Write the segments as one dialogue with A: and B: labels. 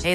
A: Hey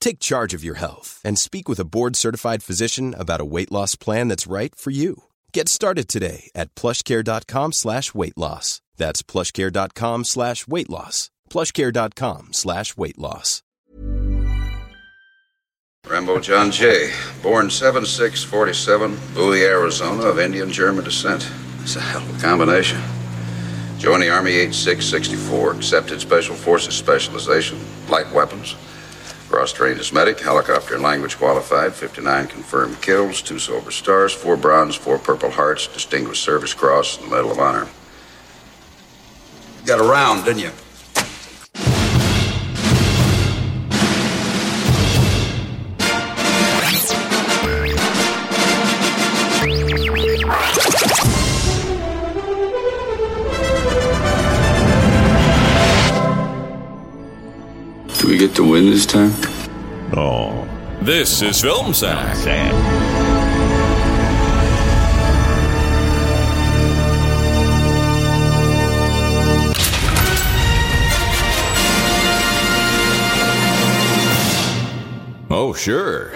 B: Take charge of your health and speak with a board-certified physician about a weight loss plan that's right for you. Get started today at plushcare.com slash weight loss. That's plushcare.com slash weight loss. plushcare.com slash weight loss.
C: Rambo John Jay, born 7647, Bowie, Arizona, of Indian German descent. It's a hell of a combination. Joined the Army 8664, accepted Special Forces specialization, light weapons. Cross trained as medic, helicopter and language qualified, 59 confirmed kills, two Silver Stars, four Bronze, four Purple Hearts, Distinguished Service Cross, and the Medal of Honor. Got around, didn't you?
D: Do we get to win this time?
E: Oh,
F: This is Film Sack.
E: sad.
F: Oh, sure.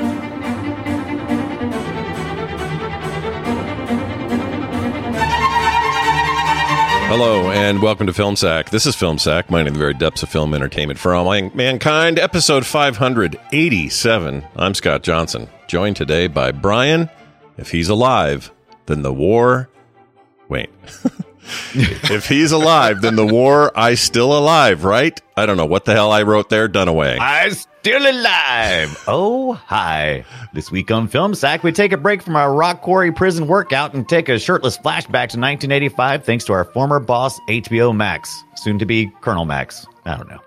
G: Hello and welcome to Film Sack. This is Film Sack, mining the very depths of film entertainment for all man- mankind, episode 587. I'm Scott Johnson, joined today by Brian. If he's alive, then the war. Wait. if he's alive, then the war I still alive, right? I don't know what the hell I wrote there, Dunaway.
E: I'm still alive. Oh, hi. This week on Film Sack, we take a break from our rock quarry prison workout and take a shirtless flashback to 1985 thanks to our former boss, HBO Max, soon to be Colonel Max. I don't know.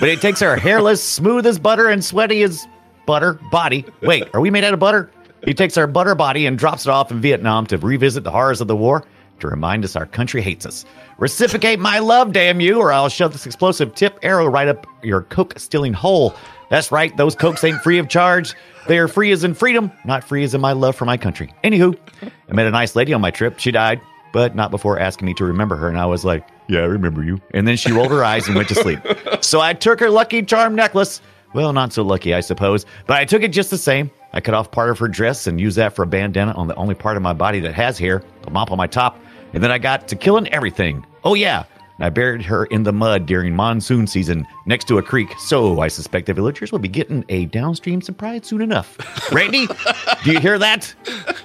E: But it takes our hairless, smooth as butter and sweaty as butter body. Wait, are we made out of butter? He takes our butter body and drops it off in Vietnam to revisit the horrors of the war to remind us our country hates us. Reciprocate my love, damn you, or I'll shove this explosive tip arrow right up your coke stealing hole. That's right, those cokes ain't free of charge. They are free as in freedom, not free as in my love for my country. Anywho, I met a nice lady on my trip. She died, but not before asking me to remember her. And I was like, Yeah, I remember you. And then she rolled her eyes and went to sleep. So I took her lucky charm necklace. Well, not so lucky, I suppose, but I took it just the same. I cut off part of her dress and used that for a bandana on the only part of my body that has hair, the mop on my top, and then I got to killing everything. Oh, yeah. And I buried her in the mud during monsoon season next to a creek, so I suspect the villagers will be getting a downstream surprise soon enough. Randy, do you hear that?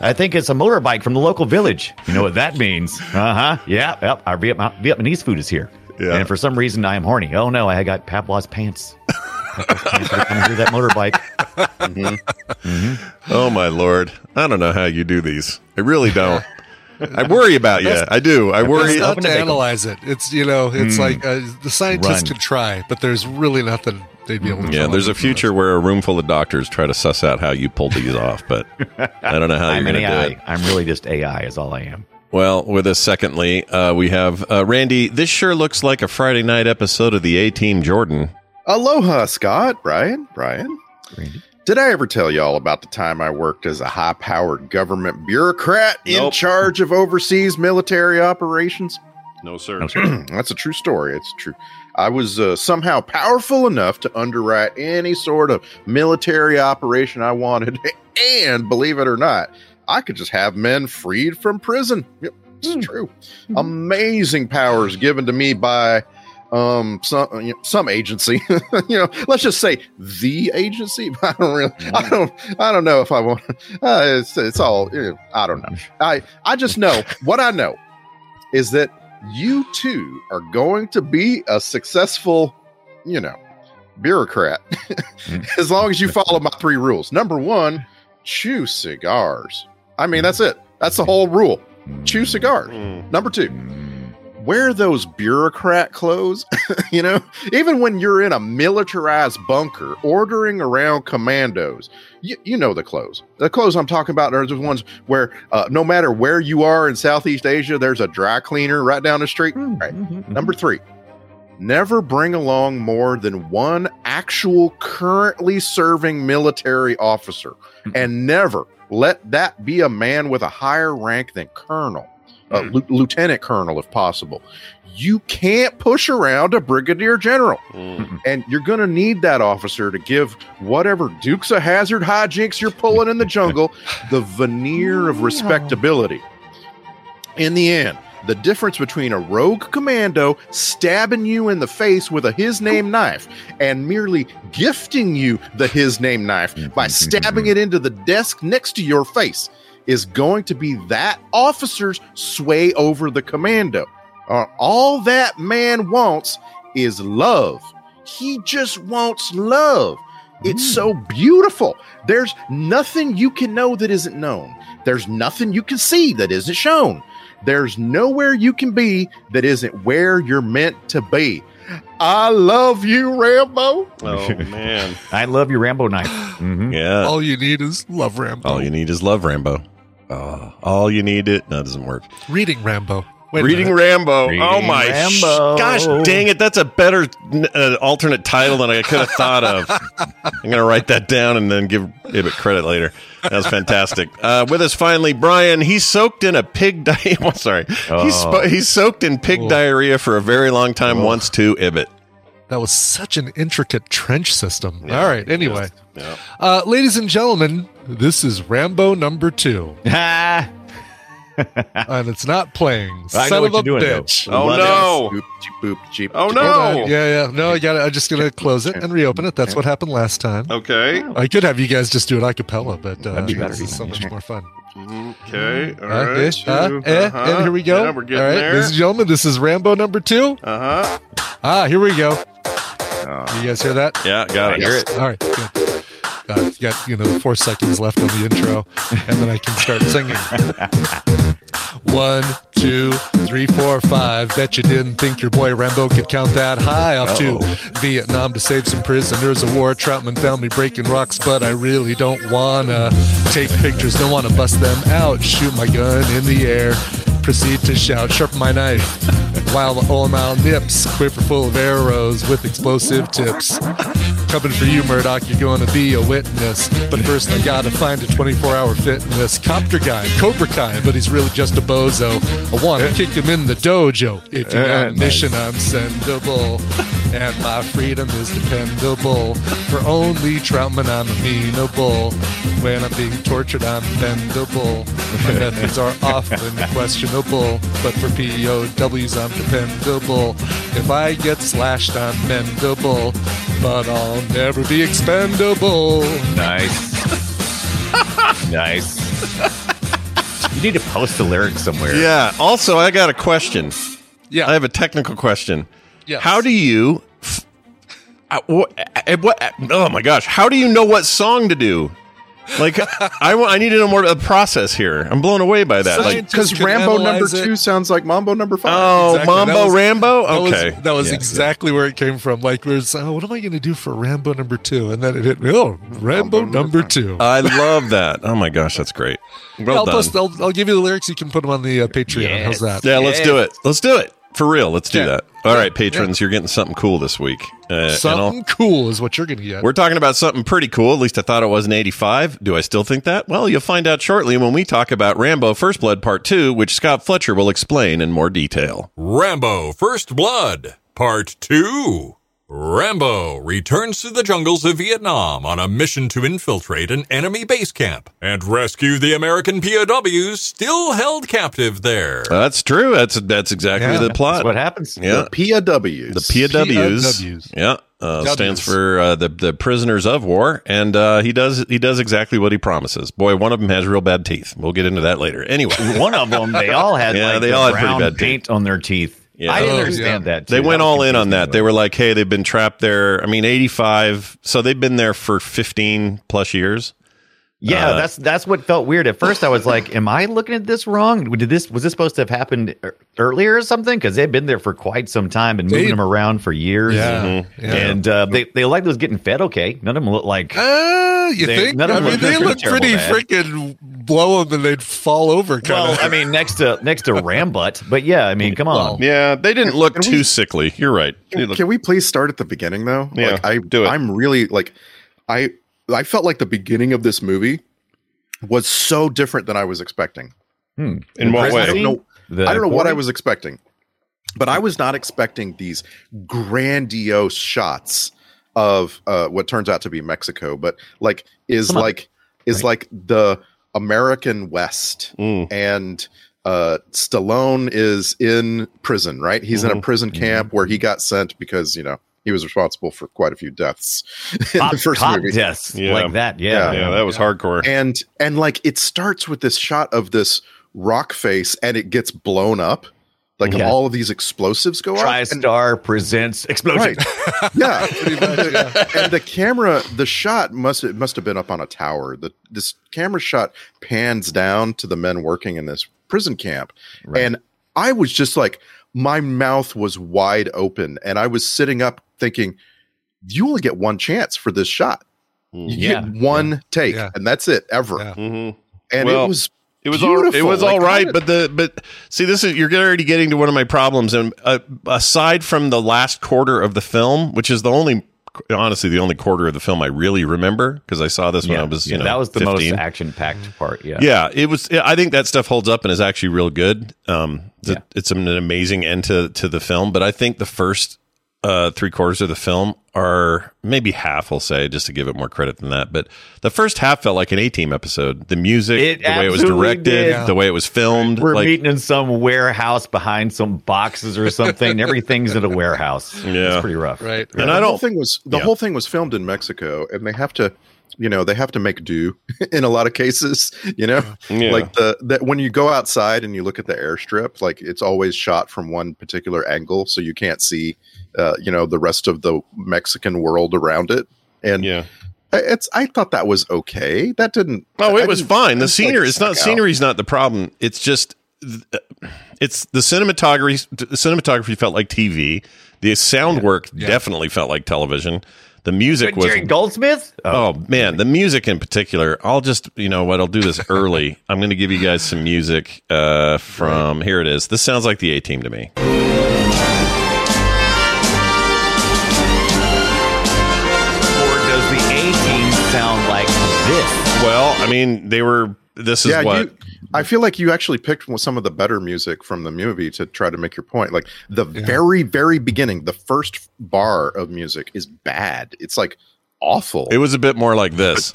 E: I think it's a motorbike from the local village. You know what that means? Uh huh. Yeah, yep. Our Vietma- Vietnamese food is here.
G: Yeah.
E: And for some reason, I am horny. Oh no, I got Pavlov's pants. Pavlov's pants when I hear that motorbike.
G: Oh my lord! I don't know how you do these. I really don't. I worry about you. I do. I worry.
H: It's
E: Up
H: tough
E: and
H: to
E: make 'em. Hmm.
H: analyze it. It's you know, it's like uh, the scientists
E: Run. Hmm.
H: could try, but there's really nothing they'd be able to.
G: Yeah,
H: come
G: there's
H: up
G: a
H: with.
G: future where a room full of doctors try to suss out how you pulled these off, but I don't know how you're
E: I'm an
G: going to
E: AI.
G: do it.
E: I'm really just AI, is all I am.
G: Well, with us, secondly, uh, we have uh, Randy. This sure looks like a Friday night episode of the A Team Jordan.
I: Aloha, Scott, Brian, Brian.
E: Randy?
I: Did I ever tell y'all about the time I worked as a high powered government bureaucrat in charge of overseas military operations?
G: No sir.
I: That's a true story. It's true. I was uh, somehow powerful enough to underwrite any sort of military operation I wanted. And believe it or not, I could just have men freed from prison. Yep, it's true. Amazing powers given to me by um some you know, some agency you know let's just say the agency i don't really i don't i don't know if i want uh, it's, it's all you know, i don't know i i just know what i know is that you too are going to be a successful you know bureaucrat as long as you follow my three rules number one chew cigars i mean that's it that's the whole rule chew cigars number two wear those bureaucrat clothes, you know? Even when you're in a militarized bunker ordering around commandos, you, you know the clothes. The clothes I'm talking about are the ones where uh, no matter where you are in Southeast Asia, there's a dry cleaner right down the street. Right.
E: Mm-hmm.
I: Number three, never bring along more than one actual currently serving military officer and never let that be a man with a higher rank than colonel uh, lu- lieutenant colonel if possible. You can't push around a brigadier general, and you're going to need that officer to give whatever Dukes of Hazard hijinks you're pulling in the jungle the veneer of respectability. In the end, the difference between a rogue commando stabbing you in the face with a his name knife and merely gifting you the his name knife by stabbing it into the desk next to your face is going to be that officer's sway over the commando. Uh, all that man wants is love. He just wants love. It's so beautiful. There's nothing you can know that isn't known. There's nothing you can see that isn't shown. There's nowhere you can be that isn't where you're meant to be. I love you, Rambo.
G: Oh man.
E: I love your Rambo knife. Mhm.
G: Yeah.
H: All you need is love Rambo.
G: All you need is love, Rambo. Uh, all you need it. No, that doesn't work.
H: Reading Rambo. Wait a
G: Reading
H: minute.
G: Rambo.
E: Reading
G: oh my sh-
E: Rambo.
G: gosh, dang it! That's a better uh, alternate title than I could have thought of. I'm gonna write that down and then give Ibbot credit later. That was fantastic. Uh, with us finally, Brian. He's soaked in a pig. Di- I'm sorry. He's spo- he's soaked in pig diarrhea for a very long time. Once too, Ibbot.
H: That was such an intricate trench system. All right. Anyway,
G: Yeah.
H: uh, ladies and gentlemen, this is Rambo number two,
E: Ah,
H: and it's not playing.
E: I know
H: Son
E: what
H: of
E: you're
H: a
E: doing, though.
H: bitch.
G: Oh no!
I: Boop, cheep, boop, cheep,
G: Oh
H: Hold
I: cheep.
G: no!
H: on. Yeah, yeah. No, I got it. I'm just gonna close it and reopen it. That's what happened last time.
G: Okay.
H: I could have you guys just do it a cappella, but uh,
E: Oh. That'd be better.
H: this is so much more fun.
G: Okay. All
H: Okay,
G: right.
H: uh, eh,
G: Uh-huh.
H: and here we go.
G: Yeah, we're getting
H: All right,
G: there.
H: ladies and gentlemen, this is Rambo number two.
G: Uh huh.
H: Ah, here we go.
I: Uh,
H: you guys hear that?
G: Yeah, got it.
E: hear it.
H: All right, good. Got it. You got you know four seconds left on the intro, and then I can start singing. One, two, three, four, five. Bet you didn't think your boy Rambo could count that high. Off to Vietnam to save some prisoners of war. Troutman found me breaking rocks, but I really don't wanna take pictures. Don't wanna bust them out. Shoot my gun in the air. Proceed to shout, sharpen my knife. While the old mile nips, quiver full of arrows with explosive tips. Coming for you, Murdoch, you're going to be a witness. But first, I gotta find a 24 hour fitness. Copter guy, Cobra Kai, but he's really just a bozo. I wanna kick him in the dojo. If you got a mission, I'm sendable. And my freedom is dependable. For only Troutman, I'm amenable. When I'm being tortured, I'm bendable. My methods are often questionable, but for POWs, I'm dependable. If I get slashed, I'm mendable, but I'll never be expendable.
E: nice. nice. You need to post the lyrics somewhere.
G: Yeah. Also, I got a question.
H: Yeah.
G: I have a technical question.
H: Yes.
G: How do you? f- uh, wha- uh, what, uh, oh my gosh! How do you know what song to do? Like, I want. I need to know more of the process here. I'm blown away by that. Like,
H: Scientists
I: Because
H: can
I: Rambo number
H: analyze it.
I: two sounds like Mambo number
F: Uh,
I: five.
G: oh,
H: Exactly. That
G: Mambo
H: was-
G: Rambo.
H: That
G: Okay,
H: was, that was
E: Yeah.
H: exactly where it came from. Like, there's, oh, what am I going to do for Rambo number two? And then it hit me, oh, Rambo number two.
G: I love that. Oh my gosh, that's great. Uh, Well
H: I'll,
G: done.
H: post, I'll, I'll give you the lyrics. You can put them on the uh, Patreon.
E: Yes.
H: How's that?
G: Yeah, let's do it. Let's do it for real. Let's do
H: Yeah.
G: that. All right, patrons, you're getting something cool this week. Uh, and I'll-
H: Something cool is what you're going to get.
G: We're talking about something pretty cool. At least I thought it was in 85. Do I still think that? Well, you'll find out shortly when we talk about Rambo First Blood Part 2, which Scott Fletcher will explain in more detail.
F: Rambo First Blood, Part 2. Rambo returns to the jungles of Vietnam on a mission to infiltrate an enemy base camp and rescue the American POWs still held captive there.
G: That's true. That's that's exactly
H: Yeah,
G: the plot.
E: That's what happens.
G: yeah,
I: POWs.
G: the POWs.
H: POWs.
G: Yeah, uh, stands
H: Ws.
G: for uh, the the prisoners of war, and uh, he does he does exactly what he promises. Boy, one of them has real bad teeth. We'll get into that later. Anyway,
E: One of them, they all had
G: Yeah,
E: like
G: they
E: the
G: all had pretty
E: brown
G: bad teeth.
E: paint on their teeth.
G: Yeah.
E: I didn't
H: Oh,
E: understand
H: yeah.
E: that. too.
G: they went
E: That was
G: all in on
E: confusing
G: that.
E: to
G: They
E: me.
G: were like, "Hey, they've been trapped there. I mean, eighty-five. So they've been there for fifteen plus years."
E: Yeah,
G: Uh,
E: that's that's what felt weird. At first, I was like, "Am I looking at this wrong? Did this was this supposed to have happened ear- earlier or something?" Because they've been there for quite some time and moving
H: They-
E: them around for years.
H: Yeah, Mhm. yeah.
E: and uh, they they like those getting fed okay. None of them look like
H: Uh, you
E: They-
H: think?
E: none of
H: I
E: them
H: mean,
E: look
H: they
E: terrible
H: look pretty
E: bad.
H: freaking blow them and they'd fall over kind
E: well,
H: of.
E: I mean, next to next to Rambutt, but yeah, I mean, come on.
G: Yeah, they didn't look
I: Can
G: too
I: we-
G: sickly. You're right. They
I: Can,
G: look-
I: can we please start at the beginning though?
G: Yeah,
I: like, I
G: do it.
I: I'm really like, I I felt like the beginning of this movie was so different than I was expecting.
E: Hmm.
G: In what
E: Prison
G: way?
I: I don't
E: scene?
I: know.
E: The
I: I don't know what I
E: quarry?
I: was expecting, but I was not expecting these grandiose shots of uh, what turns out to be Mexico, but like is
E: Come on.
I: like is like the American West,
G: Mm.
I: and uh, Stallone is in prison. Right, he's
G: Mm-hmm.
I: in a prison camp where he got sent because you know he was responsible for quite a few deaths in
E: Pop-
I: the first
E: pop
I: movie.
E: deaths
G: Yeah.
E: like that. Yeah,
G: yeah, that was hardcore.
I: And and like it starts with this shot of this rock face and it gets blown up. Like
E: Yeah.
I: all of these explosives go off. and-
E: TriStar presents explosion.
I: Right. yeah. and the camera, the shot must it must have been up on a tower. The this camera shot pans down to the men working in this prison camp.
E: Right.
I: And I was just like, my mouth was wide open and I was sitting up thinking, you only get one chance for this shot. You
E: Yeah.
I: get one take,
H: Yeah.
I: and that's it ever.
H: Yeah.
G: Mhm.
I: And
G: Well,
I: it was
G: It was all, it
I: Beautiful.
G: was
I: Like,
G: all
I: how
G: right,
I: did-
G: but the but see this is you're already getting to one of my problems, and uh, aside from the last quarter of the film, which is the only honestly the only quarter of the film I really remember because I saw this when I was you know
E: that was the
G: 15.
E: most action-packed part. Yeah,
G: yeah it was I think that stuff holds up and is actually real good. Um, th-
E: Yeah.
G: it's an amazing end to to the film, but I think the first uh three quarters of the film are maybe half I'll say just to give it more credit than that, but the first half felt like an A Team episode. The music,
E: It
G: the way it was
E: absolutely
G: directed,
E: did.
G: the way it was filmed,
E: We're
G: like-
E: meeting in some warehouse behind some boxes or something. Everything's in a warehouse.
G: Yeah.
E: it's pretty rough.
H: right.
G: And
I: the
G: I
I: whole
G: don't
I: thing was the
G: yeah.
I: whole thing was filmed in Mexico, and they have to, you know, they have to make do in a lot of cases. You know,
G: Yeah.
I: like the that when you go outside and you look at the airstrip, like it's always shot from one particular angle, so you can't see, uh, you know, the rest of the Mexican world around it. And
G: yeah.
I: I- it's I thought that was okay. That didn't.
G: Oh,
I: I
G: it was
I: didn't-
G: fine. The
I: it's like
G: scenery, it's not
I: stuck out.
G: scenery's not the problem. It's just th- it's the cinematography the cinematography felt like TV. The sound work definitely felt like television. The music
E: But
G: was
E: Jerry Goldsmith.
G: Oh man, the music in particular. I'll just, you know what, I'll do this early. I'm going to give you guys some music uh from here it is. This sounds like the A team to me.
E: Or does the A team sound like this?
G: Well, I mean, they were this is
I: yeah,
G: what
I: You, I feel like you actually picked one- some of the better music from the movie to try to make your point. Like the very, very beginning, the first bar of music is bad. It's like awful.
G: it was a bit more like this.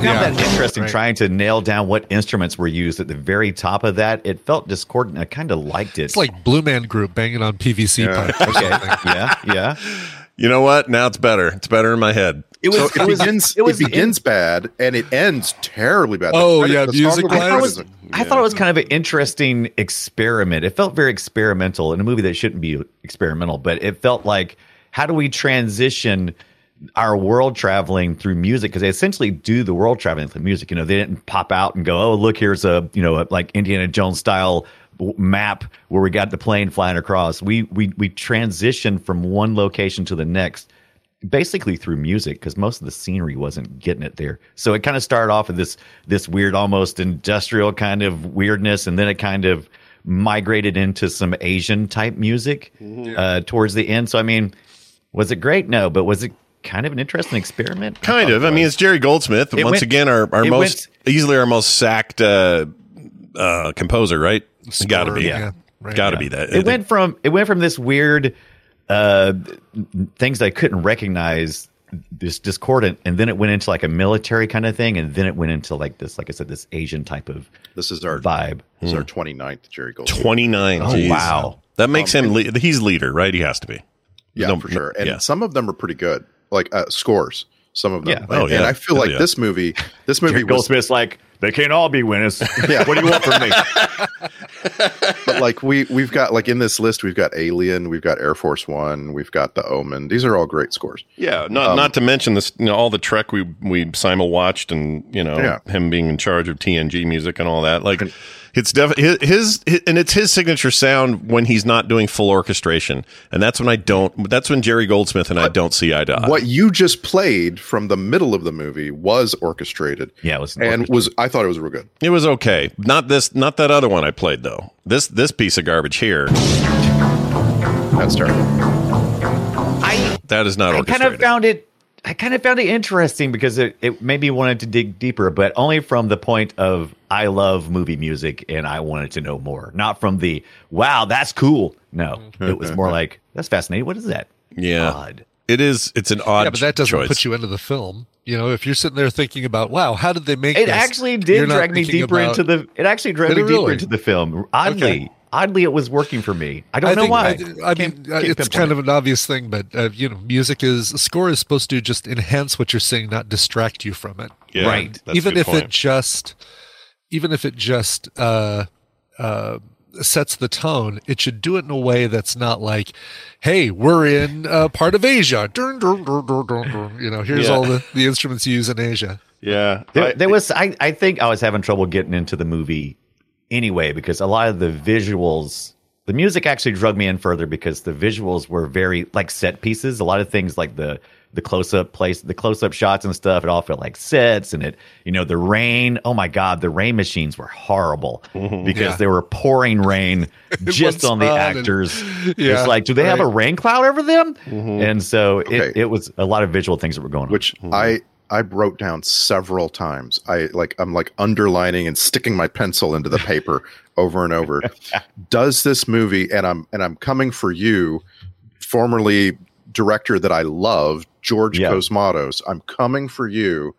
E: Now
H: Yeah.
E: that's interesting.
H: Right.
E: Trying to nail down what instruments were used at the very top of that. It felt discordant. I kind of liked it.
H: It's like Blue Man Group banging on PVC pipe or something.
E: yeah, yeah.
G: You know what? Now it's better. It's better in my head.
E: It was.
I: so it,
E: it was.
I: begins.
E: it was
I: it begins bad and it ends terribly bad. The
H: Oh,
I: credit-
H: yeah,
I: the song
H: music
I: of the
H: wise?
E: I,
I: credit
E: was,
I: is-
E: I thought it was kind of an interesting experiment. It felt very experimental in a movie that shouldn't be experimental, but it felt like how do we transition our world traveling through music because they essentially do the world traveling through music. You know, they didn't pop out and go, "Oh, look, here's a you know like Indiana Jones style w- map where we got the plane flying across." We we we transitioned from one location to the next basically through music because most of the scenery wasn't getting it there. So it kind of started off with this this weird, almost industrial kind of weirdness, and then it kind of migrated into some Asian type music
G: Mm-hmm.
E: uh, towards the end. So I mean, was it great? No, but was it kind of an interesting experiment?
G: Kind of. I mean, it's Jerry Goldsmith.
E: It
G: Once
E: went-
G: again, our, our
E: it
G: most easily our most sacked uh, uh, composer, right? It's got to
H: Score,
G: be.
H: yeah. Right.
G: Got to be that.
E: it, went from it went from this weird uh things I couldn't recognize this discordant and then it went into like a military kind of thing and then it went into like this like I said this Asian type of
I: This is our
E: vibe. Hmm.
I: This is our 29th Jerry Gold.
G: 29.
E: Oh,
G: geez.
E: wow. Um,
G: That makes him, le- he's leader, right? He has to be.
I: Yeah,
G: No,
I: for sure. And
G: yeah.
I: some of them are pretty good, like uh, scores. Some of them.
E: Yeah.
G: Oh,
I: and,
G: yeah.
I: I feel
G: Hell
I: like
G: yeah.
I: this movie, this movie
E: Jerry
I: was,
E: Goldsmith's like they can't all be winners.
I: Yeah.
E: what do you want from me?
I: but like we we've got like in this list we've got Alien, we've got Air Force One, we've got The Omen. These are all great scores.
G: Yeah, not not to mention this, you know, all the Trek we we simul watched, and you know
I: Yeah.
G: him being in charge of TNG music and all that. Like, it's def- his, his and it's his signature sound when he's not doing full orchestration, and that's when I don't. That's when Jerry Goldsmith and I don't see eye to
E: Uh,
G: eye.
I: what you just played from the middle of the movie was orchestrated.
E: Yeah, it was an
I: and was I thought it was real good.
G: It was okay. Not this, not that other one I played though. This this piece of garbage here,
I: That's terrible.
G: that is not
E: I
G: orchestrated.
E: kind of found it. I kind of found it interesting because it, it made me wanted to dig deeper, but only from the point of I love movie music and I wanted to know more, not from the wow, that's cool. No, it was more like that's fascinating. What is that?
G: yeah,
E: Odd.
G: it is. It's an odd.
H: Yeah, but that doesn't
G: choice.
H: put you into the film. You know, if you're sitting there thinking about, wow, how did they make
E: It
H: this?
E: actually
H: You're
E: did
H: not
E: drag me
H: thinking
E: deeper
H: about-
E: into the. It actually dragged me
H: Did it
E: deeper
H: really?
E: into the film. Oddly,
H: Okay.
E: oddly, it was working for me. I don't know
H: think-
E: why.
H: I, I mean, uh, it's kind of an obvious thing, but uh, you know, music is score is supposed to just enhance what you're seing, not distract you from it.
G: Yeah,
E: Right.
G: that's a
H: even
G: good
H: if
G: point.
H: it just, even if it just uh, uh, sets the tone, it should do it in a way that's not like, "Hey, we're in uh, part of Asia." Dun, dun, dun, dun, dun, dun. You know, here's
G: Yeah.
H: all the, the instruments you use in Asia.
G: yeah, I-
E: There, there was, I, I think I was having trouble getting into the movie anyway because a lot of the visuals, the music actually drug me in further because the visuals were very like set pieces. A lot of things like the the close up place, the close up shots and stuff, it all felt like sets. And it, you know, the rain. Oh my God, the rain machines were horrible because
H: Mm-hmm. Yeah.
E: they were pouring rain just
H: one
E: on the
H: spot and-
E: actors.
H: Yeah,
E: it's like, do they have a
H: right. Mm-hmm.
E: rain cloud over them? And so
I: Okay.
E: it, it was a lot of visual things that were going on.
I: Which I I wrote down several times. I like I'm like underlining and sticking my pencil into the paper over and over. Does this movie and I'm and I'm coming for you, formerly director that I love, George
E: Yeah.
I: Cosmatos. I'm coming for you.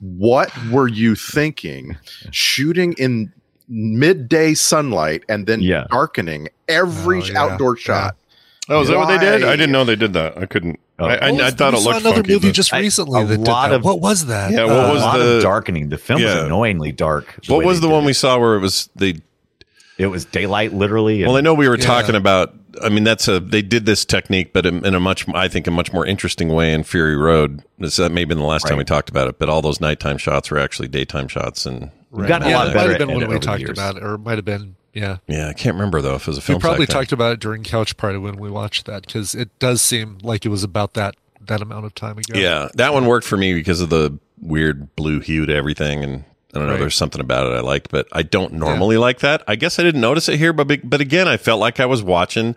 I: What were you thinking shooting in midday sunlight and then
E: Yeah.
I: darkening every
H: Oh, yeah,
I: outdoor
H: yeah.
I: shot?
G: Oh, is that what they did?
I: Why?
G: I didn't know they did that. I couldn't.
E: Oh.
G: I, I,
H: What
G: I
H: was-
G: thought
H: we
G: it
H: saw
G: looked
H: another
G: funky,
H: movie
G: but-
H: just
E: I-
H: recently
E: a
H: that did
E: lot
H: that.
E: of-
H: what was that?
G: Yeah, what
H: Uh,
G: was
E: a lot
G: the-
E: of darkening. The film
G: Yeah.
E: was annoyingly dark. the
G: What
E: way
G: was
E: they
G: the
E: did
G: one
E: it.
G: we saw where it was they?
E: It was daylight, literally. and-
G: Well, I know we were
H: Yeah.
G: talking about. I mean, that's a they did this technique, but in, in a much I think a much more interesting way in Fury Road. This that may have been the last time
E: Right.
G: we talked about it, but all those nighttime shots were actually daytime shots, and
E: We've gotten a
H: yeah,
E: lot
H: it might
E: better
H: have
E: at
H: been
E: it
H: when
E: over
H: we
E: the
H: talked
E: years.
H: about it, or it might have been yeah.
G: yeah, I can't remember though if it was a film.
H: we probably
G: sack then.
H: talked about it during couch party when we watched that because it does seem like it was about that that amount of time ago.
G: Yeah, that one worked for me because of the weird blue hue to everything, and I don't know.
H: Right.
G: There's something about it I liked, but I don't normally like that. I guess I didn't notice it here, but be- but again, I felt like I was watching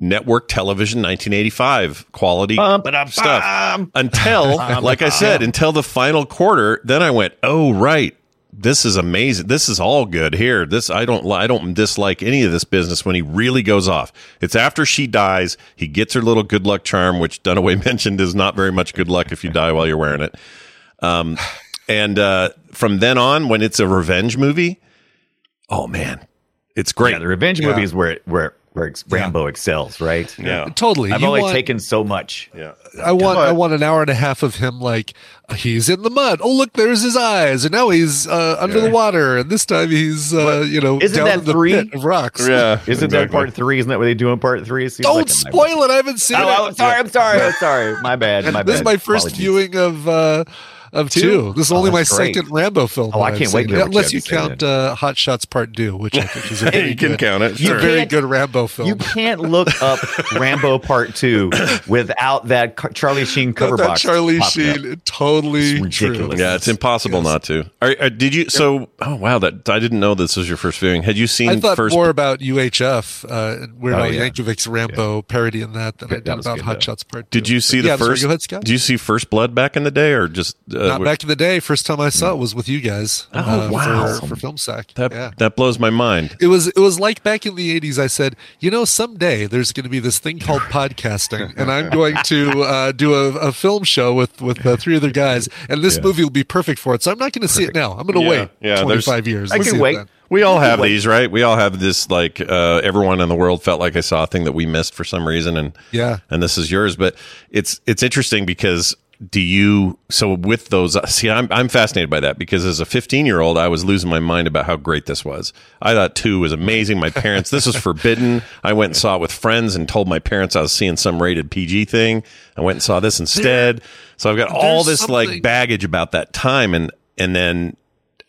G: network television 1985 quality
E: Bum, ba-dum,
G: stuff
E: bum.
G: until like i said until the final quarter then i went oh right this is amazing this is all good here this i don't li- i don't dislike any of this business when he really goes off it's after she dies he gets her little good luck charm which dunaway mentioned is not very much good luck if you die while you're wearing it um and uh from then on when it's a revenge movie oh man it's great
E: Yeah, the revenge
H: Yeah.
E: movie is where it, where where ex- Rambo excels, right?
G: yeah
H: totally.
E: I've
H: You
E: only
H: want-
E: taken so much.
H: I want
I: But-
H: I want an hour and a half of him like he's in the mud. Oh look, there's his eyes, and now he's uh, under the water, and this time he's uh, you know
E: Isn't
H: down
E: that
H: in the
E: three?
H: pit of rocks.
G: yeah
E: Isn't that part three? Isn't that what they do in part three? It seems
H: Don't
E: like a-
H: spoil it. I haven't seen
E: Oh,
H: it.
E: I'm sorry. I'm sorry. I'm sorry. My bad. My bad.
H: This is my first
E: Apologies.
H: viewing of uh, of two. This is
E: Oh,
H: only my
E: that's great.
H: second Rambo film.
E: Oh, I
H: that I've
E: can't wait
H: seen,
E: to hear what you
H: unless
E: have
H: you
E: to say
H: count uh, Hot Shots Part Two, which I think is a very
G: you can
H: good-
G: count it
H: It's a
G: sure.
H: very
E: can't-
H: good Rambo film.
E: You can't look up Rambo Part Two without that Car- Charlie Sheen cover
H: that
E: box.
H: Charlie
E: popping up.
H: Sheen, totally
E: It's ridiculous.
H: True.
G: Yeah, it's impossible not to. Are, are, did you? So, oh wow, that I didn't know this was your first viewing. Had you seen
H: I thought
G: first?
H: more about UHF, uh, Weird
E: Oh,
H: Al
E: yeah.
H: Yankovic's Rambo parody in that than I
E: That
H: did
E: was
H: about
E: good,
H: Hot
E: though.
H: Shots Part Two.
G: did you see the
H: Yeah, I'm sorry,
G: first?
H: go ahead, Scott.
G: Do you see First Blood back in the day, or just uh, uh,
H: Not
G: wh-
H: back in the day. First time I saw it was with you guys.
G: Hmm. Oh,
H: uh,
G: wow.
H: For, for film sack.
G: that
H: yeah.
G: that blows my mind.
H: It was it was like back in the '80s. I said, you know, someday there's going to be this thing called podcasting, and I'm going to uh, do a, a film show with with uh, three other guys, and this movie will be perfect for it. So I'm not going to see it now. I'm going to
G: Yeah,
H: wait
G: yeah, there's-
H: 25 years.
E: I
H: Let's
E: can
H: see it
E: wait.
H: then.
G: We all have these, right? We all have this like uh, everyone in the world felt like I saw a thing that we missed for some reason and
H: Yeah.
G: and this is yours, but it's it's interesting because do you so with those see I'm I'm fascinated by that because as a 15-year-old I was losing my mind about how great this was. I thought 2 was amazing. My parents this is forbidden. I went and saw it with friends and told my parents I was seeing some rated PG thing. I went and saw this instead. So I've got all
H: there's
G: this like
H: something-
G: baggage about that time and and then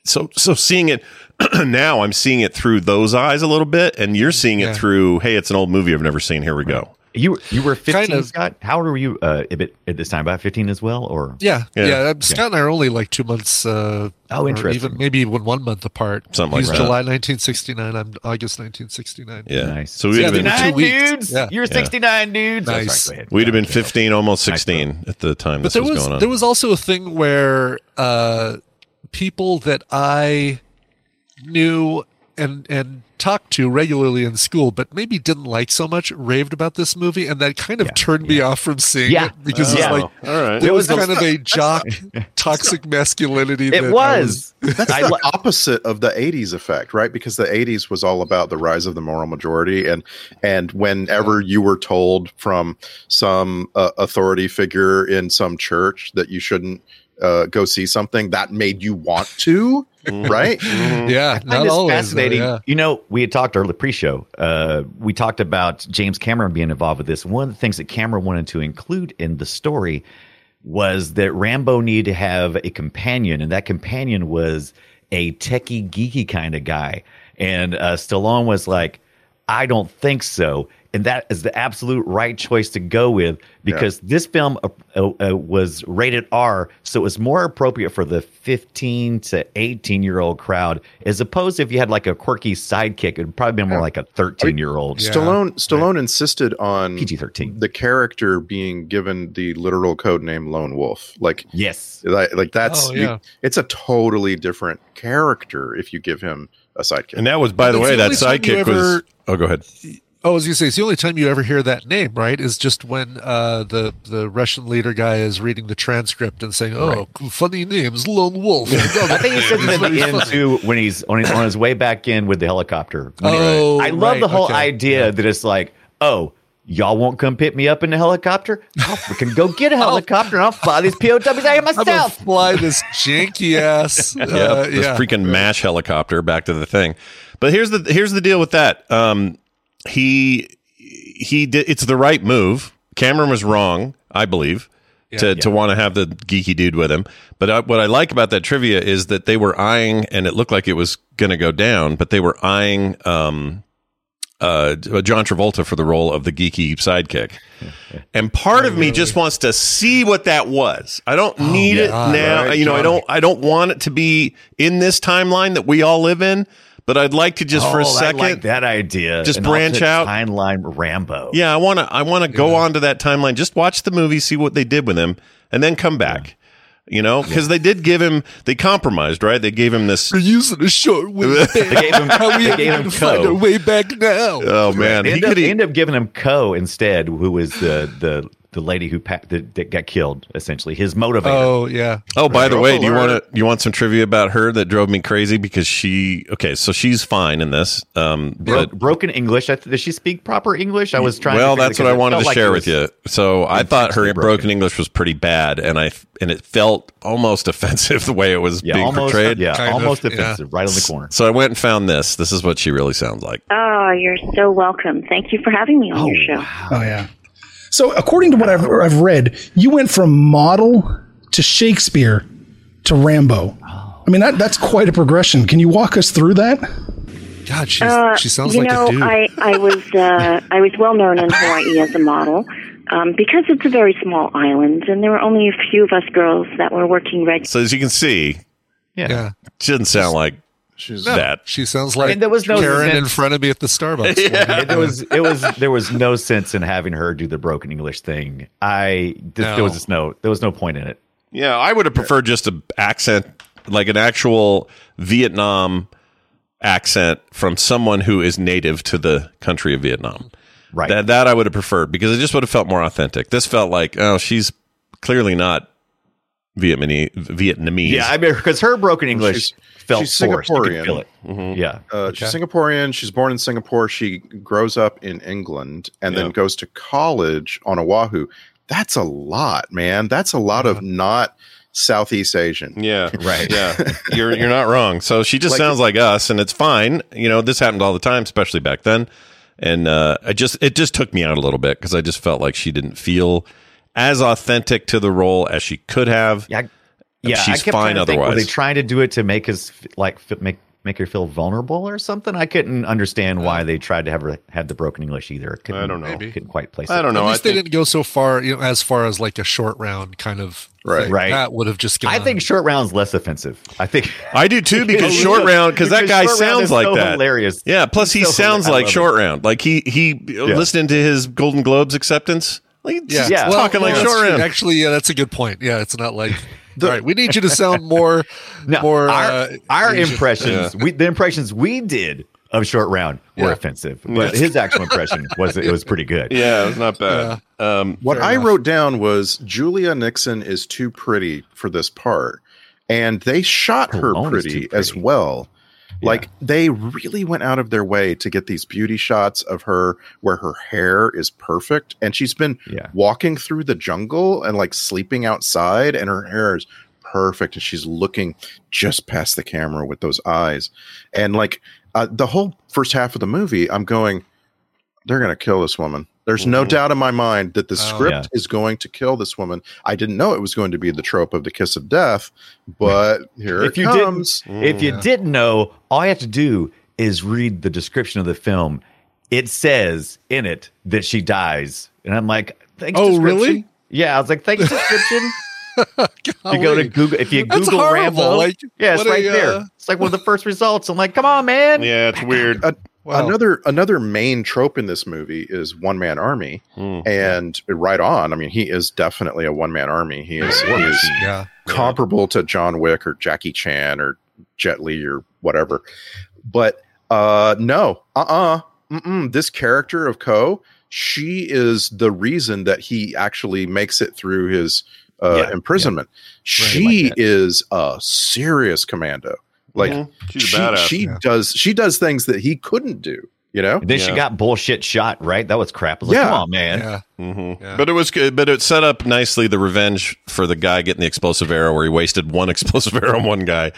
G: so so seeing it now i'm seeing it through those eyes a little bit and you're seeing it
H: Yeah.
G: through hey it's an old movie i've never seen here we go
E: You you were fifteen,
H: Kind of.
E: Scott. How old were you uh, a bit at this time? About fifteen as well, or
H: Yeah,
G: Yeah.
H: yeah. um, Scott and I are only like two months. Uh,
E: Oh,
H: or
E: interesting.
H: Even maybe even one month apart.
G: Something like
H: He's
G: that.
H: July 1969. I'm August 1969.
G: yeah
E: Nice.
G: so we'd
H: Yeah,
G: have
H: they
G: been
H: were
E: 69
H: two weeks.
E: dudes.
H: Yeah.
E: You're 69 dudes. Oh,
H: Nice.
E: sorry, go ahead.
G: we'd have been
E: Yeah.
G: 15 almost
E: Nice
G: 16 at the time this
H: but there
G: was,
H: was,
G: going on
H: there was also a thing where uh, people that I knew and and talked to regularly in school, but maybe didn't like so much, raved about this movie, and that kind of turned me off from seeing
E: Yeah.
H: it because
E: Yeah.
H: it's like
G: all right
H: there
E: It
H: was,
E: was a-
H: kind of a jock toxic masculinity. that I
E: It was. I
I: the
E: lo-
I: opposite of the 80s effect right because the 80s was all about the rise of the moral majority and and whenever you were told from some uh, authority figure in some church that you shouldn't uh, go see something that made you want to right
H: Mm-hmm.
G: Mm-hmm.
H: yeah,
E: I find
H: not
E: this
H: always. though,
E: fascinating.
H: yeah.
E: You know, we had talked earlier pre-show. Uh, we talked about James Cameron being involved with this. One of the things that Cameron wanted to include in the story was that Rambo needed to have a companion, and that companion was a techie, geeky kind of guy. And uh, Stallone was like, "I don't think so." And that is the absolute right choice to go with because this film uh, uh, uh, was rated R, so it was more appropriate for the 15 to 18 year old crowd, as opposed to if you had like a quirky sidekick, it would probably be more like a 13 year old.
H: Yeah.
I: Stallone Stallone insisted on
E: PG-13.
I: the character being given the literal code name Lone Wolf. Like
E: Yes.
I: like, like that's
H: Oh,
I: you-
H: yeah.
I: it's a totally different character if you give him a sidekick.
G: and that was by the
H: That's
G: way
H: the
G: that
H: only time you
G: sidekick was
H: ever-
G: oh go ahead
H: Oh, as you say, it's the only time you ever hear that name, right? Is just when uh, the the Russian leader guy is reading the transcript and saying, "Oh, funny names, Lone Wolf."
E: I think he said that at the end too when he's on his, on his way back in with the helicopter. When he-
H: Oh,
E: I love
H: right,
E: the whole
H: okay.
E: idea that it's like, oh, y'all won't come pick me up in the helicopter? I'll freaking go get a
H: Oh.
E: helicopter and I'll fly these POWs out here
H: I'm gonna
E: myself.
H: fly this janky ass.
G: yeah,
H: uh,
G: this
H: yeah.
G: freaking mash helicopter back to the thing. But here's the here's the deal with that. Um, he he did. It's the right move. Cameron was wrong, I believe, to to want to have the geeky dude with him. But I, what I like about that trivia is that they were eyeing, and it looked like it was going to go down, but they were eyeing. Um, uh, John Travolta for the role of the geeky sidekick, and part of me just wants to see what that was. I don't need it
H: Oh, God,
G: now.
H: right,
G: you know, I
H: John.
G: don't. I don't want it to be in this timeline that we all live in, but I'd like to just for a
E: Oh, I
G: second.
E: like that idea.
G: just
E: An
G: branch
E: alternate
G: out.
E: Timeline Rambo.
G: Yeah, I want to. I want to go on to that timeline. Just watch the movie, see what they did with him, and then come back. You know, because they did give him. They compromised, right? They gave him this.
H: We're using a short way
E: They gave him,
H: How we
E: they
H: ever
E: gave him
H: gonna find our
E: Co.
H: way back now?
G: Oh man,
E: They
G: he
E: end, up,
G: could.
E: they
G: He,
E: end up giving him Co instead, who was the the the lady who pa- that, that got killed. Essentially, his motivator.
H: oh yeah.
G: oh, by the way, do you
I: Alert.
G: want to? You want some trivia about her that drove me crazy because she. Okay, so she's fine in this. Um,
E: Bro-
G: but
E: broken English. I th- does she speak proper English? I was trying.
G: Well,
E: to figure-
G: that's what I
E: because it
G: wanted to
E: felt like
G: share
E: it
G: with
E: was-
G: you. So I thought her broken.
E: broken.
G: English was pretty bad, and I and it felt almost offensive the way it was
E: Yeah,
G: being
E: almost.
G: portrayed.
E: Yeah,
H: Kind of,
E: almost
H: yeah.
E: offensive. Right on the corner.
G: So I went and found this. This is what she really sounds like.
J: Oh, you're so welcome. Thank you for having me on your show.
K: Oh yeah. So according to what I've, I've read, you went from model to Shakespeare to Rambo. I mean that that's quite a progression. Can you walk us through that?
H: God, she's, she sounds
J: you
H: like
J: know,
H: a dude.
J: I, I was uh, I was well known in Hawaii as a model um, because it's a very small island, and there were only a few of us girls that were working regularly.
G: So as you can see,
E: Yeah.
H: yeah.
G: she doesn't sound like
I: She's
H: No,
G: that.
H: she sounds like
E: mean, there was no
H: Karen in
E: sense-
H: front of me at the Starbucks.
E: It, it was it was there was no sense in having her do the broken English thing. I th-
H: No.
E: there was just no there was no point in it.
G: Yeah, I would have preferred just an accent, like an actual Vietnam accent from someone who is native to the country of Vietnam. Right. That that I would have preferred because it just would have felt more authentic. This felt like, oh, she's clearly not Vietnamese. Vietnamese.
E: Yeah, I mean, because her broken English
I: She's-
E: felt
I: she's
E: forced. You could
I: Singaporean.
E: feel it. Yeah.
I: Uh, She's Singaporean. She's born in Singapore. She grows up in England and then goes to college on Oahu. That's a lot, man. That's a lot of not Southeast Asian.
G: Yeah, right. Yeah, you're you're not wrong. So she just
I: Like-
G: sounds like us, and it's fine. You know, this happened all the time, especially back then. And uh, I just it just took me out a little bit because I just felt like she didn't feel as authentic to the role as she could have.
E: Yeah, Yeah,
G: she's
E: I
G: fine
E: kept trying to think, were
G: otherwise.
E: they trying to do it to make us f- like f- make make her feel vulnerable or something? I couldn't understand why they tried to have her have the broken English either. Couldn't,
G: don't know.
E: Maybe. Couldn't quite place.
G: I
E: it.
G: don't know.
H: At
G: I
H: least they
G: think-
H: didn't go so far, you know, as far as like a short round kind of
I: Right.
E: Right.
H: That would have just
E: I
H: gone.
E: think short round's less offensive. I think
G: I do too because short round because that
E: Because
G: guy
E: Short Round
G: sounds
E: is
G: like
E: so
G: that.
E: Hilarious.
G: Yeah. Plus, he
E: so
G: sounds
E: hilarious. I
G: like
E: love
G: short round. Like he he listening to his Golden Globes acceptance. Like he's just
E: Yeah.
H: Well,
G: talking like
H: no,
G: short
H: that's-
G: round.
H: Actually, yeah, that's a good point. Yeah, it's not like all right. We need you to sound more,
E: No,
H: more.
E: our,
H: uh,
E: our
H: Asian.
E: impressions, we, the impressions we did of short round were
H: Yeah.
E: offensive, but his actual impression was it was pretty good.
G: yeah, it's not bad. Um,
I: What I wrote down was Julia Nixon is too pretty for this part. And they shot her
E: Alone is too
I: pretty, as well. Like they really went out of their way to get these beauty shots of her where her hair is perfect and she's been
E: Yeah.
I: walking through the jungle and like sleeping outside and her hair is perfect and she's looking just past the camera with those eyes. And like uh, the whole first half of the movie I'm going they're going to kill this woman. There's no doubt in my mind that the script
E: Mm-hmm. Oh, Yeah.
I: is going to kill this woman. I didn't know it was going to be the trope of the kiss of death, but here
E: if
I: it
E: you
I: comes.
E: didn't, if you didn't know, all you have to do is read the description of the film. It says in it that she dies, and I'm like, thanks.
H: Oh,
E: description.
H: really?
E: Yeah, I was like, thanks description.
H: Oh,
E: you go to
H: Golly.
E: Google if you
H: That's
E: Google
H: horrible,
E: Rambo.
H: like,
E: yeah, it's
H: what a,
E: right
H: uh,
E: there. It's like one of the first results. I'm like, come on, man.
G: yeah, it's weird.
I: A-
H: Wow.
I: Another another main trope in this movie is one man army, and right on. I mean, he is definitely a one man army. He is, he is
H: Yeah.
I: comparable to John Wick or Jackie Chan or Jet Li or whatever. But uh, no, uh uh mm-mm. this character of Ko, she is the reason that he actually makes it through his uh,
E: Yeah,
I: imprisonment. She is a serious commando. Like
G: Mm-hmm.
E: Mm-hmm.
I: she, she does she does things that he couldn't do, you know?
E: And then she
G: Yeah.
E: got bullshit shot, right? That was crap. I was like,
I: Yeah.
E: come on, man.
H: Yeah.
G: Mhm.
H: Yeah.
G: But it was good. But it set up nicely the revenge for the guy getting the explosive arrow, where he wasted one explosive arrow on one guy,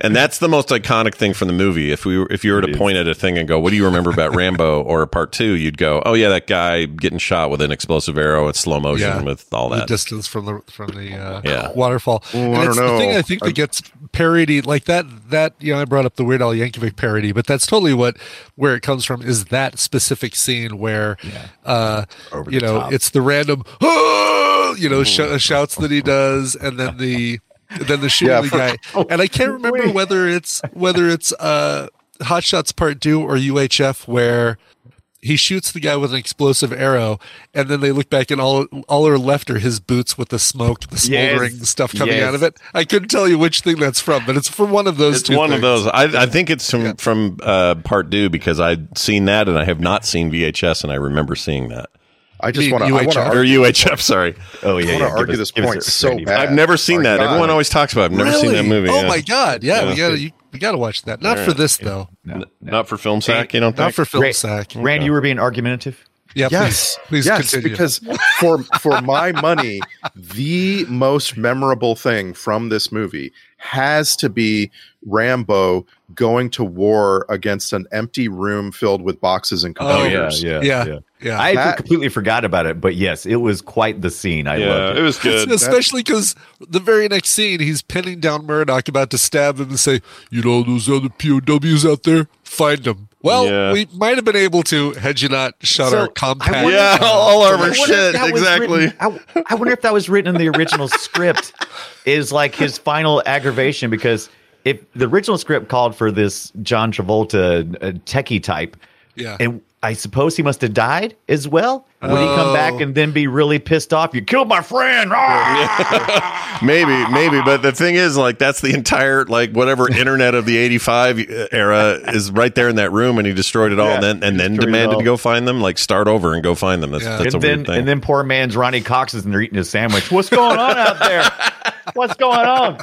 G: and that's the most iconic thing from the movie. If we were, if you were to point at a thing and go, "What do you remember about Rambo?" or Part Two, you'd go, "Oh yeah, that guy getting shot with an explosive arrow at slow motion
H: Yeah.
G: with all
H: The
G: that."
H: distance from the from the uh,
G: Yeah.
H: waterfall. and
I: I
H: it's
I: don't
H: the thing
I: know.
H: I think that
I: I-
H: gets parodied like that. That you know, I brought up the Weird Al Yankovic parody, but that's totally what where it comes from is that specific scene where, uh, you know, it's the random, "Ah!" you know,
I: Mm-hmm.
H: sh- shouts that he does, and then the then the shooting
I: Yeah, Oh,
H: the
I: for-
H: guy, and I can't remember whether it's whether it's uh, Hot Shots Part Two or UHF where he shoots the guy with an explosive arrow, and then they look back, and all all are left are his boots with the smoke, the smoldering stuff coming
E: Yes.
H: out of it. I couldn't tell you which thing that's from, but it's from one of those.
G: It's
H: two
G: one of
H: things.
G: those. I, I think it's from from uh, Part Two because I've seen that and I have not seen VHS, and I remember seeing that
I: I just
H: mean
I: want to I want
H: UHF?
I: to
H: Or
G: or
I: argue,
G: UHF. Sorry,
E: Oh yeah. yeah.
I: I wanna
E: Give
I: argue
E: us-
I: this
E: give us
I: point
E: it,
I: so
E: Randy.
I: bad.
G: I've never seen
I: My
G: that.
I: God.
G: Everyone always talks about. it. I've never seen that
H: Really?
G: movie.
H: Oh
G: yeah.
H: my god! Yeah, we
G: Yeah.
H: gotta you, we gotta watch that. Not for this though.
G: N- Not for film sack. You don't think?
H: Not for film
E: Ra-
H: sack.
E: Rand, you were being argumentative.
H: Yeah,
I: Yes,
H: please, please
I: yes,
H: continue.
I: because for for my money, the most memorable thing from this movie has to be Rambo going to war against an empty room filled with boxes and
H: Oh,
I: computers.
E: Uh, yeah,
H: yeah, yeah.
E: I
I: That-
E: completely forgot about it, but yes, it was quite the scene. I
G: yeah,
E: loved
G: it
E: it.
G: was good.
H: Especially because the very next scene, he's pinning down Murdoch, about to stab him and say, "You know those other POWs out there? Find them." Well,
G: Yeah.
H: we might have been able to had you not shut
E: So,
H: our
E: I
H: compact.
E: wonder-
G: Yeah, all
E: I
G: over
E: wonder if
G: shit,
E: that was
G: exactly.
E: written- I, I wonder if that was written in the original script is like his final aggravation because if the original script called for this John Travolta uh, techie type,
H: Yeah.
E: and I suppose he must have died as well. Would he come
G: Oh.
E: back and then be really pissed off? You killed my friend. Ah!
G: maybe, maybe. But the thing is, like, that's the entire like whatever internet of the '85 era is right there in that room, and he destroyed it all, and then and then
E: destroyed it
G: demanded
E: all.
G: to go find them, like start over and go find them. That's that's a
E: and then
G: weird thing.
E: and then poor man's Ronnie Cox is in there eating his sandwich. What's going on out there? What's going on?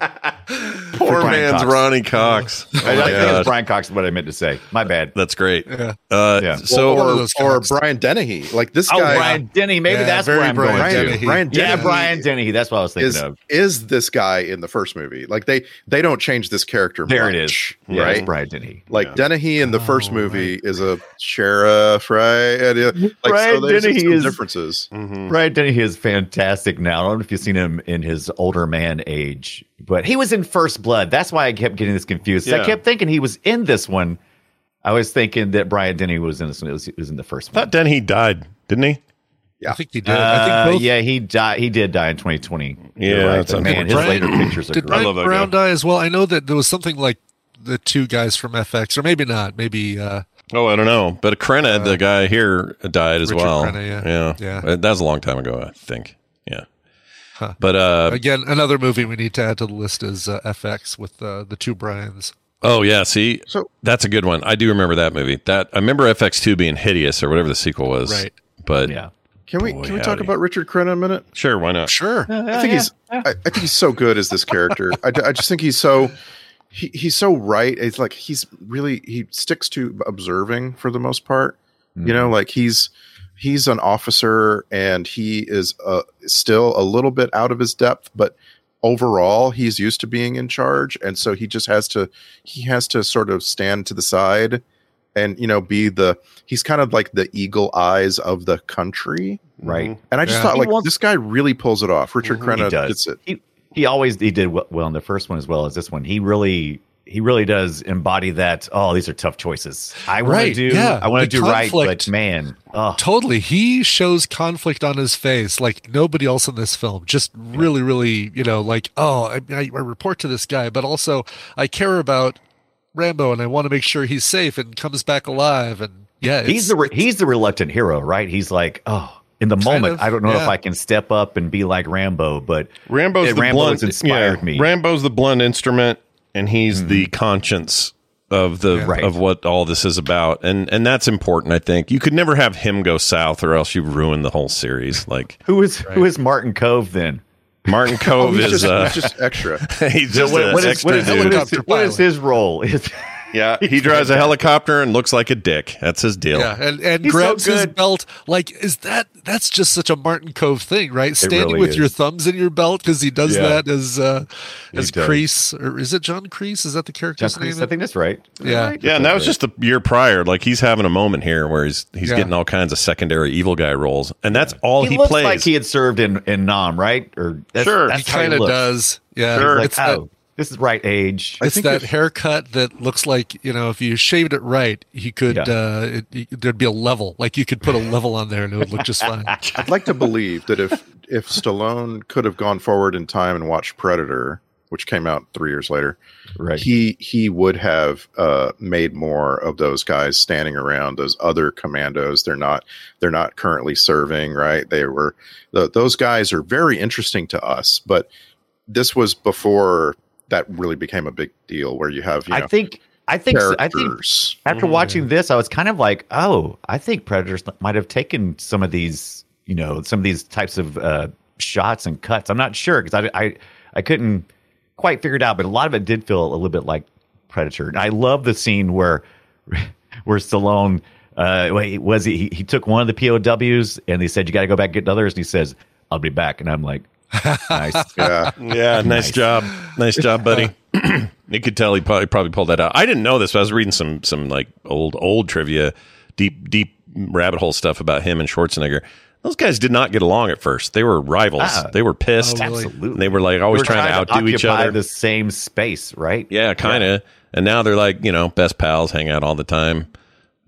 G: poor
E: Brian
G: man's
E: Cox.
G: Ronnie Cox. Oh
E: I
G: my
E: think it was
G: gosh.
E: Brian Cox is what I meant to say. My bad.
G: That's great.
H: Yeah.
G: Uh,
E: Yeah.
G: So
H: Well, one of
I: or,
H: those
I: or
H: guys.
I: Brian Dennehy. Like this
E: Oh,
I: guy
E: Brian Denny. Maybe
H: Yeah,
E: that's
H: very
E: where I'm
H: Brian
E: going
I: Brian,
E: to.
H: Dennehy.
I: Brian
E: Yeah,
I: Dennehy
E: Brian Denny. That's what I was thinking
I: is
E: of.
I: is this guy in the first movie. Like they they don't change this character.
E: There it is.
I: much,
E: Yeah, it's
I: right?
E: Brian Denny.
I: Like Dennehy in the first movie is a sheriff, right? And, uh, Like
E: Brian
I: so there's
E: Dennehy
I: some
E: is-
I: differences.
E: Brian Denny is fantastic now. I don't know if you've seen him in his older man age, but he was in First Blood. That's why I kept getting this confused.
G: Yeah.
E: I kept thinking he was in this one. I was thinking that Brian Denny was in this one. It was, it was in the first
G: I
E: one.
G: thought Denny died, didn't he?
H: I think he did. I
E: Uh,
H: think both.
E: yeah, he died. He did die in 2020.
G: Yeah,
E: You're
G: that's
E: but man, his
H: unfortunate.
E: later pictures are
H: Did
E: great.
H: Brian
G: love that
H: Brown
G: guy.
H: die as well? I know that there was something like the two guys from FX, or maybe not. Maybe uh,
G: Oh, I don't know. But Krenna, the guy here, died as
H: Richard
G: well.
H: Crenna, yeah.
G: yeah.
H: Yeah.
G: Uh, That was a long time ago, I think. Yeah. But uh
H: again another movie we need to add to the list is uh, FX with uh, the two Brian's.
G: oh yeah, see,
I: So-
G: that's a good one. I do remember that movie. That I remember FX2 being hideous or whatever the sequel was.
H: Right.
G: But
E: Yeah.
I: Can we
G: Boy,
I: can we talk
G: howdy.
I: about Richard Crenna a minute?
G: sure, why not?
H: Sure.
I: I think he's I, I think he's so good as this character. I, d- I just think he's so he, he's so right. It's like he's really he sticks to observing for the most part. You
G: Mm-hmm.
I: know, like he's he's an officer and he is uh, still a little bit out of his depth, but overall he's used to being in charge and so he just has to he has to sort of stand to the side and you know be the he's kind of like the eagle eyes of the country
E: Right.
I: and i just
H: Yeah.
I: thought
E: He
I: like
E: wants-
I: this guy really pulls it off richard
E: Mm-hmm. He
I: Crenna
E: does.
I: gets it
E: He, he always he did well, well in the first one as well as this one. He really he really does embody that. Oh, these are tough choices. I want
H: Right,
E: to do
H: yeah.
E: I want
H: The
E: to do right,
H: conflict.
E: but man, oh,
H: Totally. He shows conflict on his face like nobody else in this film. Just really, really, you know, like, oh, I, I, I report to this guy, but also I care about Rambo and I want to make sure he's safe and comes back alive. And yeah,
E: he's the re- he's the reluctant hero, right? He's like, oh, in the moment,
H: of,
E: I don't know if
H: yeah.
E: I can step up and be like Rambo, but
G: Rambo's
E: Yeah,
G: the
E: Rambo
G: blunt
E: has inspired me. Mm-hmm.
G: Rambo's the blunt instrument, and he's the conscience of the
E: Right.
G: of what all this is about, and and that's important. I think you could never have him go south, or else you ruin the whole series. Like
E: who is who is Martin Cove then?
G: Martin
I: oh,
G: Cove
I: he's,
G: is
I: just,
G: uh,
I: he's just extra
G: he's just
E: What-
G: an
E: what is-
G: extra
E: what is-
G: dude.
E: what is-
H: Helicopter
E: what is
H: pilot.
E: his role? Is-
G: Yeah, he drives a helicopter and looks like a dick. That's his deal.
H: Yeah, and, and
E: He's so
H: grabs his
E: good.
H: belt. Like, is that that's just such a Martin Cove thing, right? Standing
E: really
H: with your
E: is.
H: thumbs in your belt because he does
E: Yeah.
H: that as uh as
E: does.
H: Crease or is it John Crease? Is that the character's
E: Just-
H: name?
E: I think that's right. Is that
H: Yeah.
E: right?
G: Yeah, and that was just the year prior. Like he's having a moment here where he's he's
H: Yeah.
G: getting all kinds of secondary evil guy roles, and that's all
E: he,
G: Oh, he,
E: looks
G: plays.
E: like he had served in in Nam, right? Or that's,
G: Sure.
E: that's
H: he
E: how
H: kind of
E: looks.
H: does. Yeah,
E: He's like,
H: it's that,
E: oh, this is right age.
H: it's
I: think
H: that
I: if-
H: haircut that looks like you know if you shaved it right, he could
E: Yeah.
H: uh it, it- there'd be a level. Like you could put a level on there and it would look just fine.
I: i'd like to believe that if if stallone could have gone forward in time and watched predator which came out three years later
E: Right.
I: he he would have uh made more of those guys standing around those other commandos they're not they're not currently serving right they were th those guys are very interesting to us but this was before that really became a big deal where you have you know,
E: I think I think so. I think
I: characters
E: after
G: Mm.
E: watching this, I was kind of like, oh, I think Predators might have taken some of these, you know, some of these types of uh, shots and cuts. I'm not sure because I, I I couldn't quite figure it out, but a lot of it did feel a little bit like Predator. And I love the scene where where Stallone. Uh, wait, was he? He took one of the POWs, and they said you got to go back and get others. And he says, "I'll be back." And I'm like, "Nice,
I: yeah
G: Yeah, nice, job, nice job, buddy. you could tell he probably, probably pulled that out. I didn't know this, but I was reading some some like old old trivia, deep deep rabbit hole stuff about him and Schwarzenegger. Those guys did not get along at first. They were rivals.
E: Ah.
G: they were pissed.
E: Oh, really? Absolutely.
G: They were like always
E: We're
G: trying, to outdo each
E: occupy
G: other.
E: The same space, right?
G: yeah, kind of. And now they're like you know best pals, hang out all the time,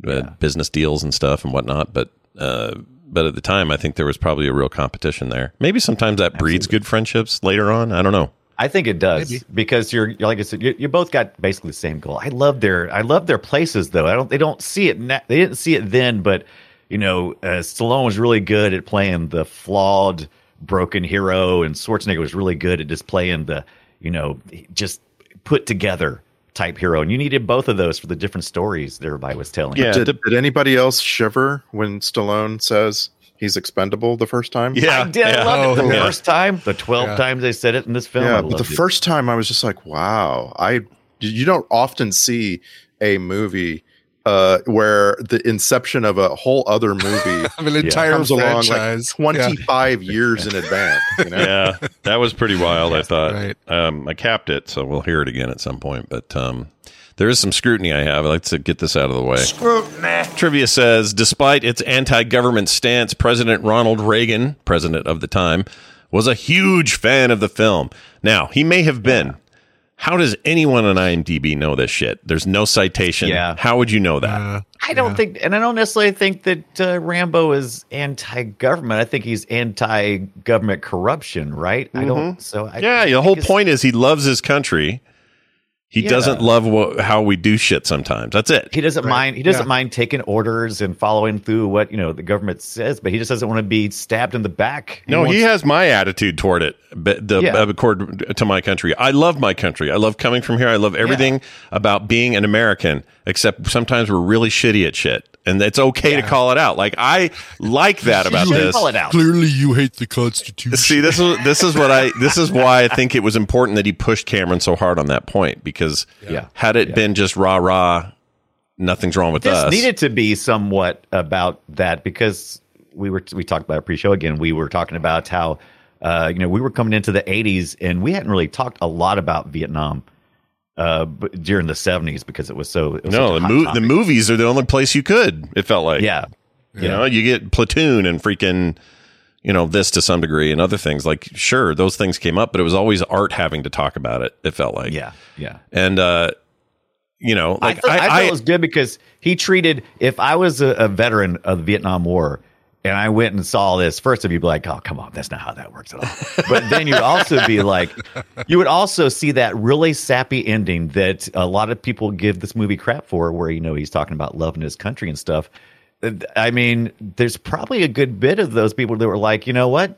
G: uh, business deals and stuff and whatnot. But uh, but at the time, I think there was probably a real competition there. Maybe sometimes that breeds good friendships later on. I don't know.
E: I think it does because you're, you're like I said, you, you both got basically the same goal. I love their I love their places though. I don't they don't see it na- they didn't see it then, but you know, uh, Stallone was really good at playing the flawed, broken hero, and Schwarzenegger was really good at just playing the, you know, just put together type hero. And you needed both of those for the different stories that everybody was telling.
I: Yeah. Did, did anybody else shiver when Stallone says he's expendable the first time?
E: I did. I loved it the first time, the 12 times they said it in this film. I
I: Oh, Yeah, but the
E: loved it.
I: first time I was just like, wow, I you don't often see a movie uh, where the inception of a whole other movie
H: Of an entire
I: comes along like
H: franchise. Yeah.
I: 25 years in advance. You know?
G: yeah, that was pretty wild. I thought um, I capped it, so we'll hear it again at some point. But um, there is some scrutiny I have. Let's uh, get this out of the way. Trivia says, despite its anti-government stance, President Ronald Reagan, president of the time, was a huge fan of the film. Now he may have been. How does anyone on IMDb know this shit? There's no citation.
E: Yeah.
G: How would you know that?
E: I don't think, and I don't necessarily think that uh, Rambo is anti-government. I think he's anti-government corruption, right? I don't. So I,
G: Mm-hmm. yeah, the whole point is he loves his country. He
E: Yeah.
G: doesn't love wha- how we do shit sometimes. That's it.
E: He doesn't mind. He doesn't
H: Yeah.
E: mind taking orders and following through what you know the government says, but he just doesn't want to be stabbed in the back.
G: No, he
E: wants-
G: has my attitude toward it, but the
E: Yeah.
G: accord to my country. I love my country. I love coming from here. I love everything about being an American, except sometimes we're really shitty at shit, and it's okay to call it out. Like I like that about
E: You
G: this.
E: Call it out.
H: Clearly, you hate the Constitution.
G: See, this is this is what I this is why I think it was important that he pushed Cameron so hard on that point because
E: Yeah.
G: had it been just rah rah, nothing's wrong with
E: This
G: us.
E: needed to be somewhat about that because we were we talked about it pre-show again. We were talking about how uh, you know we were coming into the '80s and we hadn't really talked a lot about Vietnam uh, b- during the '70s because it was so it was such
G: no, the,
E: a hot
G: mo- the
E: topic.
G: movies are the only place you could. It felt like
E: yeah
G: you know you get platoon and freaking you know this to some degree and other things like sure those things came up, but it was always art having to talk about it. It felt like
E: yeah yeah.
G: and uh, you know like
E: I, thought, I, thought it was good because he treated. If I was a, a veteran of the Vietnam War and I went and saw this, first of you'd be like, "Oh, come on, that's not how that works at all." But then you'd also be like, you would also see that really sappy ending that a lot of people give this movie crap for, where you know he's talking about loving his country and stuff. I mean, there's probably a good bit of those people that were like, you know what?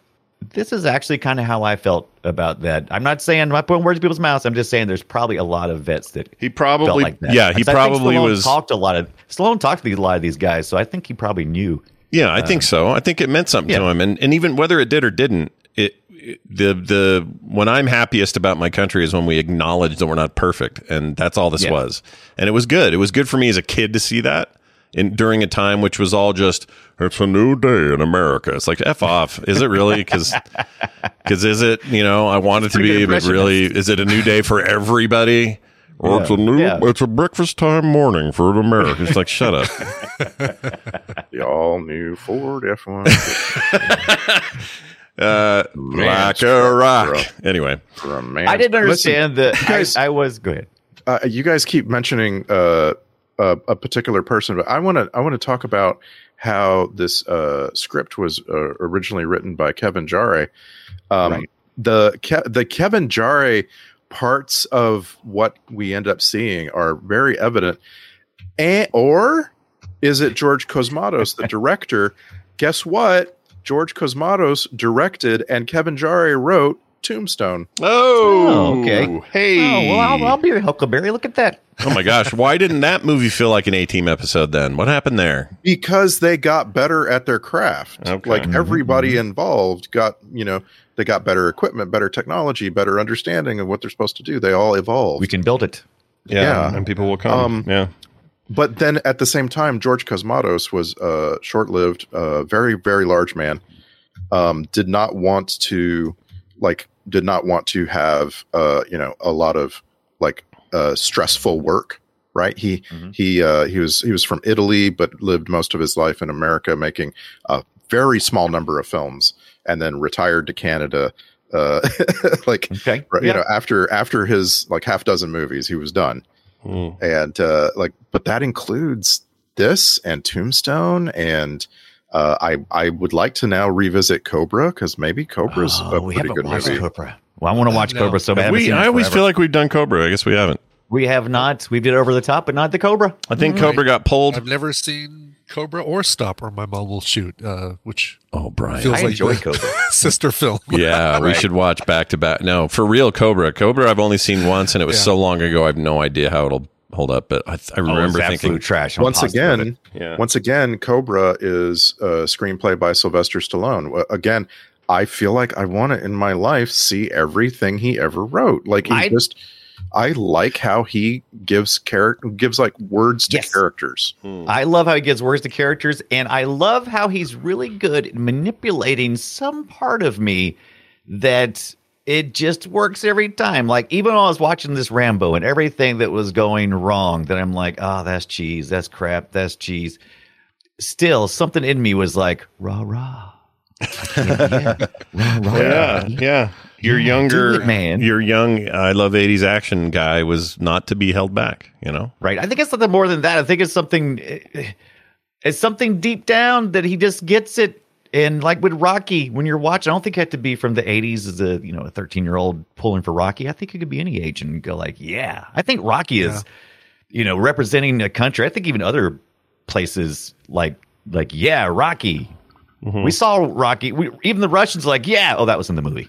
E: This is actually kind of how I felt about that. I'm not saying I'm not putting words in people's mouths. I'm just saying there's probably a lot of vets that
G: He probably-
E: felt like that.
G: yeah, he
E: 'Cause I think
G: probably
E: Stallone
G: was-
E: talked a lot of Stallone talked to these, a lot of these guys, so I think he probably knew.
G: Yeah, I think so. I think it meant something to
E: Uh, yeah.
G: him, and and even whether it did or didn't, it, it- the the when I'm happiest about my country is when we acknowledge that we're not perfect, and that's all this
E: Yeah.
G: was. And it was good. It was good for me as a kid to see that. And during a time which was all just it's a new day in America. It's like f off. Is it really? Because is it? You know, I want it to
E: Pretty
G: be,
E: good
G: but
E: impression.
G: really, is it a new day for everybody? Or it's a new.
E: Yeah.
G: It's a breakfast time morning for America. It's like shut up.
I: The all new Ford F one.
G: Uh, like a rock. Anyway,
E: I didn't understand that.
I: guys-
E: I, I was go ahead.
I: uh, you guys keep mentioning uh, a, a particular person, but I want to I want to talk about how this uh, script was uh, originally written by Kevin Jare. Um, The Ke- the Kevin Jare parts of what we end up seeing are very evident, and, or is it George Cosmatos, the director? Guess what? George Cosmatos directed and Kevin Jare wrote Tombstone.
G: Oh,
E: Oh, okay.
G: Hey.
E: Oh well, I'll, I'll be your Huckleberry. Look at that.
G: Oh my gosh. Why didn't that movie feel like an A Team episode then? What happened there?
I: because they got better at their craft
G: Okay.
I: like everybody involved got you know they got better equipment better technology better understanding of what they're supposed to do they all evolved
E: We can build it.
I: Yeah.
G: And people will come.
I: Um,
G: yeah.
I: but then at the same time george cosmatos was a short-lived uh, very very large man um, did not want to like did not want to have uh, you know a lot of like uh, stressful work right he he uh, he was he was from italy but lived most of his life in america making a very small number of films and then retired to canada uh, like
E: Okay. Oh,
I: right,
E: Yeah.
I: you know after after his like half dozen movies he was done
E: Hmm.
G: Mm.
I: and uh like but that includes this and tombstone and uh i i would like to now revisit cobra because maybe cobra's a
E: Oh, we
I: pretty
E: haven't
I: good
E: watched
I: movie
E: Cobra. Well, I want to watch
H: no.
E: Cobra so bad.
G: We, I always feel like we've done Cobra. I guess we haven't.
E: we have not. We did over the top, but not the Cobra. Mm-hmm.
G: I think Cobra got pulled.
H: I've never seen Cobra or Stopper. My mom will shoot, uh, which
G: oh, Brian,
E: I enjoy Cobra.
H: sister film.
G: Yeah, we
E: Right.
G: should watch back to back. No, for real, Cobra. Cobra, I've only seen once, and it was so long ago. I have no idea how it'll hold up. But I, I
E: Oh,
G: remember
E: it's absolute
G: thinking,
E: trash. I'm
I: Once
E: positive of it.
I: again, once again, Cobra is a screenplay by Sylvester Stallone. Well, Again, I feel like I want to in my life see everything he ever wrote. Like he
E: I-
I: just, I like how he gives character gives like words to
E: Yes.
I: characters.
E: I love how he gives words to characters, and I love how he's really good at manipulating some part of me that it just works every time. Like even when I was watching this Rambo and everything that was going wrong, that I'm like, oh, that's cheese, that's crap, that's cheese. Still, something in me was like, rah rah. Oh, yeah, rah, rah,
G: yeah,
E: rah.
G: yeah. Your
E: Yeah,
G: younger
E: do it, man.
G: your young I love '80s action guy was not to be held back. You know,
E: Right. I think it's something more than that. I think it's something it's something deep down that he just gets it. And like with Rocky, when you're watching, I don't think it had to be from the 80s as a you know a 13 year old pulling for Rocky. I think it could be any age and go like, yeah. I think Rocky is you know representing a country. I think even other places like like yeah, Rocky. We saw Rocky. We, even the Russians like yeah. Oh, that was in the movie.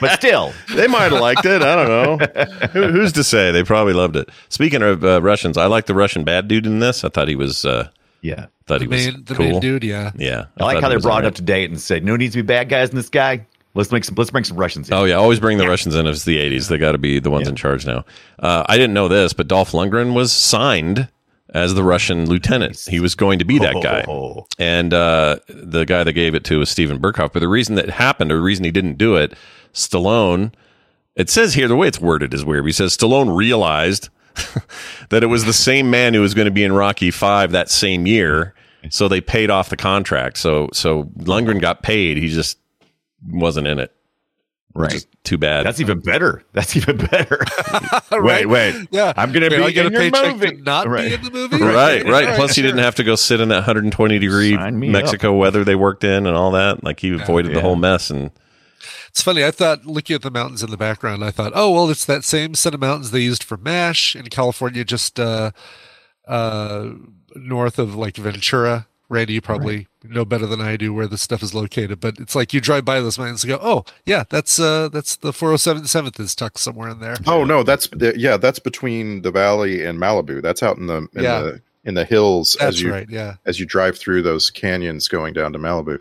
E: but still,
G: they might have liked it. I don't know. Who, who's to say? They probably loved it. Speaking of uh, Russians, I like the Russian bad dude in this. I thought he was. Uh,
E: yeah.
G: thought
H: The
G: he was
H: main, the
G: cool.
H: main dude, yeah.
G: Yeah,
E: I like
G: thought
E: how
G: he
E: they
G: was
E: brought it
G: all
E: up to date and said, "No needs to be bad guys in this guy. Let's make some. Let's bring some Russians." In.
G: Oh yeah, always bring the Russians in. if It's the '80s. They got to be the ones in charge now. Uh, I didn't know this, but Dolph Lundgren was signed as the Russian lieutenant. He was going to be that guy,
E: Oh.
G: and uh, the guy that gave it to was Steven Burkhoff. But the reason that happened, or the reason he didn't do it, Stallone. It says here the way it's worded is weird. He says Stallone realized that it was the same man who was going to be in Rocky Five that same year, so they paid off the contract. So so Lundgren got paid. He just wasn't in it.
E: Right.
G: Just too bad.
E: That's even better. That's even better. Wait, wait.
H: Yeah.
E: I'm gonna
H: Wait,
E: be
H: I'll get
E: in
H: a
E: your
H: paycheck
E: movie.
H: to not
E: Right.
H: be in the movie.
G: right, right.
H: All
G: Plus, he didn't have to go sit in that 120 degree
E: Sign me
G: Mexico weather they worked in and all that. Like he avoided the
E: Yeah.
G: whole mess. And
H: It's funny. I thought looking at the mountains in the background, I thought, oh well, it's that same set of mountains they used for Mash in California, just uh, uh, north of like Ventura. Randy, you probably know better than I do where this stuff is located, but it's like you drive by those mountains and go, "Oh, yeah, that's uh, that's the 407 7th is tucked somewhere in there."
I: Oh no, that's the, yeah, that's between the valley and Malibu. That's out in the in
H: Yeah.
I: the in the hills
H: That's
I: as you
H: right. Yeah,
I: as you drive through those canyons going down to Malibu.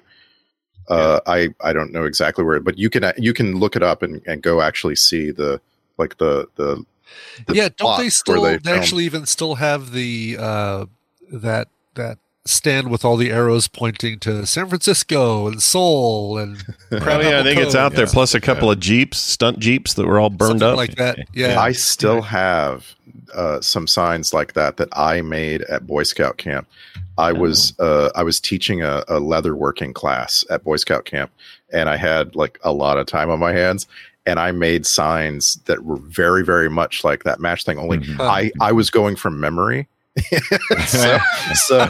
I: Uh, I I don't know exactly where, but you can uh, you can look it up and, and go actually see the like the the, the
H: yeah. Don't they
I: spots where
H: still? They,
I: filmed.
H: actually even still have the uh, that that stand with all the arrows pointing to San Francisco and Seoul and
G: oh yeah, I think it's out there. Plus a couple of jeeps, stunt jeeps that were all burned
H: something
G: up.
H: like that. Yeah,
I: I still have uh, some signs like that that I made at Boy Scout camp.
H: Oh.
I: I was uh, I was teaching a, a leather working class at Boy Scout camp, and I had like a lot of time on my hands, and I made signs that were very very much like that match thing. Only
G: Mm-hmm.
E: Mhm.
I: I I was going from memory. so, so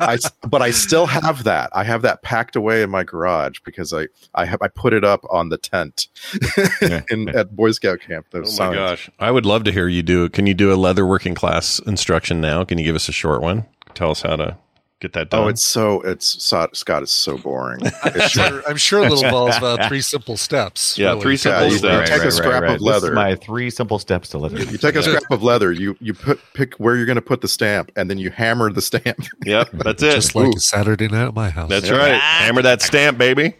I: I s- but I still have that. I have that packed away in my garage because I I have I put it up on the tent in, at Boy Scout camp. Those
G: Oh my
I: signs.
G: gosh, I would love to hear you do. Can you do a leather working class instruction now? Can you give us a short one? Tell us how to get that done.
I: Oh, it's so it's so, Scott is so boring.
H: I'm sure, I'm sure it involves uh, three simple steps.
G: Yeah, three simple
I: you- you
G: steps.
I: take a scrap of
E: This is
I: leather.
E: my three simple steps to leather.
I: You take a scrap of leather, you you put pick where you're going to put the stamp, and then you hammer the stamp.
G: yep, that's it.
H: Just like
I: Ooh.
H: a Saturday night at my house.
G: that's right. Hammer that stamp, baby.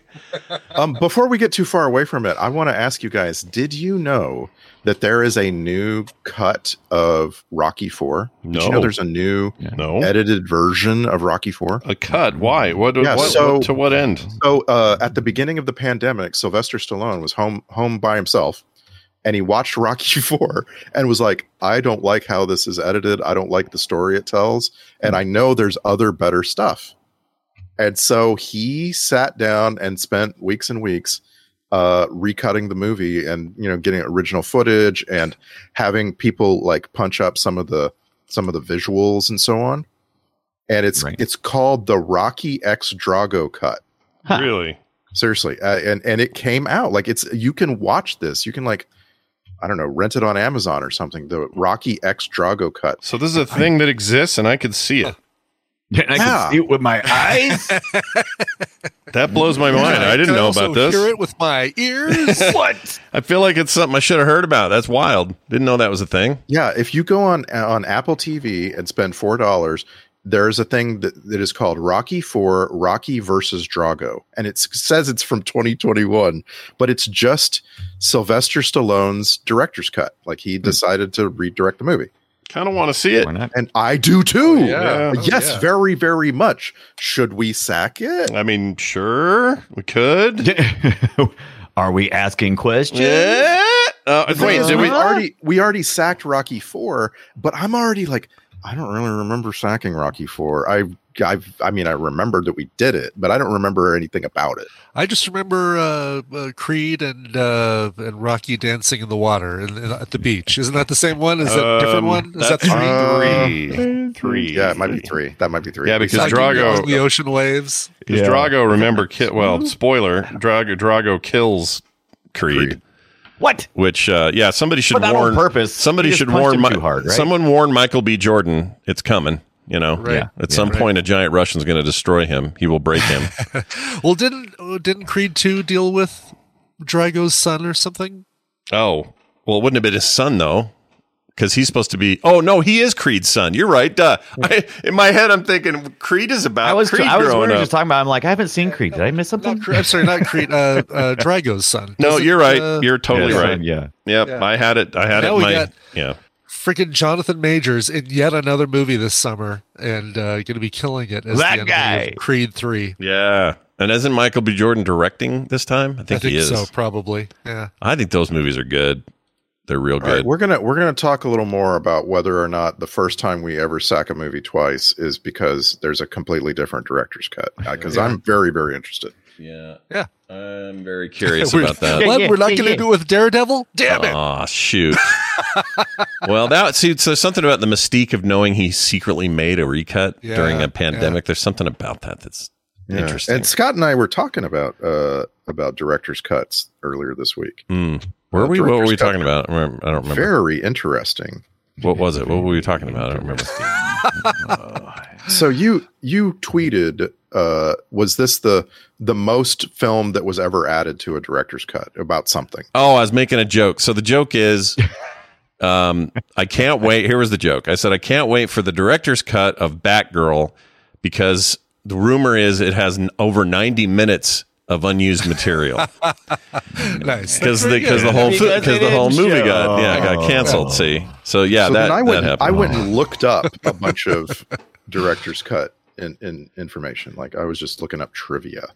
I: Um, before we get too far away from it, I want to ask you guys: Did you know that there is a new cut of Rocky Four? Did you
G: No. Oh.
I: know there's a new
G: No,
I: edited version of Rocky Four?
G: a cut. Why? What?
I: Yeah,
G: what-
I: so-
G: what- to what end?
I: So uh, at the beginning of the pandemic, Sylvester Stallone was home home by himself, and he watched Rocky Four and was like, "I don't like how this is edited. I don't like the story it tells, and I know there's other better stuff." And so he sat down and spent weeks and weeks uh, recutting the movie and you know getting original footage and having people like punch up some of the some of the visuals and so on. And it's
E: Right.
I: it's called the Rocky X Drago cut
E: Huh.
G: Really?
I: seriously uh, and and it came out like it's you can watch this you can like i don't know rent it on amazon or something the rocky x drago cut
G: So this is a thing that exists, and I could see it.
E: And I
I: Yeah.
E: can see it with my eyes.
G: That blows my mind. I didn't
H: Can
G: know
H: also
G: about this.
H: Hear it with my ears.
E: what?
G: I feel like it's something I should have heard about. That's wild. Didn't know that was a thing.
I: Yeah, if you go on on Apple TV and spend four dollars, there is a thing that, that is called Rocky Four: Rocky versus Drago, and it says it's from 2021, but it's just Sylvester Stallone's director's cut. Like
H: Hmm.
I: he decided to redirect the movie,
G: Kind of want to see it.
E: Why not?
I: and I do too.
H: yeah. Oh,
I: Yes,
H: yeah.
I: very, very much. Should we sack it?
G: I mean, sure, we could.
E: Are we asking questions?
G: Yeah. Uh,
I: The thing
G: wait,
I: is,
G: did
I: we
G: we?
I: already we already sacked Rocky Four, but I'm already like I don't really remember sacking Rocky Four. I I I mean I remembered that we did it, but I don't remember anything about it.
H: I just remember uh, uh, Creed and uh, and Rocky dancing in the water and, and at the beach. Isn't that the same one? Is that a different
G: Um,
H: one? Is that
G: that's-
H: three?
E: Uh,
G: Three. Three.
I: Yeah, it might be three. That might be three.
G: Yeah, because
H: Like
G: Drago-
H: on the ocean waves.
G: Because
E: Yeah.
G: Drago, remember, ki-
E: Hmm?
G: well, spoiler, Drago, Drago kills Creed,
I: Creed.
E: What?
G: which, uh, yeah, somebody should
E: But not on
G: warn.
E: purpose.
G: Somebody
E: He just
G: should
E: punched
G: warn.
E: him
G: Mi-
E: too hard, right?
G: Someone warn Michael B. Jordan. It's coming. You know,
H: Right. Yeah.
G: at some
H: right.
G: point, a giant Russian's going to destroy him. He will break him.
H: Well, didn't uh, didn't Creed two deal with Drago's son or something?
G: oh, well, it wouldn't have been his son though, because he's supposed to be. Oh no, he is Creed's son. You're right. Duh. I, in my head, I'm thinking Creed is about
E: I was
G: Creed
E: I was
G: growing
E: wondering,
G: up.
E: just talking about. I'm like, I haven't seen Creed. Did I miss something?
H: Not Creed, I'm sorry, not Creed. Uh, uh, Drago's son.
G: no,
H: Doesn't,
G: you're right.
H: uh,
G: you're totally
E: Yeah,
G: right.
E: Yeah.
G: Yep,
H: Yeah.
G: I had it. I had
H: Now
G: it.
H: we
G: My,
H: got-
G: yeah.
H: freaking Jonathan Majors in yet another movie this summer, and uh, going to be killing it as
E: That
H: the enemy
E: guy.
H: of Creed three.
G: Yeah. And isn't Michael B. Jordan directing this time? I think,
H: I think
G: he is.
H: so, probably. Yeah.
G: I think those movies are good. They're real
I: All right,
G: good.
I: we're gonna we're gonna talk a little more about whether or not the first time we ever sack a movie twice is because there's a completely different director's cut. Because I'm very very interested.
G: yeah.
H: Yeah.
G: I'm very curious
H: We're-
G: about that.
E: Yeah,
H: What?
E: yeah,
H: We're not
E: yeah,
H: going to
E: yeah.
H: do it with Daredevil? Damn it.
G: Aw, shoot. well, that see, so there's something about the mystique of knowing he secretly made a recut
H: Yeah,
G: during a
H: yeah.
G: pandemic. There's something about that that's
I: Yeah.
G: interesting.
I: And Scott and I were talking about uh about director's cuts earlier this week.
G: Mm. Where were we? What were we talking about? I don't remember.
I: Very interesting.
G: What was it? What were we talking about? I don't remember.
I: So you you tweeted uh was this the the most film that was ever added to a director's cut about something?
G: Oh, I was making a joke. So the joke is, um, I can't wait. Here was the joke. I said I can't wait for the director's cut of Batgirl because the rumor is it has n- over ninety minutes of unused material
H: Nice.
G: because
H: That's
G: Um, the
H: pretty
G: because the
H: good.
G: whole
E: Because
G: because
E: it
G: the whole
E: didn't
G: movie
E: show.
G: got yeah got canceled. See, so yeah,
I: so
G: that
I: then I went
G: that happened.
I: I went and looked up a bunch of director's cut in, in information. Like I was just looking up trivia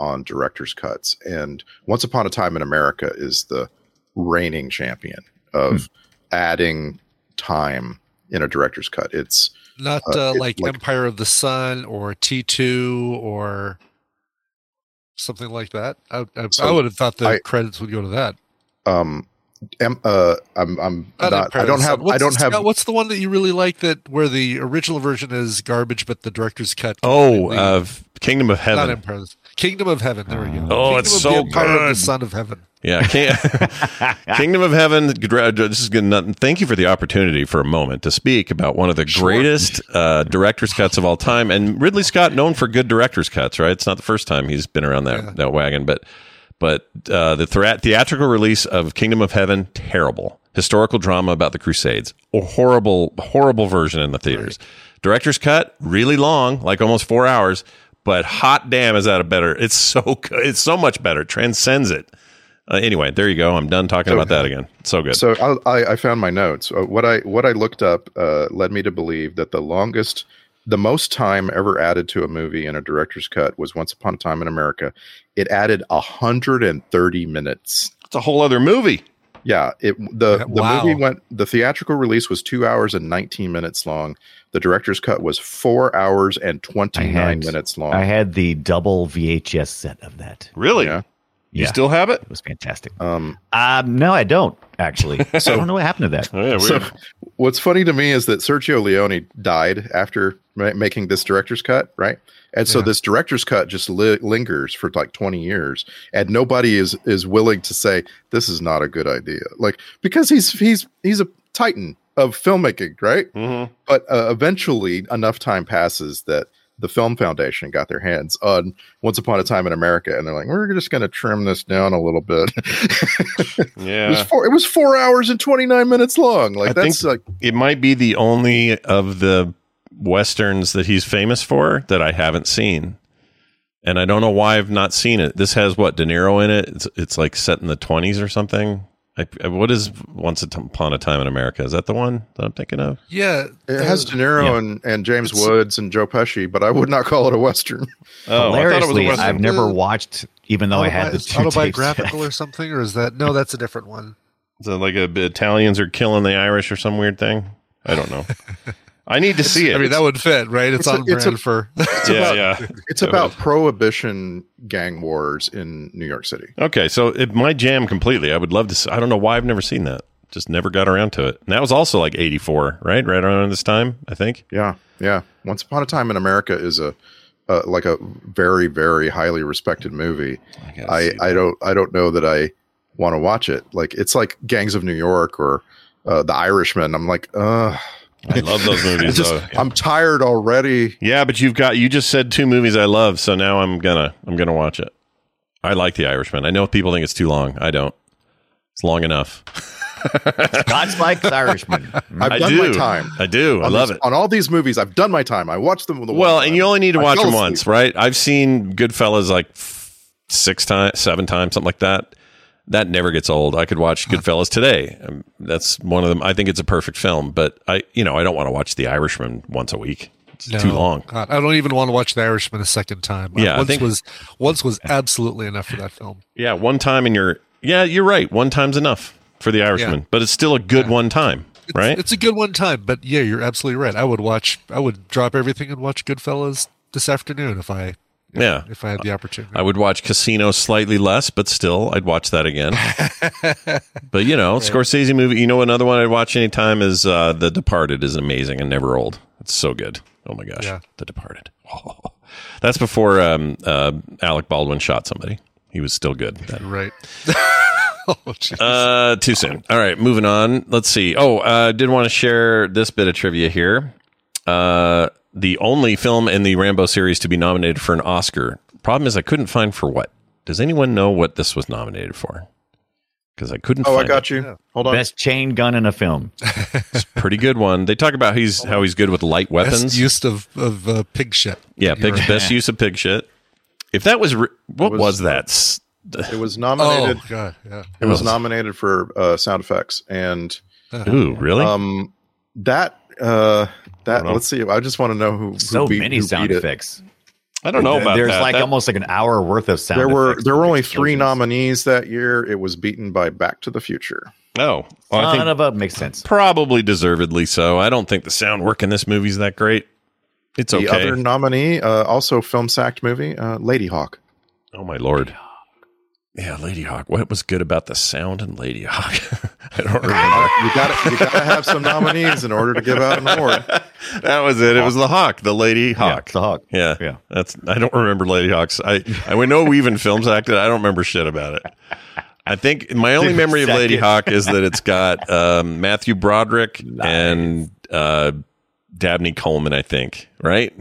I: on director's cuts and Once Upon a Time in America is the reigning champion of
G: Hmm.
I: adding time in a director's cut. It's
H: Not
I: uh,
H: uh,
I: it's
H: like,
I: like-
H: Empire of the Sun or T2 or something like that. I, I, I
I: So,
H: would have thought the
I: I-
H: credits would go to that.
I: um em, uh I'm I'm
H: Not
I: not,
H: Empire
I: I
H: of
I: don't
H: the Sun.
I: have I
H: What's-
I: don't have
H: Scott, What's the one that you really like that where the original version is garbage, but the director's cut?
G: oh,
H: completely-
G: of Kingdom of
H: not
G: Heaven.
H: Empire. of the- Kingdom of Heaven. There we go.
G: Oh,
H: Kingdom
G: it's
H: of
G: so
H: the Empire of
G: good.
H: the Son of Heaven.
G: Yeah, King-
E: Ah.
G: Kingdom of Heaven. gra- This is good. nothing- Thank you for the opportunity for a moment to speak about one of the greatest uh, director's cuts of all time, and Ridley Scott, known for good director's cuts. Right, it's not the first time he's been around that that wagon, but but uh, the thra- theatrical release of Kingdom of Heaven, terrible historical drama about the Crusades, a horrible horrible version in the theaters. Director's cut, really long, like almost four hours. But hot damn, is that a better? It's so good. It's so much better. It transcends it. Uh, anyway, there you go. I'm done talking about that again. So good.
I: So I, I, I found my notes. Uh, What I what I looked up uh, led me to believe that the longest, the most time ever added to a movie in a director's cut was Once Upon a Time in America. It added hundred and thirty minutes.
G: it's a whole other movie.
I: Yeah, it the the
H: Wow.
I: movie went. The theatrical release was two hours and nineteen minutes long. The director's cut was four hours and twenty nine
E: had-
I: minutes long.
E: I had the double VHS set of that.
G: Really?
I: Yeah.
G: You
E: Yeah.
G: still have it?
E: It was fantastic.
I: um,
E: Um, no, I don't actually. I don't know what happened to that.
G: Oh, yeah,
I: so what's funny to me is that Sergio Leone died after ma- making this director's cut, right? And so
H: Yeah.
I: this director's cut just li- lingers for like 20 years and nobody is is willing to say this is not a good idea. Like because he's he's he's a titan of filmmaking, right?
G: Mm-hmm.
I: But uh, eventually, enough time passes that the Film Foundation got their hands on Once Upon a Time in America, and they're like, "We're just going to trim this down a little bit."
G: Yeah.
I: it, was four, it was four hours and twenty nine minutes long. Like
G: I
I: that's
G: think
I: like
G: it might be the only of the westerns that he's famous for that I haven't seen, and I don't know why I've not seen it. This has what De Niro in it. It's it's like set in the twenties or something. I, I- what is Once Upon a Time in America? Is that the one that I'm thinking of?
H: Yeah,
I: it has
H: uh,
I: De Niro
G: Yeah.
I: and, and James Woods and Joe Pesci, but I would not call it a western.
G: Oh,
E: Hilariously, I've never watched, even though oh, I had the
H: Autobi-
E: two tapes.
H: autobiographical or something, or is that no? That's a different one.
G: Is it like a, the Italians are killing the Irish or some weird thing? I don't know. I need to see it.
H: I mean, that would fit, right? It's,
I: It's a-
H: on
I: it's a-
H: brand for.
G: yeah, yeah.
I: It's about prohibition gang wars in New York City.
G: Okay, so it might jam completely. I would love to. See, I don't know why I've never seen that. Just never got around to it. And that was also like '84, right? Right around this time, I think.
I: Yeah, yeah. Once Upon a Time in America is a uh, like a very very highly respected movie. I I, don't I don't know that I want to watch it. Like it's like Gangs of New York or uh, The Irishman. I'm like, uh
G: I love those
I: I
G: movies.
I: just
G: though.
I: I'm tired already.
G: Yeah, but you've got you just said two movies I love, so now I'm gonna I'm gonna watch it. I like The Irishman. I know people think it's too long. I don't. It's long enough.
E: Scots like the Irishman.
I: I've
G: I
I: done
G: do.
I: my time.
G: I do. Mm. I
I: on
G: love
I: these-
G: it.
I: on all these movies. I've done my time. I watched them. The one
G: Well,
I: time.
G: and you only need to
I: I
G: watch
I: fell
G: them
I: asleep.
G: once, right? I've seen Goodfellas like f- six times, seven times, something like that. That never gets old. I could watch Goodfellas today. Um, That's one of them. I think it's a perfect film, but I, you know, I don't want to watch The Irishman once a week. It's too
H: No,
G: long.
H: God, I don't even want to watch The Irishman a second time.
G: Yeah, I
H: once
G: think-
H: was once was absolutely enough for that film.
G: Yeah, one time in your. Yeah, you're right. One time's enough for The Irishman, but it's still a good one time, right?
H: It's a good one time, but yeah, you're absolutely right. I would watch. I would drop everything and watch Goodfellas this afternoon if I
G: yeah.
H: if I had the opportunity.
G: I would watch Casino slightly less, but still, I'd watch that again. but you know, Scorsese movie. You know, another one I'd watch anytime is uh, The Departed. is amazing and never old. It's so good. Oh my gosh,
H: Yeah.
G: The Departed. That's before um, uh, Alec Baldwin shot somebody. He was still good. then.
H: Right. oh, jeez.
G: Uh, too soon. All right, moving on. Let's see. Oh, uh, did want to share this bit of trivia here. Uh, the only film in the Rambo series to be nominated for an Oscar. Problem is, I couldn't find for what. Does anyone know what this was nominated for? Because I couldn't.
I: Oh, I
G: find
I: got you. Hold on.
E: Best chain gun in a film.
G: It. Pretty good one. They talk about he's how he's good with light
H: Best
G: weapons.
H: use of of uh, pig shit.
G: yeah, pig,
H: You're-
G: best use of pig shit. If that was re- what was,
I: was-
G: that? S-
I: It was
H: Oh
I: nominated.
H: god, yeah.
I: It was nominated for uh, sound effects and.
H: Uh-huh.
G: Ooh, really?
I: Um, that uh, that
G: know.
I: let's see. I just want to know who, who
E: So
I: beat-
E: many
I: who
E: sound
I: beat it.
E: effects.
G: I don't know about
E: There's
G: that.
E: like
G: That-
E: almost like an hour worth of sound.
I: There were
E: effects
I: there
E: with
I: were only three
E: explosions.
I: nominees that year. It was beaten by Back to the Future.
G: Oh, well, I
E: Son
G: think
E: of a makes sense.
G: Probably deservedly so. I don't think the sound work in this movie's that great. It's
I: The
G: okay.
I: other nominee, uh, also film sacked movie, uh, Lady Hawk.
G: oh my lord. Yeah, Lady Hawk. What was good about the sound in Lady Hawk? I don't remember.
I: You got you got to have some nominees in order to give out an award.
G: that was it. It was the Hawk, the Lady
E: Yeah,
G: Hawk.
E: the hawk.
G: Yeah,
E: Yeah.
G: That's I don't remember Lady Hawks. I I we know we even films acted. I don't remember shit about it. I think my only
E: Dude,
G: memory of Lady
E: second.
G: Hawk is that it's got um, Matthew Broderick and uh, Dabney Coleman. I think right.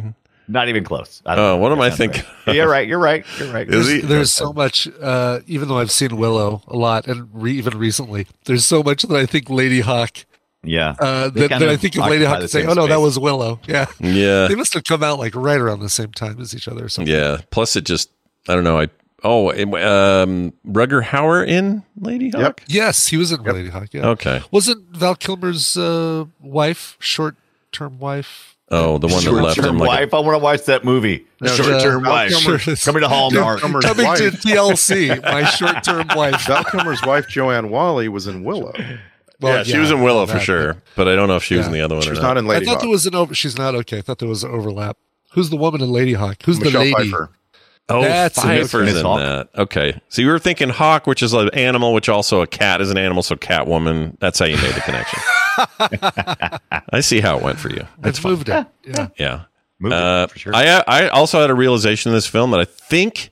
E: Not even close. I don't
G: Oh,
E: know.
G: what am I
E: That's not
G: thinking?
E: right. You're right. You're right. You're right.
G: Is he?
H: There's so much, uh, even though I've seen Willow a lot and re- even recently, there's so much that I think Lady Hawk,
E: Yeah.
H: uh,
E: They
H: that,
E: kind
H: that I
E: of
H: think of
E: occupy
H: Lady Hawk
E: the
H: and say,
E: same
H: oh no, that
E: space.
H: was Willow. Yeah.
G: Yeah.
H: They must have come out like right around the same time as each other or something.
G: Yeah. Plus, it just I don't know. I oh, it, um, Rugger Hauer in Lady Hawk.
H: Yes, he was in Lady Hawk. Yeah.
G: Okay.
H: Wasn't Val Kilmer's uh, wife, short term wife?
G: Oh, the one that left him
E: Short-term
G: like.
E: wife. I want to watch that movie.
H: No,
E: Short-term
H: uh,
E: wife.
H: Val
E: Sure.
H: Kilmer's-
E: Coming to Hallmark.
I: Val Kilmer's
H: Coming to
I: wife.
H: TLC, my short term wife.
I: Val Kilmer's wife, Joanne Wally, was in Willow.
G: yeah, she was in Willow for
H: that,
G: sure, but I don't know if she was in the other one
I: She
G: or
I: was
G: not.
I: not in
H: I
I: Lady
H: thought
I: Hawk.
H: there was an over. She's not okay. I thought there was an overlap. Who's the woman in Lady Hawk? Who's the lady?
G: oh,
H: That's a
G: Pfeiffer's
E: Miss
G: in
E: Hawk.
G: that. Okay, so you were thinking Hawk, which is an animal, which also a cat is an animal, so Catwoman. That's how you made the connection. I see how it went for you.
H: I've moved it. Yeah.
G: Yeah.
E: Movie,
G: Uh,
E: for sure.
G: I I also had a realization in this film that I think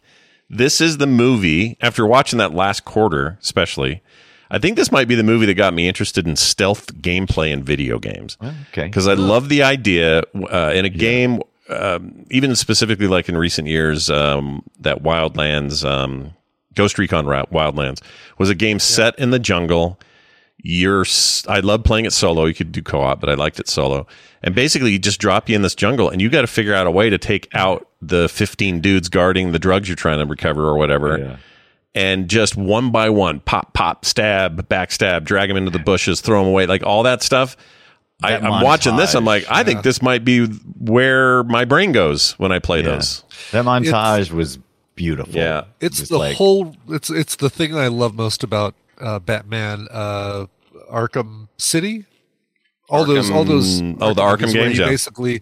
G: this is the movie after watching that last quarter, especially. I think this might be the movie that got me interested in stealth gameplay in video games. Okay. Because I love the idea uh, in a game, um, even specifically like in recent years, um, that Wildlands, um, Ghost Recon Ra- Wildlands, was a game set in the jungle. You're, s- I love playing it solo. You could do co op, but I liked it solo. And basically, you just drop you in this jungle and you got to figure out a way to take out the 15 dudes guarding the drugs you're trying to recover or whatever and just one by one, pop, pop, stab, backstab, drag him into the bushes, throw him away, like all that stuff. I,
E: That
G: I'm watching this. I'm like,
E: montage,
G: I think this might be where my brain goes when I play those.
E: That montage was beautiful.
G: Yeah,
H: It's the whole. It's it's the thing I love most about uh, Batman uh, Arkham City. All those, all those.
G: Arkham- oh, the Arkham
H: where
G: games,
H: You
G: yeah.
H: Basically,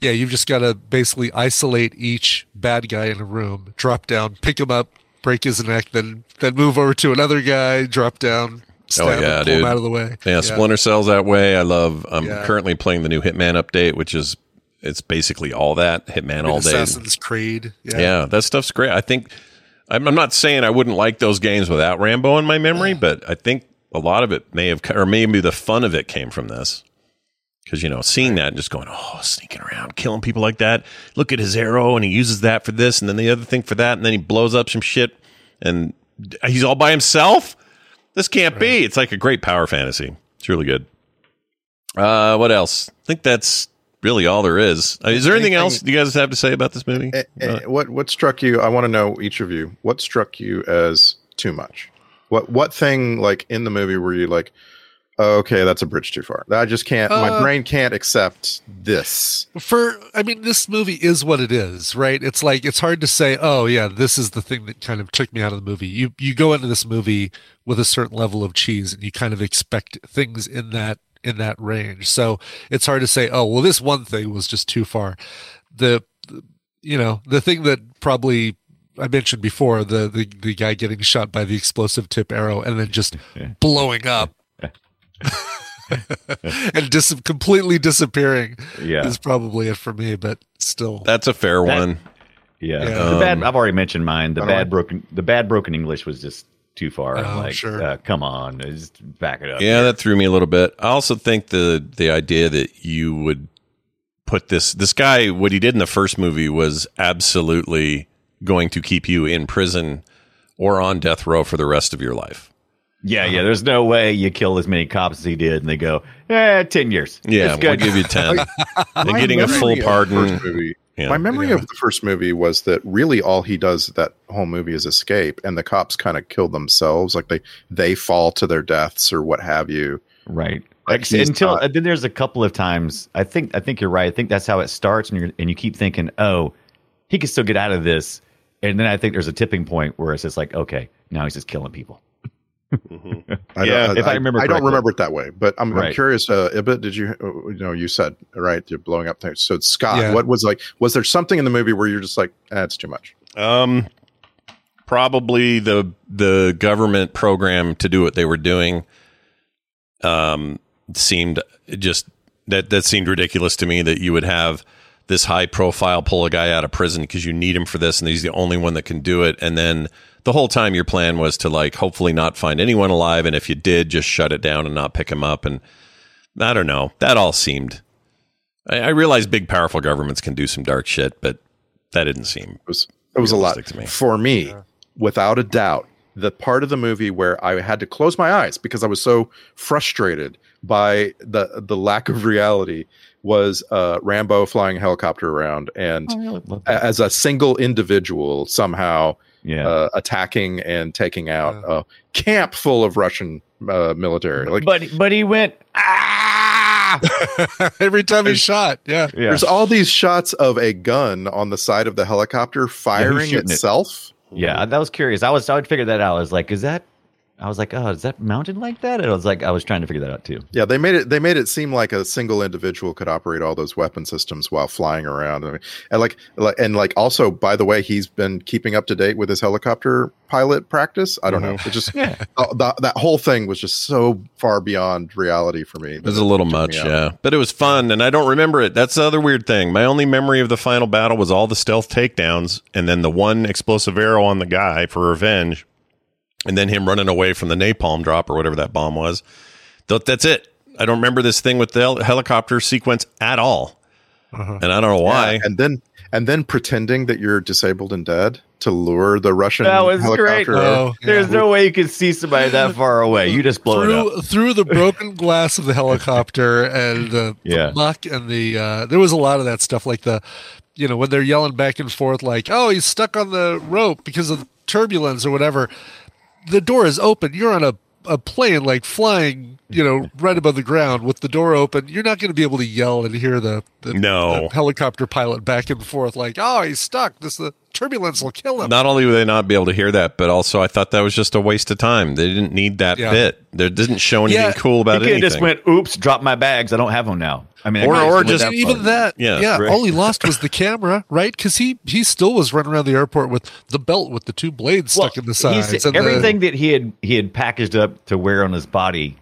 H: yeah, you've just got to basically isolate each bad guy in a room, drop down, pick him up, break his neck, then then move over to another guy, drop down, stab
G: oh
H: him,
G: yeah,
H: pull
G: dude.
H: him out of the way.
G: Yeah, Splinter Cell's that way. I love. I'm
H: Yeah.
G: currently playing the new Hitman update, which is it's basically all that Hitman all day.
H: Assassin's Creed.
G: Yeah. that stuff's great. I think I'm, I'm not saying I wouldn't like those games without Rambo in my memory, but I think a lot of it may have, co- or maybe the fun of it came from this. Because you know, seeing that and just going, oh, sneaking around, killing people like that. Look at his arrow, and he uses that for this, and then the other thing for that, and then he blows up some shit, and d- he's all by himself. This can't be. It's like a great power fantasy. It's really good. Uh, what else? I think that's really all there is. Uh, Is there anything
I: Anything-
G: else you guys have to say about this movie?
I: Eh, what what struck you? I want to know each of you. What struck you as too much? What what thing like in the movie were you like, "Oh, okay, that's a bridge too far. I just can't. my
H: Uh,
I: brain can't accept this.
H: for i mean this movie is what it is right it's like it's hard to say oh yeah this is the thing that kind of took me out of the movie you you go into this movie with a certain level of cheese and you kind of expect things in that in that range so it's hard to say oh well this one thing was just too far the you know the thing that probably I mentioned before the, the the guy getting shot by the explosive tip arrow and then just blowing up and dis- completely disappearing
E: Yeah.
H: is probably it for me but still
G: That's a fair
E: That-
G: one.
E: Yeah,
H: Yeah.
E: the bad.
G: Um,
E: I've already mentioned mine. The
H: I don't
E: bad
H: like-
E: broken. The bad broken English was just too far.
H: Oh,
E: like,
H: sure.
E: uh, come on, just back it up.
G: Yeah, that threw me a little bit. I also think the the idea that you would put this this guy what he did in the first movie was absolutely going to keep you in prison or on death row for the rest of your life.
E: yeah,
G: Uh-huh.
E: yeah. There's no way you kill as many cops as he did, and they go, eh, ten years.
G: Yeah,
E: it's
G: we'll
E: good.
G: give you ten. and
I: My
G: getting a full
I: memory of the
G: pardon.
I: first movie-
G: Yeah.
I: My memory of the first movie was that really all he does that whole movie is escape, and the cops kind of kill themselves, like they they fall to their deaths or what have you.
E: Right.
I: Like,
E: Ex-
I: he's
E: until
I: not-
E: uh, then, there's a couple of times. I think I think you're right. I think that's how it starts, and you and you keep thinking, oh, he can still get out of this. And then I think there's a tipping point where it's just like, okay, now he's just killing people.
I: I
E: Yeah,
I: don't,
E: if I remember
I: I don't
E: correctly.
I: remember it that way, but I'm, I'm
E: Right.
I: curious. Uh, Ibit, did you, uh, you know, you said right, you're blowing up things. So Scott,
H: Yeah.
I: what was like? Was there something in the movie where you're just like, that's it's too much?
G: Um, probably the the government program to do what they were doing. Um, seemed just that that seemed ridiculous to me that you would have this high profile pull a guy out of prison because you need him for this and he's the only one that can do it and then the whole time your plan was to like hopefully not find anyone alive and if you did just shut it down and not pick him up and i don't know that all seemed i, I realize big powerful governments can do some dark shit but that didn't seem
I: It was it was a lot
G: Realistic to me.
I: for me, without a doubt. The part of the movie where I had to close my eyes because I was so frustrated by the the lack of reality was uh, Rambo flying a helicopter around and
E: Oh.
I: a- as a single individual somehow
E: Yeah.
I: uh, attacking and taking out a camp full of Russian uh, military. Like
E: but but he went ah.
H: every time he's shot yeah
E: Yeah.
I: there's all these shots of a gun on the side of the helicopter firing
E: shooting it?
I: itself.
E: Yeah, I- that was curious. I was I would figure that out. I was like, is that? I was like, oh, is that mounted like that? And I was like, I was trying to figure that out too.
I: Yeah, they made it. They made it seem like a single individual could operate all those weapon systems while flying around. I mean, and like, like, and like, also, by the way, he's been keeping up to date with his helicopter pilot practice. I don't
E: Mm-hmm.
I: know. It just uh, that, that whole thing was just so far beyond reality for me.
G: It was a little much,
I: out.
G: yeah. But it was fun, and I don't remember it. That's the other weird thing. My only memory of the final battle was all the stealth takedowns, and then the one explosive arrow on the guy for revenge. and then him running away from the napalm drop or whatever that bomb was. Th- That's it. I don't remember this thing with the hel- helicopter sequence at all, and I don't know why.
I: Yeah, and then and then pretending that you're disabled and dead to lure the Russian
E: That was great.
I: helicopter.
E: Oh, There's no way you could see somebody that far away. You just blow it up.
H: through through the broken glass of the helicopter and the,
E: Yeah.
H: the muck and the uh, there was a lot of that stuff like the you know when they're yelling back and forth like oh he's stuck on the rope because of turbulence or whatever the door is open you're on a a plane like flying you know right above the ground with the door open you're not going to be able to yell and hear the, the,
G: No.
H: the helicopter pilot back and forth like oh he's stuck this the turbulence will kill him
G: Not only would they not be able to hear that, but also I thought that was just a waste of time. They didn't need that
H: Yeah.
G: bit. There didn't show anything
H: Yeah,
G: cool about
E: you
G: anything.
E: could just went, oops, drop my bags. I don't have them now. I mean, I
G: Or-
E: could've
G: or
E: went
G: just-
E: that
H: even
E: far.
H: that
G: Yeah,
H: yeah, yeah
G: right.
H: all he lost was the camera right because he he still was running around the airport with the belt with the two blades
E: Well,
H: stuck in the
E: he
H: sides
E: said
H: and the-
E: everything that he had he had packaged up to wear on his body,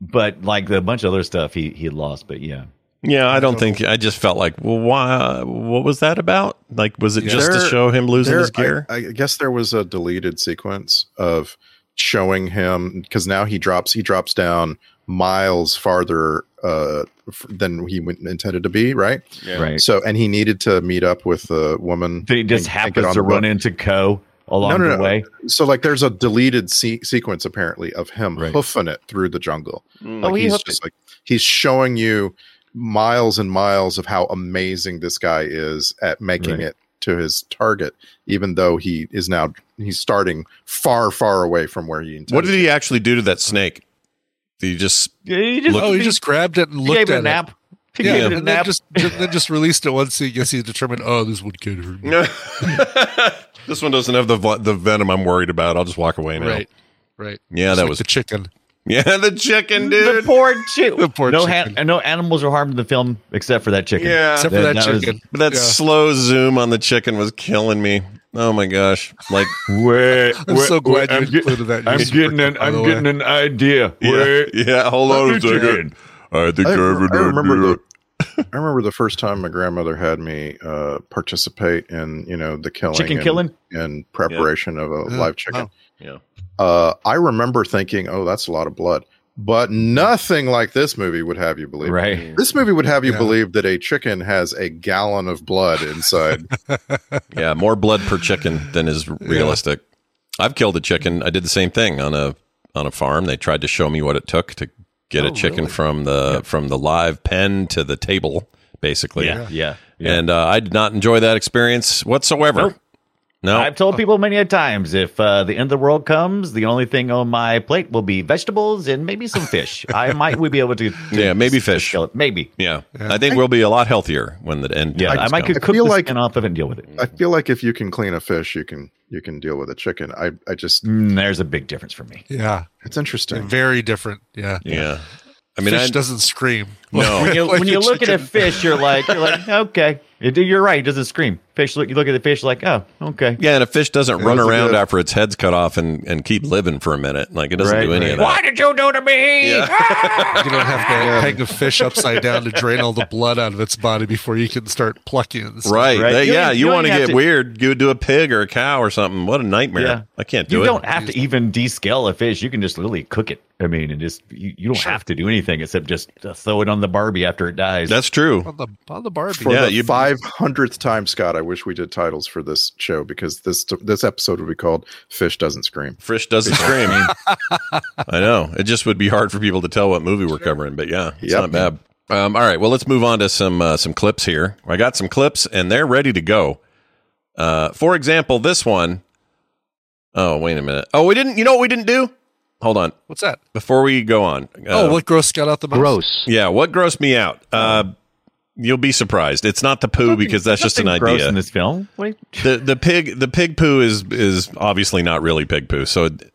E: but like the bunch of other stuff he he had lost. But yeah,
G: yeah, I don't think. I just felt like, well, why? What was that about? Like, was it
H: Yeah.
G: just to
I: There-
G: show him losing
I: there-
G: his gear?
I: I, I guess there was a deleted sequence of showing him because now he drops he drops down miles farther uh, f- than he went, intended to be, right?
E: right.
I: So, and he needed to meet up with a woman.
E: Did he just
I: and- and get
E: happens
I: on
E: to
I: the boat.
E: run into Co along
I: No, no,
E: the
I: no.
E: way?
I: So, like, there's a deleted se- sequence apparently of him
E: Right.
I: hoofing it through the jungle. Like,
E: Oh, he
I: he's
E: hoofed
I: just like he's showing you miles and miles of how amazing this guy is at making
E: Right.
I: it to his target, even though he is now he's starting far, far away from where he. Intended
G: What did he actually do to that snake? Did he just
E: Yeah, He just,
H: oh he just grabbed it and
E: he
H: looked
E: gave
H: at
E: it a nap. He
H: it yeah,
E: gave it a
H: and then
E: nap.
H: just then just released it once he guess he determined oh this would get hurt me.
G: this one doesn't have the vo- the venom I'm worried about. I'll just walk away now.
H: right right
G: Yeah,
H: Just
G: that
H: like
G: was-
H: the chicken
G: Yeah, the chicken
E: the
G: dude.
E: poor chick.
H: The poor
E: no,
H: chicken.
E: ha- no animals were harmed in the film except for that chicken.
G: yeah,
H: except for
E: Yeah,
H: that,
E: that was-
H: chicken
G: but that
H: Yeah.
G: slow zoom on the chicken was killing me. Oh my gosh! Like
E: Wait,
H: I'm so glad you included that.
E: I'm
H: You're
E: getting an
H: by
E: I'm
H: the
E: getting
H: way.
E: an idea.
G: yeah,
E: Wait,
G: yeah. Hold on a
E: let me check
G: second.
E: it.
G: I think
I: I,
G: I,
I: rem-
G: would
I: I
G: do
I: remember
G: that.
I: the I remember the first time my grandmother had me uh, participate in you know the killing
E: Chicken
I: and,
E: killing?
I: and preparation of a
H: Yeah.
I: live chicken.
G: Yeah.
I: Uh, I remember thinking, "Oh, that's a lot of blood," but nothing like this movie would have you believe.
E: Right.
I: This movie would have you
H: Yeah.
I: believe that a chicken has a gallon of blood inside.
G: Yeah, more blood per chicken than is realistic. I've killed a chicken. I did the same thing on a on a farm. They tried to show me what it took to get
E: Oh,
G: a chicken from the from the live pen to the table, basically.
E: Yeah, yeah.
G: And uh, I did not enjoy that experience whatsoever. No,
E: I've told people many a times if uh, the end of the world comes, the only thing on my plate will be vegetables and maybe some fish. I might we be able to, to
G: Yeah, maybe
E: to
G: fish.
E: kill it. Maybe.
G: yeah. I think we'll be a lot healthier when the end.
E: Yeah, I,
G: times
E: might
G: come.
E: could cook
I: feel
E: the
I: like-
E: skin off of it and deal with it.
I: I feel like if you can clean a fish, you can you can deal with a chicken. I I just
E: Mm, there's a big difference for me.
H: yeah
I: it's interesting.
H: very different yeah
G: Yeah, I mean,
H: fish
G: I,
H: doesn't scream
G: No.
E: When you,
H: Like
E: when
H: a
E: you look at a
H: chicken.
E: fish, you're like you're like okay, It- you're right. It doesn't scream. Fish look you look at the fish you're like oh okay.
G: yeah, and a fish doesn't
I: Yeah,
G: run
I: that's a
G: around
I: good-
G: after its head's cut off and and keep living for a minute. Like it doesn't
E: Right,
G: do any
E: right.
G: of that.
E: Why did you do to me?
H: You don't have to hang a fish upside down to drain all the blood out of its body before you can start plucking it.
G: Right.
E: right?
G: They-
E: You
G: yeah,
E: ain't-
G: you,
E: you
G: want to
E: ain't have
G: get
E: to-
G: weird. You would do a pig or a cow or something. What a nightmare.
E: Yeah.
G: I can't do
E: You
G: it.
E: don't have to even descale a fish. You can just literally cook it. I mean, and just you, you don't have to do anything except just uh, throw it on the Barbie after it dies.
G: That's true.
H: On the on the Barbie.
I: For
G: Yeah,
I: the
G: you-
I: five hundredth time, Scott, I wish we did titles for this show because this this episode would be called "Fish Doesn't Scream."
G: Frisch doesn't scream. I know. It just would be hard for people to tell what movie we're covering, but yeah, it's
I: Yep.
G: not bad. Um, all right. Well, let's move on to some uh, some clips here. I got some clips, and they're ready to go. Uh, for example, this one oh wait a minute. Oh, we didn't. You know what we didn't do? Hold on.
H: What's that?
G: Before we go on. uh,
H: oh, what gross got out the mouth? Gross.
G: Yeah. What grossed me out? Uh, you'll be surprised. It's not the poo because that's just an
E: Nothing
G: idea.
E: gross in this film. What do you-
G: the the pig the pig poo is is obviously not really pig poo. So it-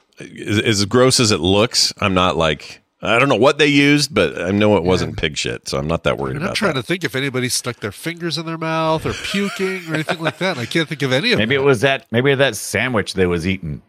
G: as, as gross as it looks, I'm not like I don't know what they used, but I know it wasn't pig shit, so I'm not that worried
H: I'm
G: about
H: trying
G: that.
H: to think if anybody stuck their fingers in their mouth or puking or anything like that. And I can't think of any of
E: Maybe it was that. Maybe that sandwich they was eating.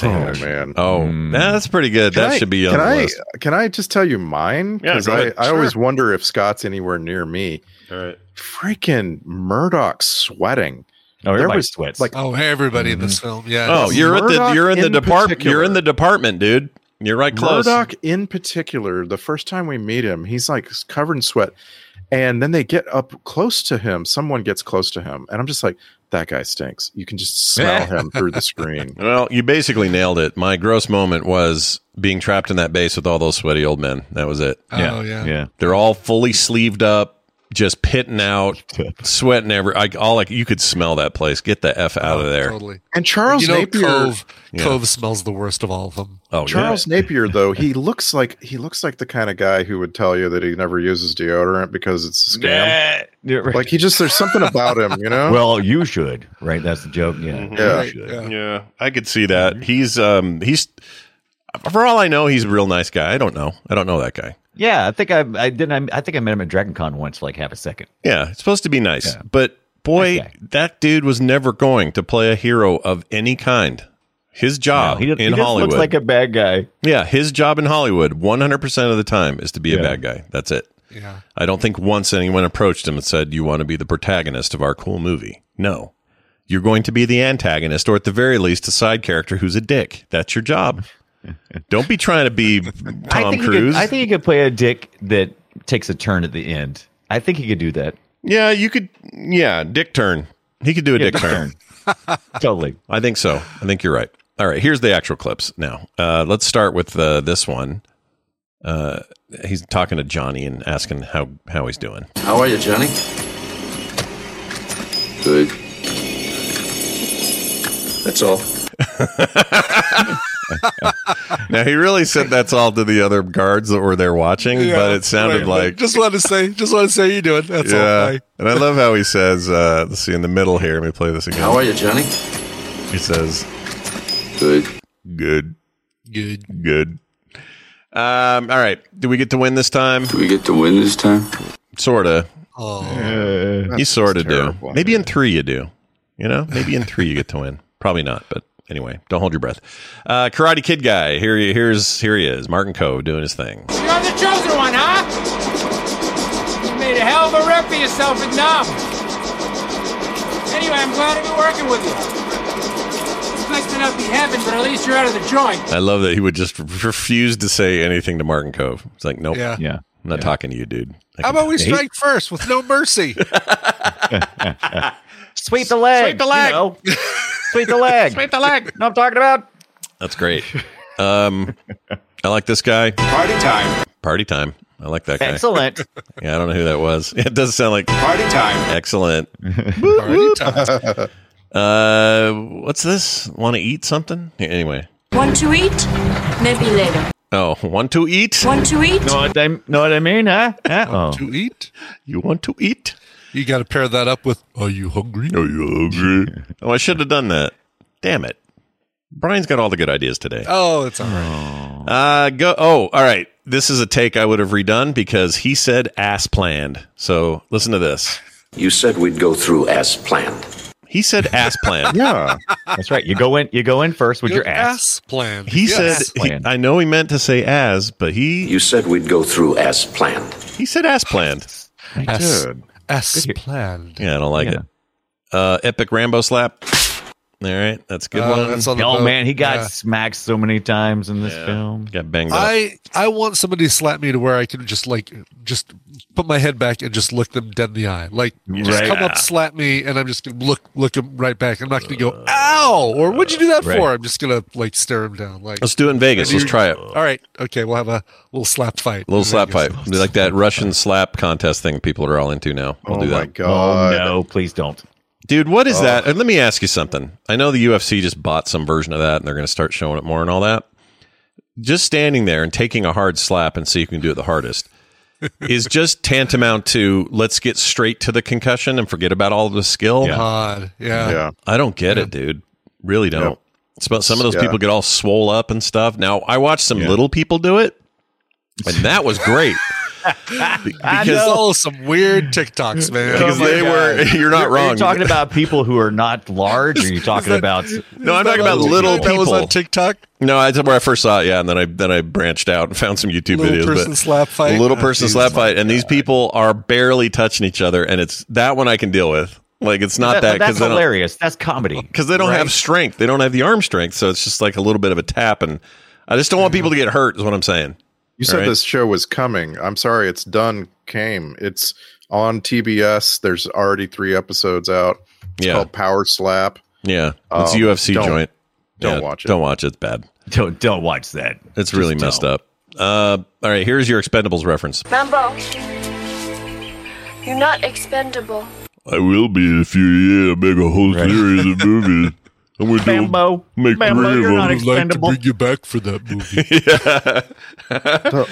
I: Oh man,
G: oh, nah, that's pretty good.
I: Can
G: that
I: I-
G: should be on
I: Can
G: the
I: I
G: list.
I: can I just tell you mine?
G: Yeah,
I: 'Cause
G: go
I: I,
G: ahead.
I: I always wonder if Scott's anywhere near me.
G: All right.
I: Freaking Murdoch sweating.
E: No,
I: There
E: everybody
I: was,
E: sweats.
G: Uh,
I: like-
H: Oh, everybody in this film. Yeah.
G: Oh,
H: this-
G: you're at the
I: Murdoch
G: you're in the
I: in
G: department.
I: particular.
G: You're in the department, dude. You're right close.
I: Murdoch in particular, the first time we meet him, he's like covered in sweat. And then they get up close to him. Someone gets close to him. And I'm just like, that guy stinks. You can just smell him through the screen.
G: Well, you basically nailed it. My gross moment was being trapped in that base with all those sweaty old men. That was it.
H: Oh, yeah.
E: yeah.
G: They're all fully sleeved up, just pitting out, sweating every. I, all like you could smell that place. Get the f out of there.
H: Oh, Totally.
I: And Charles
H: you know,
I: Napier.
H: Cove,
G: Yeah.
H: Cove smells the worst of all of them.
G: Oh,
I: Charles Napier, though, he looks like he looks like the kind of guy who would tell you that he never uses deodorant because it's a scam.
E: Yeah. Yeah, right.
I: Like he just there's something about him, you know?
E: well, you should, right? That's the joke. Yeah.
G: Oh,
I: Yeah.
E: You should.
G: yeah. yeah, I could see
E: Mm-hmm.
G: that. He's um he's for all I know, he's a real nice guy. I don't know. I don't know that guy.
E: Yeah, I think I, I didn't. I, I think I met him at Dragon Con once, for like half a second.
G: Yeah, it's supposed to be nice, but boy,
E: Nice guy.
G: that dude was never going to play a hero of any kind. His job
E: he,
G: in
E: did- he just
G: Hollywood,
E: looks like a bad guy.
G: yeah, his job in Hollywood, one hundred percent of the time, is to be a
E: Yeah.
G: bad guy. That's it.
H: Yeah.
G: I don't think once anyone approached him and said, "You want to be the protagonist of our cool movie?" No, you're going to be the antagonist, or at the very least, a side character who's a dick. That's your job. don't be trying to be Tom
E: I think He
G: Cruise.
E: could, I think he could play a dick that takes a turn at the end. I think he could do that.
G: yeah, you could. Yeah, dick turn. He could do a
E: Yeah,
G: dick,
E: dick
G: turn.
E: Totally.
G: I think so. I think you're right. All right, here's the actual clips now. Uh, let's start with uh, this one. Uh, he's talking to Johnny and asking how, how he's doing.
D: How are you, Johnny? Good. That's all.
G: Now, he really said that's all to the other guards that were there watching, but it sounded like.
H: Just want to say, just want to say you're doing. That's all.
G: yeah.
H: I-
G: And I love how he says, uh, let's see, in the middle here, let me play this
D: How are
G: again.
D: you, Johnny?
G: He says,
D: Good.
G: good,
H: Good.
G: good. Um, all right. Did we get to win this time?
D: Do we get to win this time?
G: Sort of.
H: Oh,
G: you sort of do.
I: terrible.
G: Maybe in three you do. You know, maybe in three you get to win. Probably not, but anyway, don't hold your breath. Uh, Karate Kid guy, here he here's here he is, Martin Cove doing his thing.
L: You're the chosen one, huh? You made a hell of a rep for yourself at Nom. Anyway, I'm glad to be working with you. This place may not be heaven, but at least you're out of the joint.
G: I love that he would just refuse to say anything to Martin Cove. It's like, nope,
H: yeah.
E: Yeah.
G: I'm not talking to you, dude. I
H: How
G: can-
H: about we
G: Hey,
H: strike first with no mercy?
E: Sweep the leg.
G: Sweep the leg.
E: You know. Sweep the leg.
G: Sweep the leg.
E: Know what I'm talking about?
G: That's great. Um, I like this guy.
L: Party time.
G: Party time. I like that guy.
E: Excellent.
G: Yeah, I don't know who that was. It does sound like
L: Party time.
G: excellent.
H: Party time.
G: Uh, what's this? Want to eat something? Anyway.
M: Want to eat? Maybe later.
G: Oh, want to eat?
M: Want to eat?
E: know what I know what I mean, huh? Huh? Oh.
H: to eat.
G: You want to eat?
H: You got to pair that up with. Are you hungry?
G: Are you hungry? oh, I should have done that. Damn it. Brian's got all the good ideas today.
H: Oh, it's all right.
G: Uh go oh, all right. This is a take I would have redone because he said ass planned. So listen to this.
L: You said we'd go through as planned.
G: He said ass planned.
I: yeah.
E: That's right. You go in you go in first with
H: Good
E: your ass.
H: plan.
G: He
H: Yes.
G: said he-
E: planned.
G: I know he meant to say as, but he
L: You said we'd go through as planned.
G: he said ass planned.
H: ass,
I: Dude.
H: ass planned.
G: Yeah, I don't like
E: Yeah.
G: it. Uh epic Rambo slap. All right, that's a good
H: Uh,
G: one.
H: that's on the
E: Oh
H: boat.
E: man, he got
H: Yeah.
E: smacked so many times in this film.
G: Got banged up.
H: I I want somebody to slap me to where I can just like just put my head back and just look them dead in the eye. Like just
G: Right.
H: come up, slap me, and I'm just gonna look look him right back. I'm not gonna go ow or what'd you do that
E: Right.
H: for? I'm just gonna like stare him down. Like
G: Let's do it in Vegas. Let's try it.
H: all right, okay, we'll have a little slap fight.
G: Little slap
H: Vegas.
G: fight, like that Russian slap contest thing people are all into now. We'll
I: oh
G: do that.
I: my
E: Oh
I: god.
E: no, please don't.
G: Dude, what is that? And let me ask you something. I know the UFC just bought some version of that and they're going to start showing it more and all that. Just standing there and taking a hard slap and see who can do it the hardest is just tantamount to let's get straight to the concussion and forget about all the skill.
E: Yeah.
H: God, yeah.
I: Yeah.
G: I don't get it, dude. Really don't. It's about some of those
I: Yeah.
G: people get all swole up and stuff. Now, I watched some
E: Yeah.
G: little people do it, and that was great. Be-
E: I
H: There's
G: because
E: know. Oh
H: all some weird TikToks, man.
G: because
E: my
G: they
E: God.
G: were, you're not
E: Are
G: wrong.
E: you talking about people who are not large? Or are you talking about
G: no, I'm talking about little
H: That was on
G: people.
H: TikTok.
G: No, that's where I first saw it. Yeah, and then I then I branched out and found some YouTube
H: Little
G: videos.
H: person
G: but
H: slap fight?
G: little
H: Oh,
G: person
H: geez.
G: slap fight, and these people are barely touching each other, and it's that one I can deal with. Like it's not that
E: that's
G: because they don't
E: hilarious. That's comedy.
G: because they don't
E: right?
G: have strength. They don't have the arm strength, so it's just like a little bit of a tap. And I just don't want people to get hurt. Is what I'm saying.
I: You said
G: All right?
I: this show was coming. I'm sorry, it's done. Came. It's on TBS. There's already three episodes out. It's
G: Yeah.
I: called Power Slap.
G: Yeah, it's a
I: Um,
G: UFC
I: don't-
G: joint.
I: don't
G: Yeah,
I: watch it.
G: Don't watch it. It's bad.
E: Don't don't watch that.
G: It's really
E: Just
G: messed up. Uh, all right, here's your Expendables reference.
N: Rambo, you're not expendable.
O: I will be in a few years. Make a whole series of movies. I'm going
E: Bambo,
O: make
E: Bambo,
O: three
E: you're
O: of
E: not
O: them.
E: I'd like to expendable. bring
H: you back for that movie.
I: The-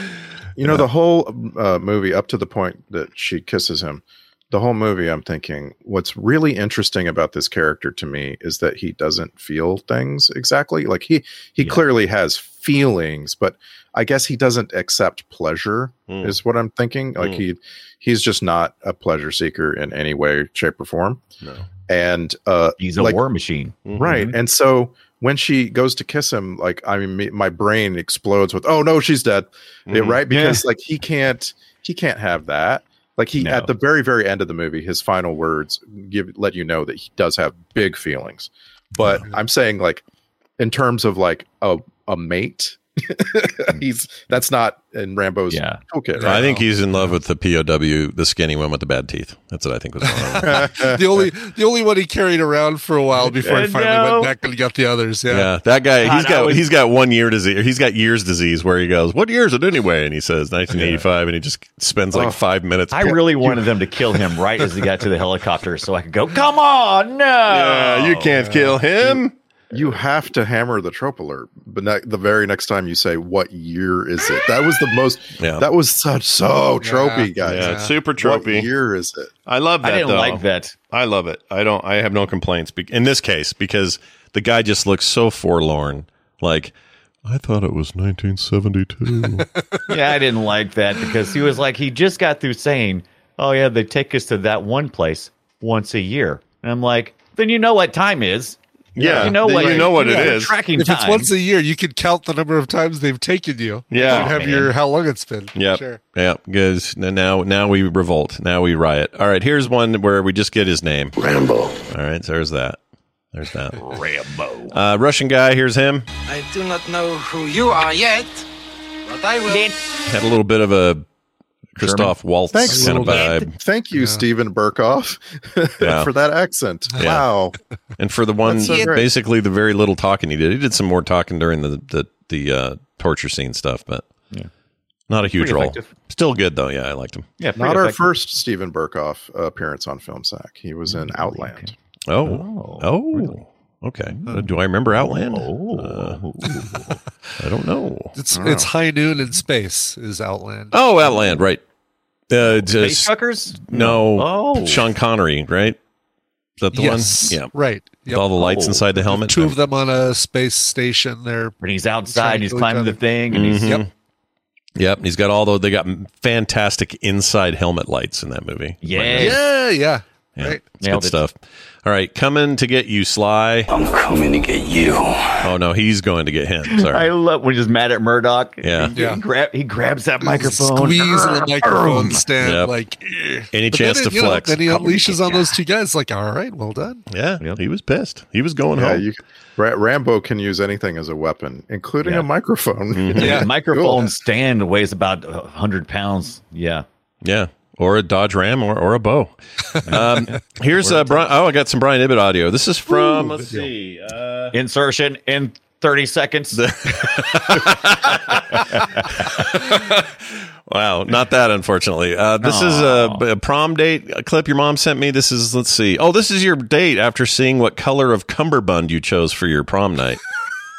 I: you know the whole uh, movie up to the point that she kisses him. The whole movie, I'm thinking, what's really interesting about this character to me is that he doesn't feel things exactly. Like he he clearly has feelings, but I guess he doesn't accept pleasure. Is what I'm thinking. Like
O: Mm.
I: he he's just not a pleasure seeker in any way, shape, or form. No. And uh,
E: he's a war machine,
I: right? And so when she goes to kiss him, like I mean, my brain explodes with, "Oh no, she's dead!" Yeah,
O: Mhm.
I: right?
O: Yeah.
I: Because like he can't, he can't have that. Like he at the very, very end of the movie, his final words give let you know that he does have big feelings. But I'm saying like in terms of like a a mate, he's that's not in Rambo's yeah. toolkit.
G: I
I: right?
G: think he's in love with the POW, the skinny one with the bad teeth. That's what I think was going on.
H: the only the only one he carried around for a while before he
G: Uh,
H: finally
G: no.
H: went back and got the others.
G: Yeah.
H: Yeah,
G: that guy.
H: God,
G: he's
H: I
G: got
H: was-
G: he's got one year disease. or He's got years disease where he goes, "What year is it anyway?" And he says 1985, and he just spends like
E: Oh.
G: five minutes.
E: I really wanted them to kill him right as he got to the helicopter, so I could go. Come on, no,
G: Yeah, you can't kill him.
I: You have to hammer the trope alert, but ne- the very next time you say, "What year is it?" That was the most.
G: Yeah.
I: That was such so tropey, guys.
G: Yeah, it's super
I: What
G: tropey.
I: year is it?
G: I love
E: I
G: that.
E: didn't
G: though.
E: like that.
G: I love it. I don't. I have no complaints be- in this case because the guy just looks so forlorn. Like
O: I thought it was 1972.
E: yeah, I didn't like that because he was like, he just got through saying, "Oh yeah, they take us to that one place once a year," and I'm like, "Then you know what time is."
G: Yeah,
E: you know
G: then
E: what
G: you know what it
E: yeah,
G: is.
E: Tracking
H: if
E: time.
H: it's once a year, you can count the number of times they've taken you.
G: Yeah.
H: you can have
G: Oh,
H: your
G: man.
H: how long it's been.
G: Yep.
H: sure.
G: Yep. Because n- now, now we revolt. Now we riot. All right. Here's one where we just get his name. Rambo. All right. So there's that. There's that.
E: Rambo.
G: Uh, Russian guy. Here's him.
L: I do not know who you are yet, but I will.
G: Had a little bit of a Christoph Waltz
I: Thanks.
G: kind of vibe.
I: Thank you, Stephen Burkoff,
G: Yeah.
I: for that accent.
G: Yeah.
I: Wow.
G: And for the one,
I: That's so great.
G: basically the very little talking he did. He did some more talking during the the, the uh, torture scene stuff, but not a huge
E: Pretty
G: role.
E: effective.
G: Still good though. Yeah, I liked him.
E: yeah,
I: Not
E: pretty
I: our
E: effective.
I: first Stephen Burkoff uh, appearance on Film Sack. He was in
G: Mm-hmm.
I: Outland.
G: Oh, oh, okay. Uh, Do I remember Outland?
E: Oh.
G: Uh, I don't know.
H: It's
G: I don't
H: it's
G: know.
H: high noon in space is Outland.
G: oh Outland, right? Uh,
E: Space
G: just,
E: truckers.
G: no.
E: Oh.
G: Sean Connery, right? Is that the
H: yes,
G: one? Yeah,
H: right.
G: With all the
E: Oh.
G: lights inside the helmet.
H: Two of them on a space station. They're
E: And he's
H: trying
E: outside.
H: to
E: He's
H: kill each
E: climbing the
H: other.
E: thing, and he's
G: Mhm. Yep, he's got all those. They got fantastic inside helmet lights in that movie.
E: Yeah.
H: Yeah, yeah.
G: Yeah,
H: Right.
G: it's
E: Nailed
G: good
E: it.
G: stuff. All right, coming to get you, Sly. I'm coming to get you. Oh no, he's going to get him.
E: I
G: Sorry.
E: love when he's mad at Murdoch.
G: Yeah.
E: He,
H: Yeah.
E: He, grab, he grabs that microphone.
H: Squeeze the microphone stand
G: Yep.
H: like eh.
G: Any
H: But
G: chance
H: then,
G: to
H: you know,
G: flex?
H: then he unleashes on those two guys. Like, all right, well done.
G: Yeah, he was pissed. He was going
I: Yeah,
G: home.
I: you, Ra- Rambo can use anything as a weapon, including
E: Yeah.
I: a microphone.
G: Mm-hmm.
E: Dude,
H: Yeah,
E: the microphone
I: cool.
E: stand weighs about a 100 pounds. Yeah.
G: yeah, or a Dodge Ram or, or a bow. Um, here's uh, Brian. Oh, I got some Brian Ibbett audio. This is from. let's see. Uh,
E: Insertion in 30 seconds.
G: Wow, not that unfortunately. Uh, this is a, a prom date clip your mom sent me. This is let's see. Oh, this is your date after seeing what color of cummerbund you chose for your prom night.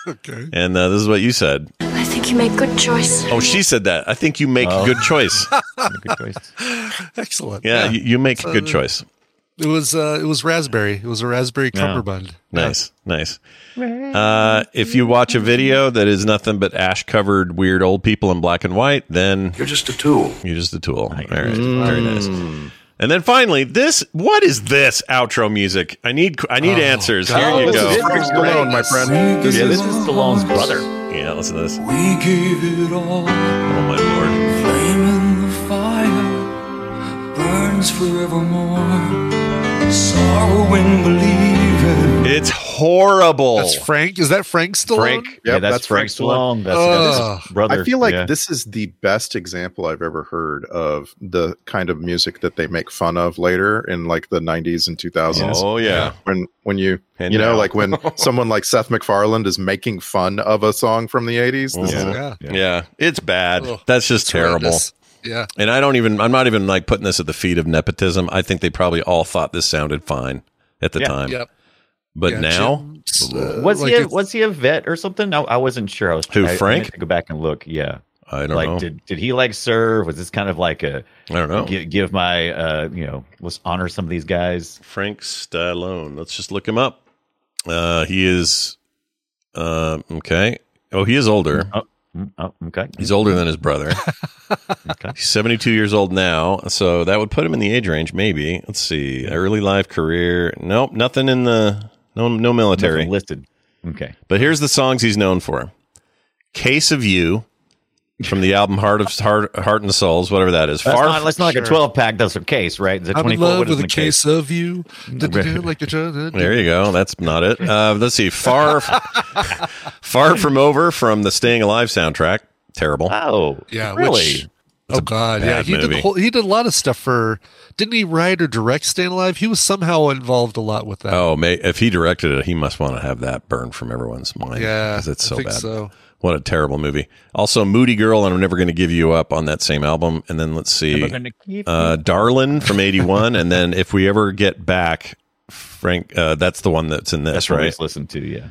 H: Okay.
G: And uh, this is what you said.
N: I think you make good choice.
G: Oh, she said that. I think you make a good choice.
E: Good choice.
H: Excellent.
G: Yeah, You, you make a
H: So
G: good
H: the-
G: choice.
H: It was uh, it was raspberry. It was a raspberry
G: Yeah.
H: cummerbund.
G: Nice, nice. Uh, if you watch a video that is nothing but ash covered weird old people in black and white, then
O: You're just a tool.
G: you're just a tool. All right, very nice.
E: Mm.
G: And then finally, this what is this outro music? I need I need answers. Here you
I: this
G: go.
I: is Frank Stallone, my friend.
E: yeah, this is Stallone's brother.
G: Yeah, listen to this. Oh
O: We gave it all.
G: my lord.
O: Flame in the fire burns forevermore.
P: Sorrowing believer.
G: It's horrible.
H: That's Frank. Is that Frank Stallone?
E: Frank. Yeah, that's Frank Stallone. That's-
H: Ugh.
E: that's his brother.
I: I feel like
E: Yeah.
I: this is the best example I've ever heard of the kind of music that they make fun of later in like the 90s and 2000s.
G: Oh, yeah.
I: When when you you know
G: now.
I: like when someone like Seth MacFarlane is making fun of a song from the 80s. This is it.
G: yeah. Oh. Yeah. It's bad. That's just terrible.
H: horrendous. Yeah.
G: And I don't even, I'm not even like putting this at the feet of nepotism. I think they probably all thought this sounded fine at the
E: Yeah.
G: time.
E: Yep.
G: But
E: Yeah,
G: now,
H: uh,
E: was
G: like
E: he a,
G: it's-
E: was he a vet or something? I, I wasn't sure. I was
G: Who,
E: I- I
G: Frank?
E: meant to go back and look. Yeah,
G: I don't
E: like,
G: know.
E: Did did he like serve? Was this kind of like a
G: I don't know.
E: Give, give my uh you know let's honor some of these guys.
G: Frank Stallone. Let's just look him up. Uh, he is, uh, okay. Oh, he is older.
E: Oh, okay.
G: He's older than his brother. He's 72 years old now, so that would put him in the age range, maybe. Let's see. Early life career. Nope, nothing in the no no military
E: Nothing listed. Okay.
G: But here's the songs he's known for: "Case of You" from the album Heart of Heart, Heart and Souls, whatever that is.
E: That's not, that's not like a twelve pack. That's a case, right? Is it
H: I'm in
E: 24?
H: love
E: What is
H: with
E: in
H: a
E: the
H: case of you. Du-du-du, like the-
G: There you go. That's not it. Uh, let's see. Far, far from over from the Staying Alive soundtrack. Terrible.
E: Oh,
H: Yeah, which- oh God, yeah,
G: bad
H: he did.
G: movie.
H: the Whole, he did a lot of stuff for. Didn't he write or direct Staying Alive? He was somehow involved a lot with that.
G: Oh, may, if he directed it, he must want to have that burned from everyone's mind.
H: Yeah,
G: because it's
H: I
G: so
H: think
G: bad.
H: so.
G: What a terrible movie. Also, Moody Girl and I'm Never Going to Give You Up on that same album. And then let's see,
E: Never Gonna Give
G: uh, Darlin from '81. and then If We Ever Get Back, Frank. Uh, that's the one that's in this,
E: That's what we
G: right?
E: just listened to. Yeah.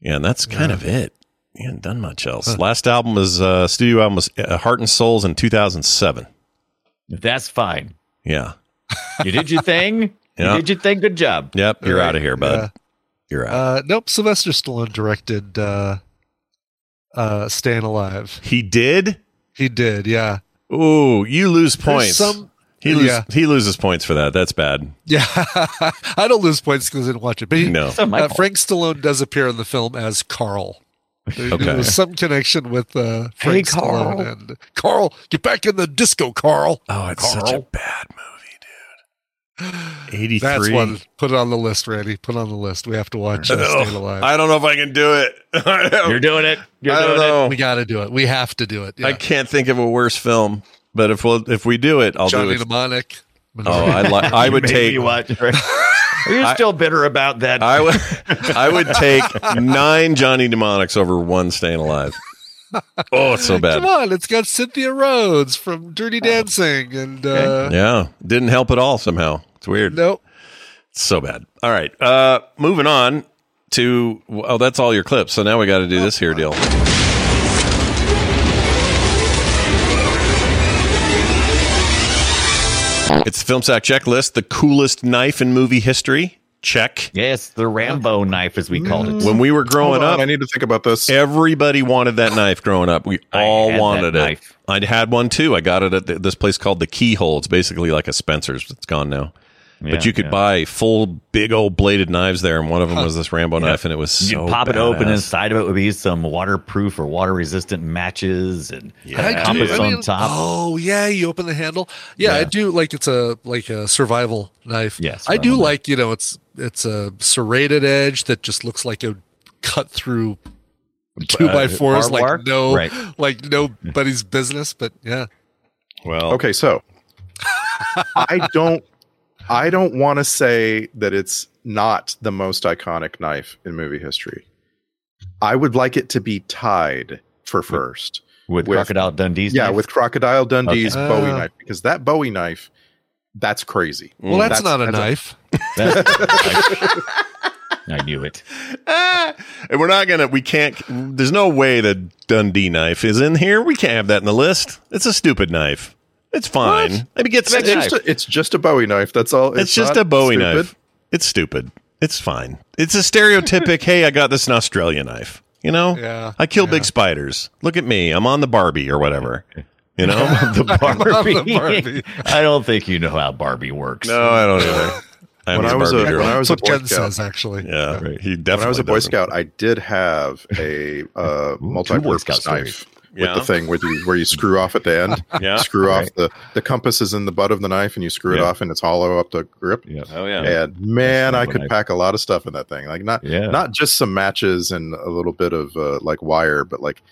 G: Yeah, and that's kind of it. He hadn't done much else. Last album was uh, studio album was uh, Heart and Souls in 2007.
E: That's fine.
G: Yeah.
E: You did your thing.
G: Yeah.
E: You did your thing. Good job.
G: Yep. You're out of here, bud.
H: Yeah.
G: You're out.
H: Uh, nope, Sylvester Stallone directed uh, uh, Staying Alive.
G: He did.
H: He did. Yeah.
G: Ooh, you lose points.
H: some-
G: he lose,
H: yeah.
G: he loses points for that. That's bad.
H: Yeah, I don't lose points because I didn't watch it. But he,
G: No. It's not my
H: uh,
G: fault.
H: Frank Stallone does appear in the film as Carl. There-
G: Okay.
H: There was some connection with uh, Frank
G: Carl.
H: Stallone and Carl. Get back in the disco, Carl.
G: Oh, it's such a bad movie, dude. 83.
H: That's one. Put it on the list, Randy. Put it on the list. We have to watch uh,
G: Ugh,
H: Staying Alive.
G: E I don't know if I can do it.
E: You're doing it. You're
G: I don't
E: doing it.
G: know.
H: We got to do it. We have to do it. Yeah.
G: I can't think of a worse film. But if we'll, if we do it, I'll
H: Johnny
G: do it.
H: Mnemonic.
G: Oh, I li- I would
E: Maybe
G: take.
E: what? Are you still bitter about that?
G: I would. I would take nine Johnny Demonics over one Staying Alive. Oh, it's so
H: Come
G: bad.
H: on, it's got Cynthia Rhodes from Dirty Dancing, and uh,
G: Yeah, didn't help at all. Somehow, it's weird.
H: nope.
G: So bad. All right. Uh moving on to oh, that's all your clips. So now we got to do this here deal. It's the film sack checklist, the coolest knife in movie history. Check.
E: Yes, the Rambo knife, as we called it.
G: When we were growing
I: Hold on,
G: up,
I: I need to think about this.
G: everybody wanted that knife growing up. We all
E: had that
G: wanted it.
E: knife.
G: I'd had one too. I got it at th- this place called the Keyhole. It's basically like a Spencer's. It's gone now.
E: Yeah,
G: but you could
E: yeah.
G: buy full big old bladed knives there, and one of them was this Rambo knife, and it was
E: You'd
G: so
E: pop it open,
G: badass.
E: inside of it would be some waterproof or water resistant matches and
H: I
E: yeah, compass
H: do. I mean,
E: on top.
H: Oh yeah, you open the handle. Yeah, I do like it's a like a survival knife.
E: Yes,
H: I do
E: survival
H: like you know it's it's a serrated edge that just looks like a cut through two
E: Uh,
H: by fours,
E: barbed
H: like
E: wire?
H: no,
E: Right. Mm.
H: like nobody's business. But yeah,
G: Well,
I: Okay, so I don't I don't want to say that it's not the most iconic knife in movie history. I would like it to be tied for first.
E: with,
I: with-
E: Crocodile Dundee's
I: yeah,
E: knife?
I: with Crocodile Dundee's
H: Okay.
I: Bowie
H: Uh.
I: knife because that Bowie knife that's crazy.
G: Mm.
H: well, that's, not a knife.
E: That's- I, I knew it.
G: and we're not gonna. We can't. There's no way the Dundee knife is in here. We can't have that in the list. It's a stupid knife. It's fine. Maybe get
I: It's, just a, it's just a Bowie knife. That's all.
G: It's, just
I: not
G: a Bowie
I: stupid.
G: knife. It's stupid. It's fine. It's a stereotypic, hey, I got this an Australia knife. You know?
H: Yeah,
G: I kill big spiders. Look at me. I'm on the Barbie or whatever. You know? the Barbie.
E: Barbie.
H: Barbie.
E: I don't think you know how Barbie works.
G: No, I don't either. I'm
I: When
G: his
I: I was a-
G: Barbie girl.
I: when I was
H: That's what
I: Boy
H: Jen
I: Scout.
H: says actually.
G: yeah.
E: Right.
G: He definitely
I: when I was a Boy
G: doesn't.
I: Scout, I did have a uh,
E: Ooh, two Boy
I: multi-purpose
E: Scout
I: knife, with
G: Yeah.
I: the thing where you where you screw off at the end.
G: Yeah.
I: Screw off
G: Right.
I: the the compass is in the butt of the knife and you screw it
G: Yeah.
I: off and it's hollow up the grip. Yeah.
G: Oh, yeah.
I: And man, I could
G: knife.
I: pack a lot of stuff in that thing. Like not
G: Yeah.
I: not just some matches and a little bit of uh, like wire, but like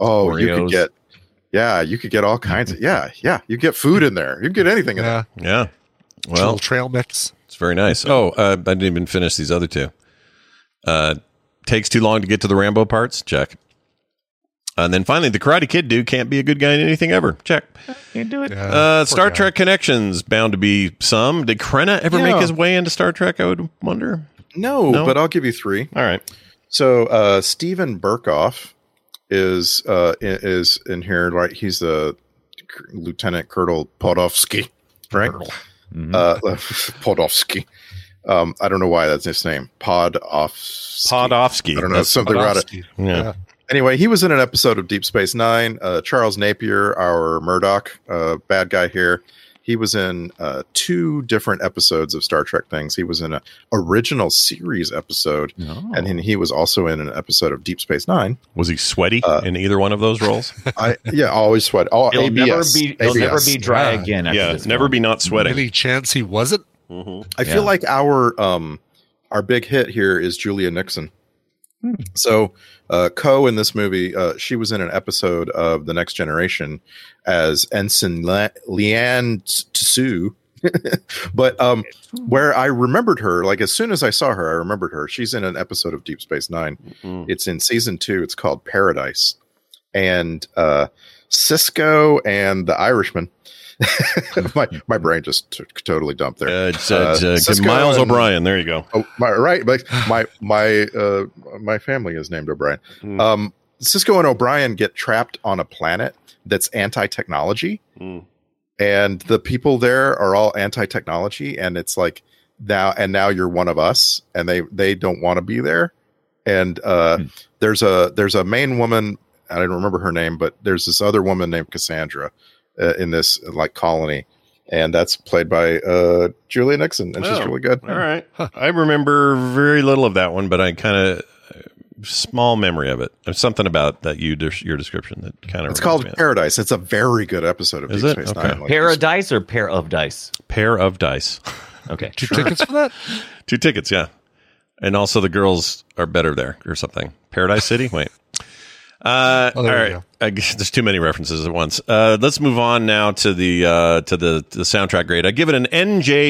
I: oh, you could
G: Oreos.
I: get yeah, you could get all kinds of yeah, yeah. You get food in there. You can get anything in there.
G: Yeah. Well,
H: trail mix.
G: It's very nice. Oh, uh, I didn't even finish these other two. Uh, takes too long to get to the Rambo parts. Check. And then finally, the Karate Kid dude can't be a good guy in anything ever. Check.
E: Can't do it.
G: Uh, Star Trek connections bound to be some. Did Krenna ever make
I: Yeah.
G: his way into Star Trek? I would wonder.
I: No,
G: No?
I: but I'll give you three.
G: All right.
I: So uh, Stephen Burkoff is uh, i- is in here, right? He's the K- Lieutenant Colonel Podovsky, right?
G: Mm-hmm.
I: Uh, Podovsky. Um, I don't know why that's his name. Podovsky.
G: Podovsky.
I: I don't know
G: That's
I: something about
G: Podovsky.
I: it.
G: Yeah.
I: Anyway, he was in an episode of Deep Space Nine. Uh, Charles Napier, our Murdoch uh, bad guy here, he was in uh, two different episodes of Star Trek things. He was in an original series episode,
G: Oh.
I: and then he was also in an episode of Deep Space Nine.
G: Was he sweaty
I: Uh,
G: in either one of those roles?
I: I yeah, always sweat. All
G: It'll
I: ABS,
G: never be- it'll never be dry
I: Yeah.
G: again after Yeah, this never one. be not Mm-hmm. sweating.
H: Any chance he wasn't?
I: I
H: Yeah.
I: feel like our um our big hit here is Julia Nixon. So, uh, Co in this movie, uh, she was in an episode of The Next Generation as Ensign Le- Leanne Tsu. but um, where I remembered her, like as soon as I saw her, I remembered her. She's in an episode of Deep Space 9 It's in season two. It's called Paradise, and uh, Cisco and the Irishman. my my brain just t- totally dumped there.
G: it's, uh, it's, uh,
I: Sisko
G: Miles
I: and-
G: O'Brien. There you go.
I: Oh, my, right. Like my my uh, my family is named O'Brien.
G: Hmm.
I: Um, Cisco and O'Brien get trapped on a planet that's anti-technology,
G: Hmm.
I: and the people there are all anti-technology, and it's like now and now you're one of us, and they they don't want to be there. And
G: Hmm.
I: uh, there's a there's a main woman. I don't remember her name, but there's this other woman named Cassandra uh, in this like colony, and that's played by uh, Julia Nixon, and she's
G: Oh,
I: really good.
G: All right. I remember very little of that one, but I kind of small memory of it. There's something about that you your description that kind of
I: It's called Paradise. It's a very good episode of
G: Is
I: Deep
G: it?
I: Space
G: Okay.
I: Nine. Like,
E: Pair of dice or pair of dice?
G: pair of dice.
E: Okay.
G: Two
H: tickets for that?
G: Two tickets, yeah. And also the girls are better there or something. Paradise City? Wait. Uh, all
H: there you
G: right. I guess there's too many references at once. Uh, let's move on now to the uh, to the, to the soundtrack grade. I give it an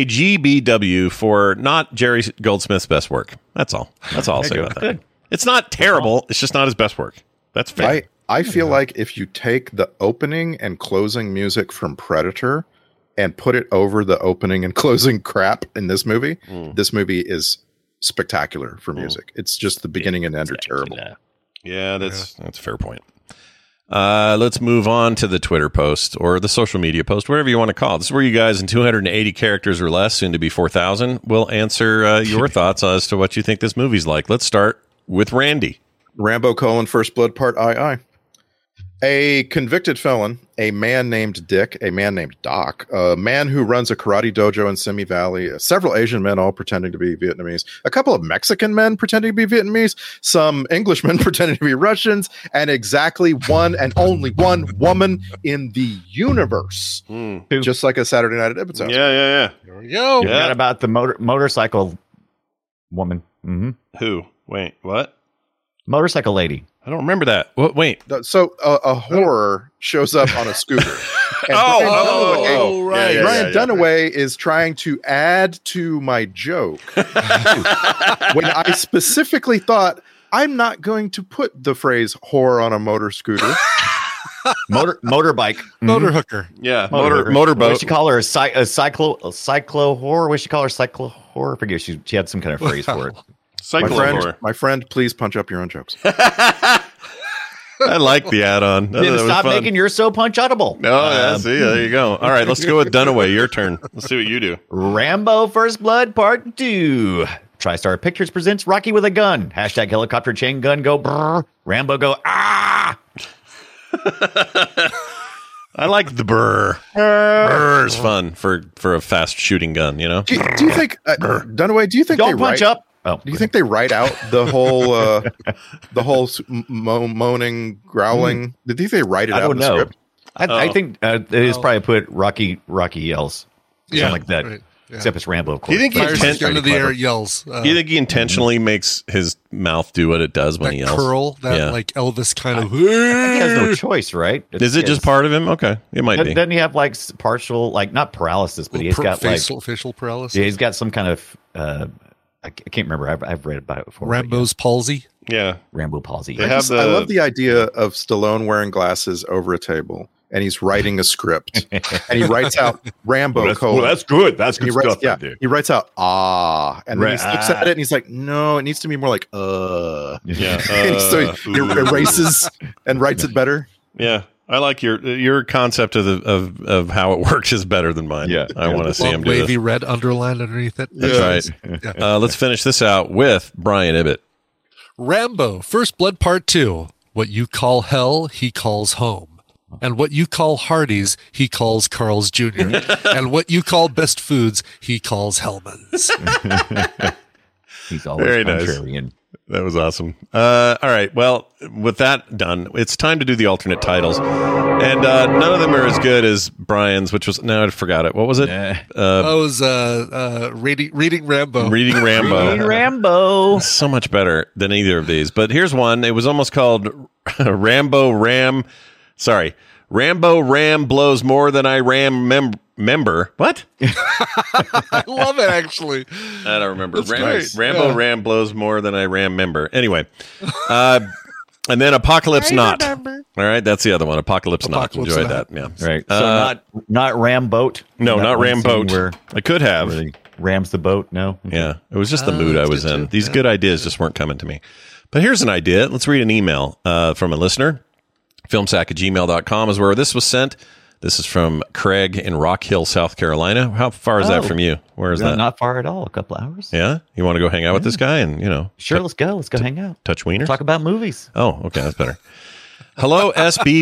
G: NJGBW for not Jerry Goldsmith's best work. That's all. That's all I'll
I: There
G: say
I: you go.
G: about that.
I: Good.
G: It's not terrible. It's just not his best work. That's fair.
I: I, I
G: Hmm.
I: feel like if you take the opening and closing music from Predator and put it over the opening and closing crap in this movie, this movie is spectacular for
G: Hmm.
I: music. It's just the beginning and end are terrible.
G: Yeah, that's that's a fair point. Uh, let's move on to the Twitter post or the social media post, whatever you want to call it. This is where you guys in 280 characters or less, soon to be 4,000, will answer uh, your thoughts as to what you think this movie's like. Let's start with Randy.
I: Rambo colon first blood part II. A convicted felon, a man named Dick, a man named Doc, a man who runs a karate dojo in Simi Valley, uh, several Asian men all pretending to be Vietnamese, a couple of Mexican men pretending to be Vietnamese, some Englishmen pretending to be Russians, and exactly one and only one woman in the universe. Just like a Saturday night at Ebbets House.
G: yeah,
H: yeah.
E: You
H: Yo.
E: forgot about the motor motorcycle woman. Mm-hmm.
G: Who? Wait, what?
E: Motorcycle lady.
G: I don't remember that. What? Wait.
I: So uh, a horror shows up on a scooter. And
G: Oh,
I: Brian
G: oh,
I: Dunaway-
G: oh, right. Yeah, yeah,
I: Brian
G: yeah, yeah.
I: Dunaway is trying to add to my joke when I specifically thought I'm not going to put the phrase "whore on a motor scooter."
E: Motor motorbike.
H: Motor hooker.
G: Yeah.
I: motor-
E: What
I: motorboat.
E: did she call her? A, cy- a cyclo a cyclo whore? What did she call her? Cyclo whore? I forget. She, she had some kind of phrase for it.
I: my friend,
G: whore.
I: my friend, please punch up your own jokes.
G: I like the add on.
E: Then stop making your so punch audible. Uh,
G: No, Oh, yeah, see, there you go. All right, let's go with Dunaway. Your turn. Um, Let's see what you do.
E: Rambo First Blood Part 2. TriStar Pictures presents Rocky with a gun. Hashtag helicopter chain gun go brrr. Rambo go ah.
G: I like the burr. Burr is fun for for a fast shooting gun. You know.
I: Do, do you think uh, Dunaway? Do you think
E: Don't
I: they
E: punch
I: write,
E: up. Oh,
I: do you think they write out the whole uh, the whole s- mo- moaning, growling? Did you think they write it
E: I
I: out
E: don't
I: in the
E: know.
I: script?
E: I, I think uh, it is probably put Rocky Rocky yells,
G: Yeah,
E: something like that.
H: right, yeah.
E: Except it's Rambo, of
H: Do
E: course.
H: you think he
E: Fires
H: intent-
E: pretty
H: into the
E: clever.
H: air yells? Uh,
G: you think he intentionally makes his mouth do what it does when
H: that
G: he yells?
H: curl, that
G: yeah.
H: like Elvis kind of.
E: He has no choice, right?
G: Is it just part of him? Okay, it might
E: Doesn't
G: be.
E: doesn't he have like s- partial, like not paralysis, but he's
H: per-
E: got like
H: facial, facial paralysis.
E: yeah, he's got some kind of uh, I c- I can't remember. I've, I've read about it before. but
H: Rambo's palsy.
G: Yeah,
E: Rambo palsy.
I: I, just- I love the idea of Stallone wearing glasses over a table and he's writing a script and he writes out Rambo.
O: Well, that's-
I: colon.
O: well, that's good. That's
I: And he
O: good
I: writes,
O: stuff right
I: Yeah,
O: there.
I: he writes out ah, and then
O: Right,
I: he looks
O: ah.
I: at it and he's like, no, it needs to be more like uh.
G: Yeah,
I: And so he he
G: uh,
I: erases and writes it better.
G: Yeah, I like your your concept of the of of how it works is better than mine. Yeah, I want to see
H: Long
G: him do
H: wavy
G: this.
H: red underline underneath it.
G: That's right. Uh, let's finish this out with Brian Ibbett.
H: Rambo, First Blood Part 2. What you call hell, he calls home. And what you call Hardee's, he calls Carl's Jr. and what you call best foods, he calls Hellman's.
E: Uh, he's always
G: Very nice.
E: contrarian.
G: That was awesome. Uh, all right. Well, with that done, it's time to do the alternate titles, and uh, none of them are as good as Brian's, which was no, I forgot it. What was it?
H: I
G: Uh,
H: was uh, uh, reading, reading Rambo.
G: Reading Rambo. Reading
E: Rambo.
G: So much better than either of these. But here's one. It was almost called Rambo Ram. Sorry, Rambo Ram blows more than I ram mem- member. What?
H: I love it, actually.
G: I don't remember.
H: That's
G: Ram-
H: great.
G: Rambo
H: Yeah.
G: Ram blows more than I Ram member. Anyway, uh, and then Apocalypse Not. All right, that's the other one. Apocalypse,
E: Apocalypse
G: Not. Enjoy
E: Not.
G: that. Yeah.
E: Right. So
G: Uh,
E: not not Ramboat.
G: no,
E: That
G: not
E: one
G: Ram
E: scene
G: boat.
E: Where
G: I could have.
E: where Ah, he rams the boat. No.
G: Yeah. It was just the mood I was in. These good ideas just weren't coming to me. But here's an idea. Let's read an email uh, from a listener. Filmsack at gmail.com is where this was sent. This is from Craig in Rock Hill, South Carolina. How far is that
E: Oh.
G: from you? Where is
E: Not-
G: that?
E: Not far at all. A couple hours.
G: yeah. You want to go hang out with this guy and, you know,
E: Sure. Let's go. Let's go hang out.
G: touch wiener?
E: Talk about movies.
G: Oh, okay, that's better. Hello,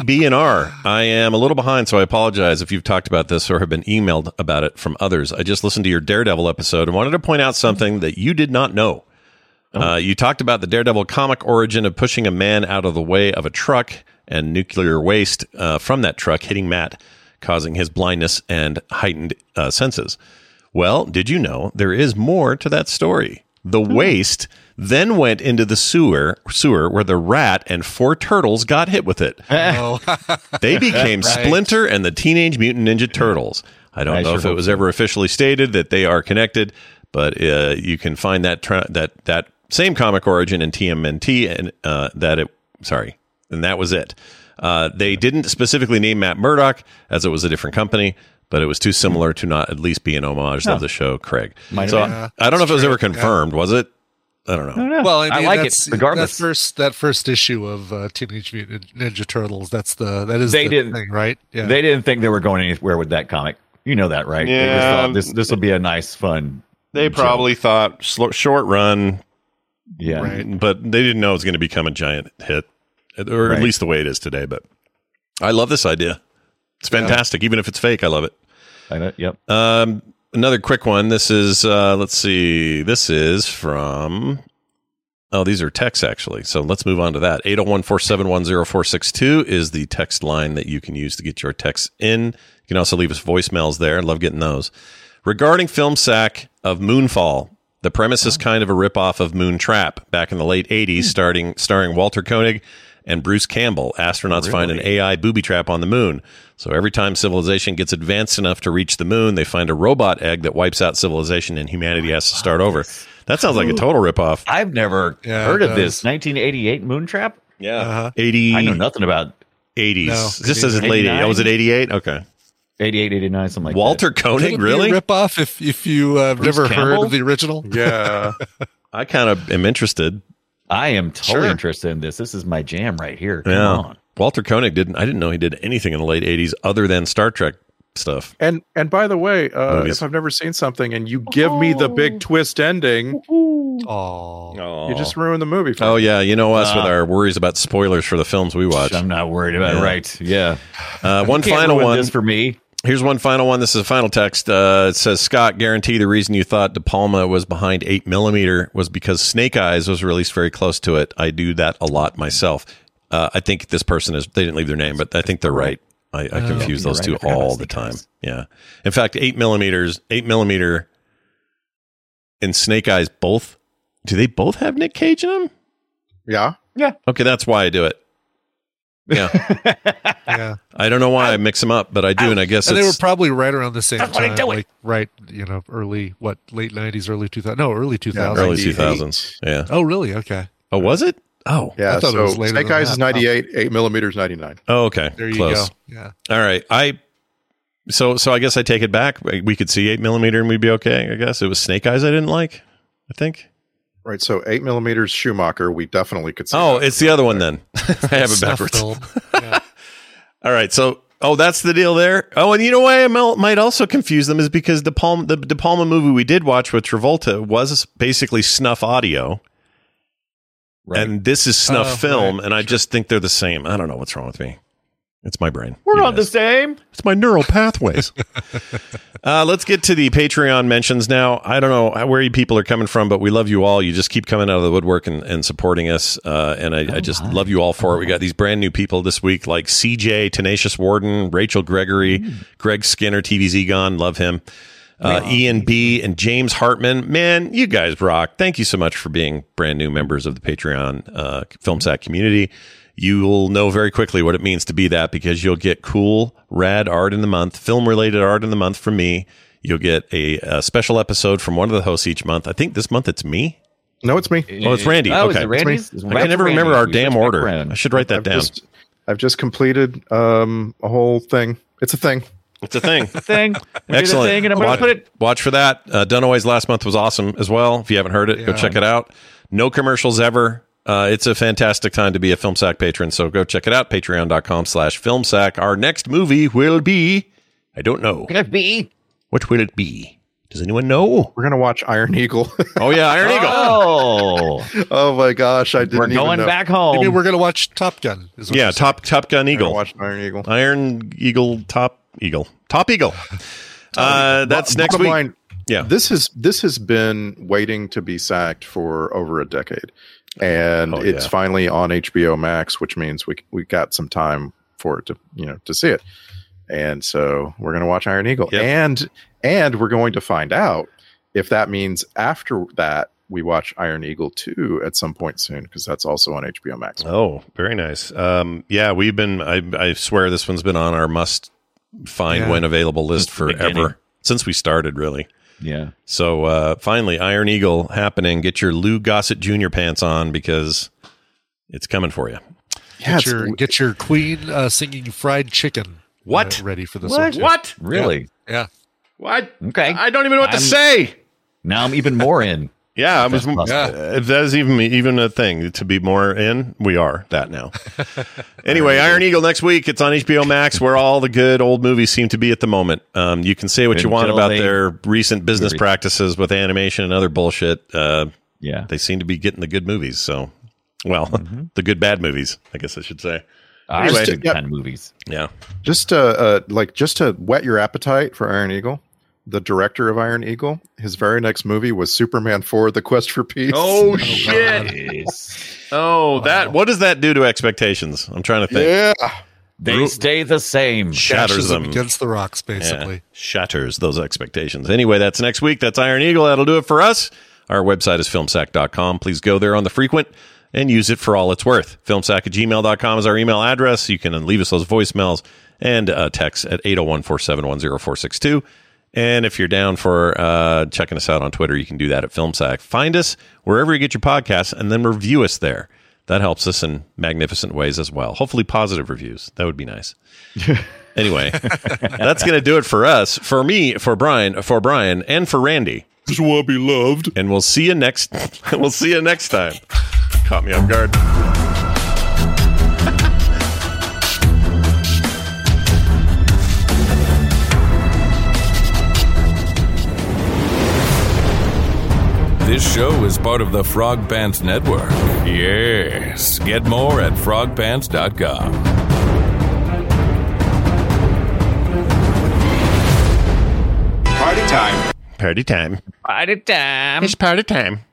G: SBBNR. I am a little behind, so I apologize if you've talked about this or have been emailed about it from others. I just listened to your Daredevil episode and wanted to point out something that you did not know. Uh, you talked about the Daredevil comic origin of pushing a man out of the way of a truck and nuclear waste uh, from that truck hitting Matt, causing his blindness and heightened uh, senses. Well, did you know there is more to that story? The waste then went into the sewer, sewer where the rat and four turtles got hit with it.
H: Oh.
G: They became
H: Right.
G: Splinter and the Teenage Mutant Ninja Turtles. I don't
E: I
G: know
E: sure
G: if it
E: hope
G: was ever officially stated that they are connected, but uh, you can find that tra- that that same comic origin in TMNT, and uh, that it sorry, and that was it. Uh, they didn't specifically name Matt Murdock as it was a different company, but it was too similar to not at least be an homage
E: No.
G: of the show, Craig.
E: Might
G: so
E: have
H: been.
G: I don't know if it was
H: That's
G: ever
H: true. Yeah.
G: confirmed, was it? Oh, I don't know.
H: Well, I, mean,
E: like it,
H: that's,
E: regardless.
H: That first, that first issue of uh, Teenage Mutant Ninja Turtles, that's the, that is
E: They
H: the
E: didn't-
H: thing, right? Yeah.
E: They didn't think they were going anywhere with that comic. You know that, right? They just
G: Yeah.
E: thought This this will be a nice, fun.
G: They probably thought sl- short run,
E: Yeah.
H: right.
G: but they didn't know it was going to become a giant hit, or
E: Right.
G: at least the way it is today. But I love this idea. It's fantastic, even if it's fake. I love it.
E: I know. Yep.
G: Um, another quick one. This is uh, let's see. This is from. Oh, these are texts actually. So let's move on to that. 801-471-0462 is the text line that you can use to get your texts in. You can also leave us voicemails there. Love getting those. Regarding film sack of Moonfall, the premise is kind of a ripoff of Moon Trap back in the late 80s, starting starring Walter Koenig and Bruce Campbell. Astronauts find an AI booby trap on the moon. So every time civilization gets advanced enough to reach the moon, they find a robot egg that wipes out civilization and humanity has to start over. That sounds like a total ripoff.
E: I've never
H: Yeah,
E: heard
H: it
E: of this. 1988 Moontrap.
G: Yeah.
H: Uh-huh.
G: 80,
E: I know nothing about
G: 80s.
H: No,
G: this is
E: 89.
G: late 80s. I was at 88. Okay.
E: 88, 89, something like that.
G: Walter
H: Could
G: Koenig,
H: it
G: really?
H: Be a ripoff if, if you uh, have
E: Oh, Bruce
H: never heard
E: Campbell?
H: of the original?
I: Yeah.
G: I kind of am interested.
E: I am totally
H: Sure.
E: interested in this. This is my jam right here. Come
G: yeah.
E: on.
G: Walter Koenig didn't, I didn't know he did anything in the late 80s other than Star Trek stuff.
I: And and by the way, uh,
G: Movies.
I: if I've never seen something and you give me the big twist ending,
H: Oh.
G: Oh,
I: you just ruin the movie. For
G: oh
I: me.
G: yeah. You know us
E: Uh,
G: with our worries about spoilers for the films we watch.
E: I'm not worried about it.
G: Yeah.
E: Right. Yeah.
G: Uh, one
E: Can't
G: final
E: ruin
G: one.
E: This for me.
G: Here's one final one. This is a final text. Uh, it says, Scott, guarantee the reason you thought De Palma was behind 8 millimeter was because Snake Eyes was released very close to it. I do that a lot myself. Uh, I think this person is, they didn't leave their name, but I think they're right. I, I
E: Oh.
G: confuse
E: Yeah,
G: those
E: you're
G: two
E: right. I forgot about
G: all the
E: Snake
G: time.
E: Eyes.
G: Yeah. In fact, 8 millimeters, 8 millimeter and Snake Eyes both, do they both have Nick Cage in them?
I: Yeah.
E: Yeah.
G: Okay. That's why I do it. Yeah.
H: Yeah.
G: I don't know why I mix them up, but I do. and I guess
H: and they
G: it's,
H: were probably right around the same
G: That's what I
H: time,
G: do it.
H: like right, you know, early what, late nineties, early two thousand, no, early two thousands,
G: early 2000s. Yeah.
H: Oh, really? Okay.
G: Oh, was it? Oh,
I: Yeah,
H: I thought it
I: so
H: was later
I: Snake
H: than
I: Eyes
H: that.
I: is 98, 8 millimeters 99.
G: Oh, okay.
H: There you
G: Close.
H: go. Yeah.
G: All right. I so so I guess I take it back. We could see eight millimeter and we'd be okay. I guess it was Snake Eyes I didn't like. I think.
I: Right, so 8 millimeters Schumacher, we definitely could see.
G: Oh, it's the other one then. I have it backwards.
H: Film.
G: All right. So oh, that's the deal there. Oh, and you know why I mel- might also confuse them is because the Palma the De Palma movie we did watch with Travolta was basically snuff audio. And this is snuff
E: Oh,
G: film, and I just think they're the same. I don't know what's wrong with me. It's my brain.
E: We're on the same.
G: It's my neural pathways. uh, let's get to the Patreon mentions now. I don't know how- where you people are coming from, but we love you all. You just keep coming out of the woodwork and, and supporting us. Uh, and I, I just love you all for it. We got these brand new people this week, like CJ, Tenacious Warden, Rachel Gregory, Greg Skinner, TV's Egon. Love him. Uh, Ian B. and James Hartman. Man, you guys rock. Thank you so much for being brand new members of the Patreon uh, Film Sack community you will know very quickly what it means to be that because you'll get cool, rad art in the month, film related art in the month from me. You'll get a, a special episode from one of the hosts each month. I think this month it's me.
I: No, it's me.
G: Oh, it's Randy.
E: Oh, is
G: okay.
E: it Randy's?
G: I can never remember our damn order. I should write that
I: I've
G: down.
I: Just, I've just completed um, a whole thing. It's a thing.
G: It's a thing.
E: thing. We did a
G: Excellent.
E: thing, and I'm gonna
G: watch,
E: put it.
G: watch for that. Uh, Dunaway's last month was awesome as well. If you haven't heard it, go
E: Yeah.
G: check it out. No commercials ever. Uh, it's a fantastic time to be a film sack patron. So go check it out. Patreon.com slash film sack. Our next movie will be, I don't know.
E: Could it be?
G: What will it be? Does anyone know?
I: We're gonna watch Iron Eagle.
G: oh yeah, Iron
E: Oh,
I: oh my gosh, I didn't.
E: We're
I: even
E: going
I: know.
E: back home.
H: You
G: Um,
H: mean we're gonna watch Top Gun? Is what
G: yeah,
H: you're saying.
G: Top Top Gun
I: We're gonna
G: Eagle,
I: Watch Iron Eagle.
G: Iron Eagle, Top Eagle, Top Eagle. uh, that's
I: Bo-
G: next
I: bottom
G: week.
I: line,
G: Yeah.
I: this is this has been waiting to be sacked for over a decade, and
G: Oh,
I: it's
G: yeah.
I: finally on HBO Max, which means we we got some time for it to you know to see it, and so we're gonna watch Iron Eagle,
G: Yep.
I: and and we're going to find out if that means after that we watch Iron Eagle two at some point soon because that's also on HBO Max.
G: Oh, very nice. Um, yeah, we've been. I, I swear this one's been on our must find
H: Yeah.
G: when available list
E: the beginning.
G: forever since we started, really.
E: Yeah.
G: So uh, finally, Iron Eagle happening. Get your Lou Gossett Jr. pants on because it's coming for you.
H: Get
I: Yeah, it's-
H: your get your Queen uh, singing fried chicken.
G: What?
H: uh, ready for this?
E: What?
H: One too.
G: What?
E: Really?
H: Yeah.
G: What?
E: Okay.
G: I don't even know what to
E: I'm-
G: say.
E: Now I'm even more in.
G: Yeah, I was.
E: That's possible.
G: uh, if that is even even a thing to be more in, we are that now. anyway, Iron Eagle next week. It's on HBO Max, where all the good old movies seem to be at the moment. Um, you can say what you want
E: Until
G: about
E: they-
G: their recent business
E: Agreed.
G: practices with animation and other bullshit. Uh,
E: Yeah.
G: they seem to be getting the good movies. So, well,
E: Mm-hmm.
G: the good bad movies, I guess I should say.
E: I
G: Anyway.
E: just did
I: Yep.
E: ten movies.
G: Yeah.
I: just uh, uh like just to whet your appetite for iron eagle the director of iron eagle his very next movie was superman 4 the quest for peace
G: Oh,
E: Oh,
G: shit!
E: Yes.
G: Oh, that. What does that do to expectations? I'm trying to think.
I: yeah
E: They stay the same.
G: Shatters
H: Bashes
G: them.
H: against the rocks,
G: Yeah,
H: basically.
G: shatters those expectations. Anyway, that's next week. That's Iron Eagle. That'll do it for us. Our website is filmsack.com. Please go there on the frequent and use it for all it's worth. Filmsack at gmail.com is our email address. You can leave us those voicemails and uh, text at 801 471 0462. And if you're down for uh, checking us out on Twitter, you can do that at Filmsack. Find us wherever you get your podcasts and then review us there. That helps us in magnificent ways as well. Hopefully, positive reviews. That would be nice. Anyway, that's going to do it for us, for me, for Brian, for Brian, and for Randy.
O: Just want to be loved.
G: And we'll see you next. we'll see you next time. Caught me off guard.
F: This show is part of the Frog Pants Network. Yes. Get more at frogpants.com.
Q: time.
E: Party time.
R: Party time.
E: It's party time.